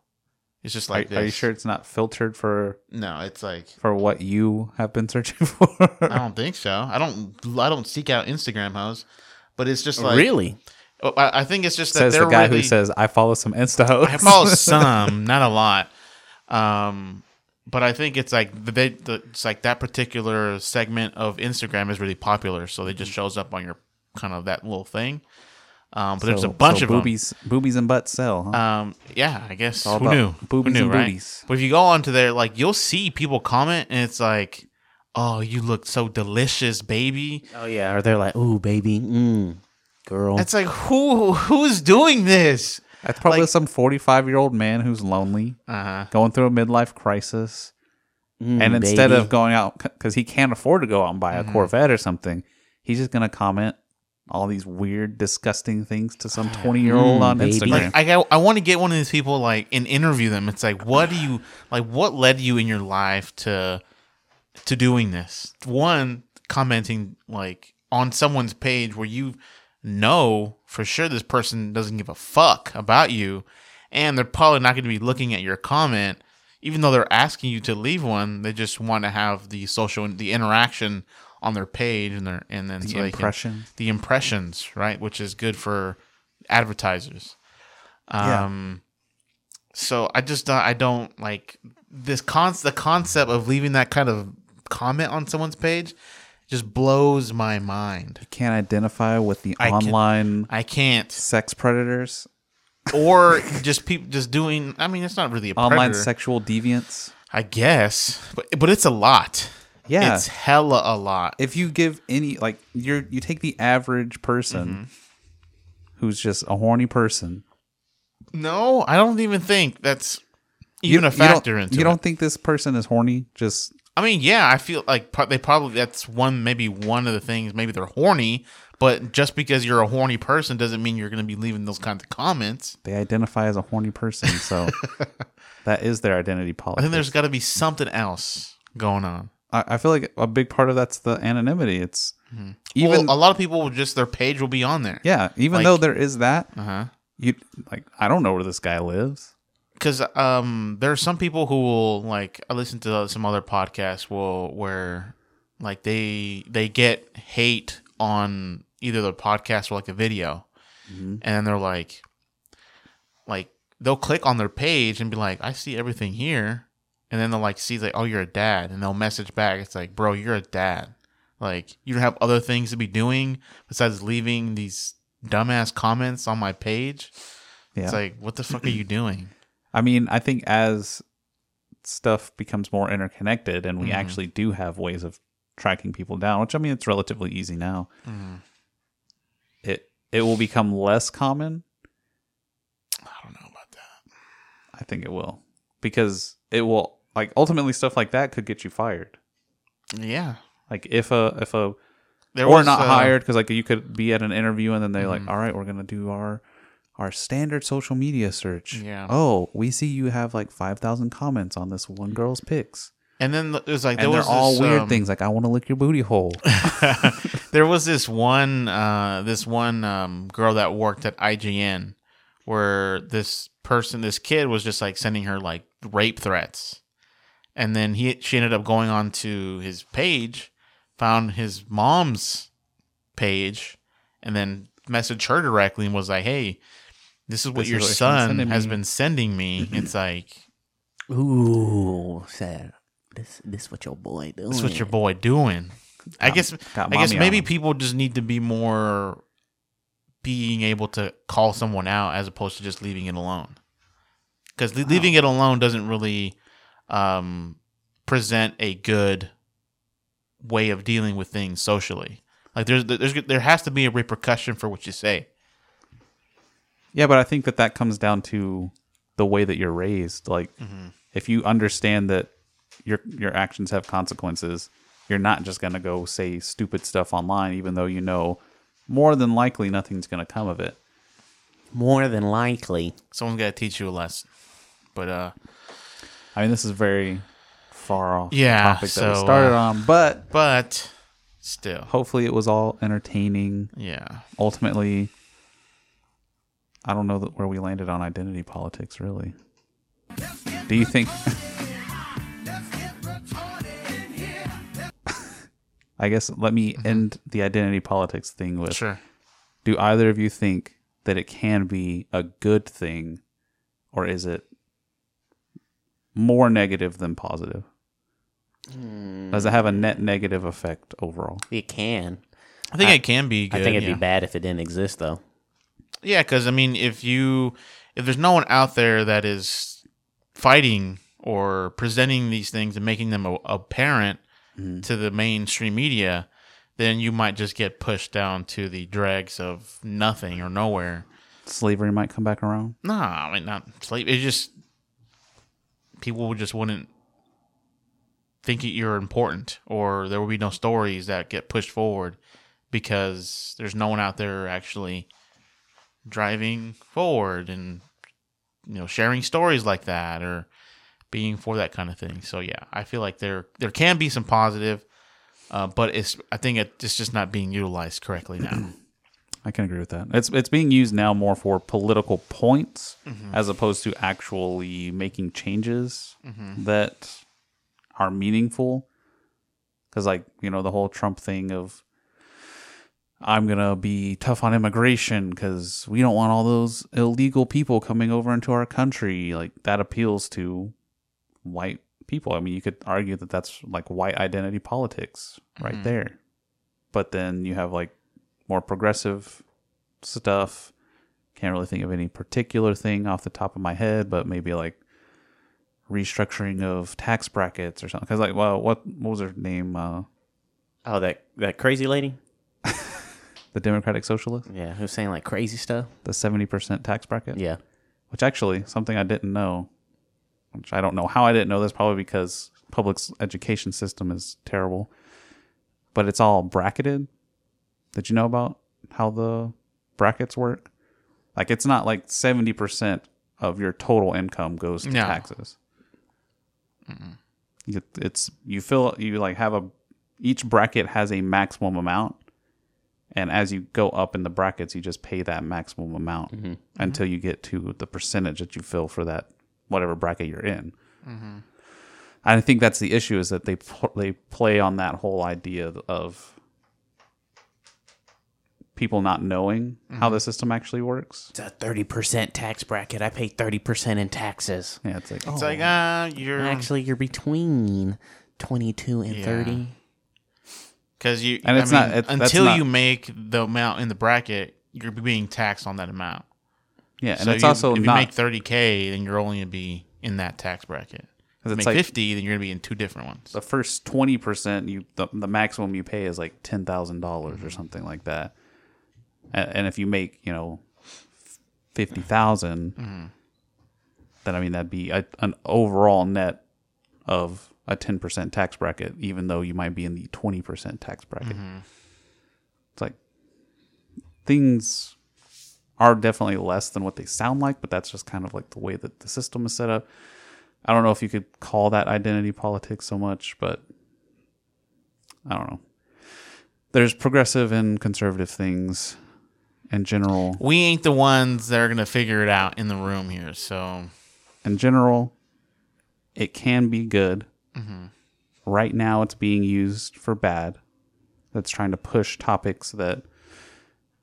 Speaker 5: It's just like
Speaker 1: are, are you
Speaker 5: this.
Speaker 1: sure it's not filtered for
Speaker 5: No, it's like
Speaker 1: for what you have been searching for?
Speaker 5: I don't think so. I don't. I don't seek out Instagram hoes, but it's just like
Speaker 1: Really?
Speaker 5: Oh, I, I think it's just that
Speaker 1: says
Speaker 5: they're
Speaker 1: the guy
Speaker 5: really,
Speaker 1: who says I follow some Insta hoes.
Speaker 5: I follow some, not a lot. Um, but I think it's like the, they, the it's like that particular segment of Instagram is really popular, so it just
Speaker 1: Mm-hmm.
Speaker 5: shows up on your kind of that little thing. Um, but there's a
Speaker 1: So-
Speaker 5: bunch
Speaker 1: so
Speaker 5: of 'em.
Speaker 1: boobies, boobies and butts sell. Huh?
Speaker 5: Um, yeah, I guess
Speaker 1: It's all
Speaker 5: who
Speaker 1: about
Speaker 5: knew?
Speaker 1: boobies
Speaker 5: who knew,
Speaker 1: and
Speaker 5: right?
Speaker 1: booties.
Speaker 5: But if you go onto there, like you'll see people comment, and it's like, "Oh, you look so delicious, baby."
Speaker 6: Oh yeah, or they're like, "Ooh, baby, mm, girl."
Speaker 5: It's like who who's doing this?
Speaker 1: That's probably some 45 year old man who's lonely,
Speaker 5: uh-huh.
Speaker 1: going through a midlife crisis.
Speaker 6: Mm,
Speaker 1: and instead
Speaker 6: baby.
Speaker 1: of going out, because he can't afford to go out and buy a
Speaker 5: Mm-hmm.
Speaker 6: Mhm.
Speaker 1: Corvette or something, he's just going to comment all these weird, disgusting things to some 20 year old
Speaker 5: Mm,
Speaker 1: on
Speaker 5: baby.
Speaker 1: Instagram.
Speaker 5: Like, I got- I want to get one of these people like and interview them. It's like, what do you like? What led you in your life to to doing this? One commenting like on someone's page where you know for sure this person doesn't give a fuck about you, and they're probably not going to be looking at your comment. Even though they're asking you to leave one, they just want to have the social the interaction on their page and their and then
Speaker 1: The
Speaker 5: they can-
Speaker 1: impression.
Speaker 5: the impressions, right? Which is good for advertisers.
Speaker 1: Yeah.
Speaker 5: Um, so I just don't, I don't like this con the concept of leaving that kind of comment on someone's page just blows my mind.
Speaker 1: You can't identify with the
Speaker 5: I can-
Speaker 1: online
Speaker 5: I can't
Speaker 1: sex predators,
Speaker 5: or just people just doing. I mean, it's not really a
Speaker 1: online
Speaker 5: predator.
Speaker 1: sexual deviants.
Speaker 5: I guess, but but it's a lot.
Speaker 1: Yeah.
Speaker 5: it's hella a lot.
Speaker 1: If you give any, like, you're, you take the average person
Speaker 5: Mm-hmm.
Speaker 1: who's just a horny person.
Speaker 5: No, I don't even think that's even a
Speaker 1: you don't-
Speaker 5: factor into
Speaker 1: You
Speaker 5: it.
Speaker 1: don't think this person is horny? Just
Speaker 5: I mean, yeah, I feel like pro- they probably that's one maybe one of the things. Maybe they're horny, but just because you're a horny person doesn't mean you're going to be leaving those kinds of comments.
Speaker 1: they identify as a horny person, so that is their identity
Speaker 5: I
Speaker 1: politics.
Speaker 5: think there's got to be something else going on.
Speaker 1: I, I feel like a big part of that's the anonymity. It's
Speaker 5: Even
Speaker 1: even
Speaker 5: Mm-hmm. a lot of people will just their page will be on there.
Speaker 1: yeah, even
Speaker 5: Like-
Speaker 1: though there is that,
Speaker 5: uh-huh.
Speaker 1: you like I don't know where this guy lives.
Speaker 5: because um, there are some people who will like I listen to some other podcasts will where like they they get hate on either the podcast or like a video, and they're like, like they'll click on their page and be like, I see everything here, and then they'll like see like, oh, you're a dad, and they'll message back. It's like, bro, you're a dad. Like you don't have other things to be doing besides leaving these dumbass comments on my page.
Speaker 1: Yeah.
Speaker 5: It's like, what the fuck are you doing?
Speaker 1: I mean, I think as stuff becomes more interconnected and we actually do have ways of tracking people down, which I mean it's relatively easy now.
Speaker 5: Mhm.
Speaker 1: It it will become less common. I don't know about that. I think it will. Because it will like ultimately stuff like that could get you fired.
Speaker 5: Yeah.
Speaker 1: Like if a if a
Speaker 5: There
Speaker 1: or
Speaker 5: was,
Speaker 1: not
Speaker 5: uh,
Speaker 1: hired because like you could be at an interview and then they're
Speaker 5: Mhm.
Speaker 1: like, all right, we're gonna do our our standard social media search.
Speaker 5: Yeah.
Speaker 1: Oh, we see you have like five thousand comments on this one girl's pics,
Speaker 5: And then th- it was like
Speaker 1: and
Speaker 5: there
Speaker 1: they're
Speaker 5: was
Speaker 1: all
Speaker 5: this,
Speaker 1: weird
Speaker 5: um,
Speaker 1: things like I want to lick your booty hole.
Speaker 5: There was this one, uh, this one um, girl that worked at IGN, where this person, this kid, was just like sending her like rape threats, and then he she ended up going on to his page, found his mom's page, and then messaged her directly and was like, "Hey, this is what
Speaker 6: This
Speaker 5: your
Speaker 6: is what she's
Speaker 5: son
Speaker 6: sending
Speaker 5: has
Speaker 6: me."
Speaker 5: been sending me." it's like
Speaker 6: Ooh, said this. This what your boy doing?
Speaker 5: That's what your boy doing. I
Speaker 6: Mm. Got-
Speaker 5: guess.
Speaker 6: got
Speaker 5: I guess
Speaker 6: mommy
Speaker 5: maybe
Speaker 6: on him.
Speaker 5: people just need to be more being able to call someone out as opposed to just leaving it alone. Because leaving it alone doesn't really um, present a good way of dealing with things socially. Like there's, there's there has to be a repercussion for what you say.
Speaker 1: yeah, but I think that that comes down to the way that you're raised. Like,
Speaker 5: Mm-hmm.
Speaker 1: if you understand that your your actions have consequences, you're not just gonna go say stupid stuff online, even though you know more than likely nothing's gonna come of it.
Speaker 6: More than likely.
Speaker 5: Someone's got to teach you a lesson. But uh,
Speaker 1: I mean, this is very far off.
Speaker 5: Yeah,
Speaker 1: the topic
Speaker 5: so,
Speaker 1: that we started
Speaker 5: uh,
Speaker 1: on, but
Speaker 5: but still,
Speaker 1: hopefully it was all entertaining.
Speaker 5: Yeah.
Speaker 1: Ultimately, I don't know that where we landed on identity politics. Really, do you think? I guess let me end the identity politics thing with.
Speaker 5: Mm-hmm. Sure.
Speaker 1: Do either of you think that it can be a good thing, or is it more negative than positive? Does it have a net negative effect overall?
Speaker 6: It can.
Speaker 5: I think it can be
Speaker 6: I
Speaker 5: good,
Speaker 6: think it'd
Speaker 5: yeah.
Speaker 6: be bad if it didn't exist, though.
Speaker 5: Yeah, because I mean, if you if there's no one out there that is fighting or presenting these things and making them a- apparent to the mainstream media, then you might just get pushed down to the dregs of nothing or nowhere.
Speaker 1: Slavery might come back around.
Speaker 5: Nah, I mean not slave. It just people just wouldn't think that you're important, or there will be no stories that get pushed forward because there's no one out there actually driving forward and you know sharing stories like that or being for that kind of thing. So yeah, I feel like there there can be some positive, uh, but it's I think it, it's just not being utilized correctly now.
Speaker 1: I can agree with that. It's it's being used now more for political points
Speaker 5: Mhm.
Speaker 1: as opposed to actually making changes
Speaker 5: Mhm.
Speaker 1: that are meaningful. Because like you know the whole Trump thing of I'm gonna be tough on immigration because we don't want all those illegal people coming over into our country. Like that appeals to white people. I mean, you could argue that that's like white identity politics right
Speaker 5: Mhm.
Speaker 1: there. But then you have like more progressive stuff. Can't really think of any particular thing off the top of my head, but maybe like restructuring of tax brackets or something. Because like, well, what what was her name? Uh,
Speaker 6: oh, that that crazy lady.
Speaker 1: the Democratic Socialist.
Speaker 6: Yeah, who's saying like crazy stuff.
Speaker 1: The seventy percent tax bracket.
Speaker 6: Yeah.
Speaker 1: Which actually something I didn't know, which I don't know how I didn't know this. Probably because public s- education system is terrible, but it's all bracketed. Did you know about how the brackets work? Like it's not like seventy percent of your total income goes to
Speaker 5: No.
Speaker 1: taxes. You- It's you fill you like have a each bracket has a maximum amount, and as you go up in the brackets, you just pay that maximum amount until you get to the percentage that you fill for that whatever bracket you're in.
Speaker 5: Mhm.
Speaker 1: I think that's the issue is that they pl- they play on that whole idea of people not knowing
Speaker 5: Mm-hmm.
Speaker 1: how the system actually works.
Speaker 6: It's a thirty percent tax bracket. I pay thirty percent in taxes.
Speaker 1: Yeah, it's like
Speaker 5: It's like ah, you're
Speaker 6: actually you're between twenty two and
Speaker 5: Yeah.
Speaker 6: thirty.
Speaker 5: Because you
Speaker 1: And it's
Speaker 5: I
Speaker 1: not-
Speaker 5: mean,
Speaker 1: it's- that's
Speaker 5: until
Speaker 1: not-
Speaker 5: you make the amount in the bracket, you're being taxed on that amount.
Speaker 1: Yeah, and
Speaker 5: So
Speaker 1: it's
Speaker 5: you-
Speaker 1: also
Speaker 5: if
Speaker 1: not-
Speaker 5: you make thirty k, then you're only gonna be in that tax bracket. If
Speaker 1: 'Cause
Speaker 5: you
Speaker 1: it's
Speaker 5: make
Speaker 1: like-
Speaker 5: fifty, then you're gonna be in two different ones.
Speaker 1: the first 20% you the, the maximum you pay is like $10,000 dollars or something like that. A- And, if you make, you know, 50,000
Speaker 5: Mhm.
Speaker 1: then I mean that'd be a, an overall net of a 10% tax bracket even though you might be in the 20% tax bracket. It's like things are definitely less than what they sound like, but that's just kind of like the way that the system is set up. I don't know if you could call that identity politics so much, but I don't know. There's progressive and conservative things in general.
Speaker 5: We ain't the ones that are gonna figure it out in the room here. So
Speaker 1: In general, it can be good.
Speaker 5: Mhm.
Speaker 1: Right now, it's being used for bad. That's trying to push topics that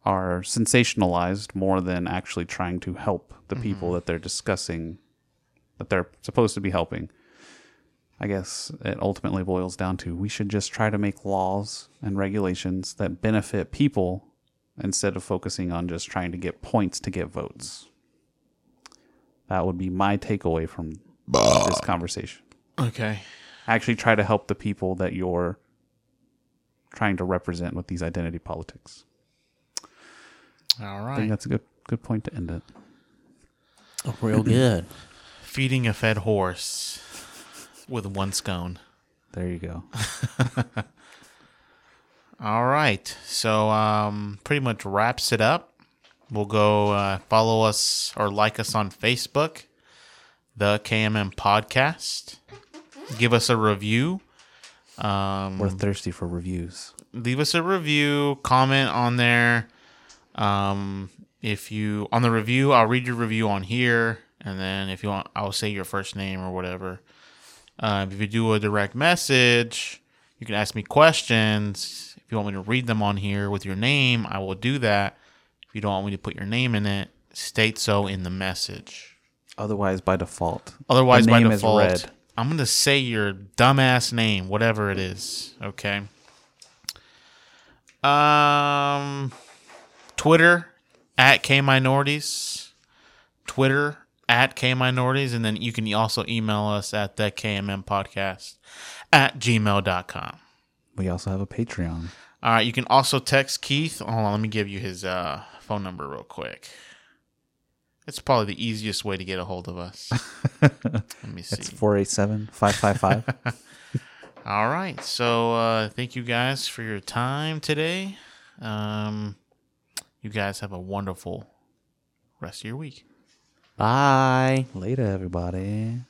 Speaker 1: are sensationalized more than actually trying to help the people that they're discussing, that they're supposed to be helping. I guess it ultimately boils down to we should just try to make laws and regulations that benefit people instead of focusing on just trying to get points to get votes. That would be my takeaway from this conversation.
Speaker 5: okay,
Speaker 1: Actually, try to help the people that you're trying to represent with these identity politics.
Speaker 5: all
Speaker 1: I think
Speaker 5: right.
Speaker 1: that's a good good point to end it.
Speaker 6: Oh, Real good.
Speaker 5: Feeding a fed horse with one scone.
Speaker 1: There you go.
Speaker 5: All right. So um pretty much wraps it up. We'll go uh, follow us or like us on Facebook, the KMM podcast. Give us a review. Um
Speaker 1: We're thirsty for reviews.
Speaker 5: leave us a review, comment on there. Um, if you on the review, I'll read your review on here, and then if you want, I'll say your first name or whatever. Uh, if you do a direct message, you can ask me questions. If you want me to read them on here with your name, I will do that. If you don't want me to put your name in it, state so in the message.
Speaker 1: Otherwise, by default.
Speaker 5: Otherwise,
Speaker 1: The
Speaker 5: by
Speaker 1: name is
Speaker 5: default,
Speaker 1: red.
Speaker 5: I'm gonna say your dumbass name, whatever it is. Okay. Um, Twitter at K Minorities. Twitter at K Minorities, and then you can also email us at the KMM Podcast at gmail.com.
Speaker 1: We also have a Patreon.
Speaker 5: All right, you can also text Keith. Hold on, let me give you his uh, phone number real quick. It's probably the easiest way to get a hold of us. let me see.
Speaker 1: It's 487 555.
Speaker 5: All right. So uh, thank you guys for your time today. Um, you guys have a wonderful rest of your week.
Speaker 6: Bye.
Speaker 1: Later, everybody.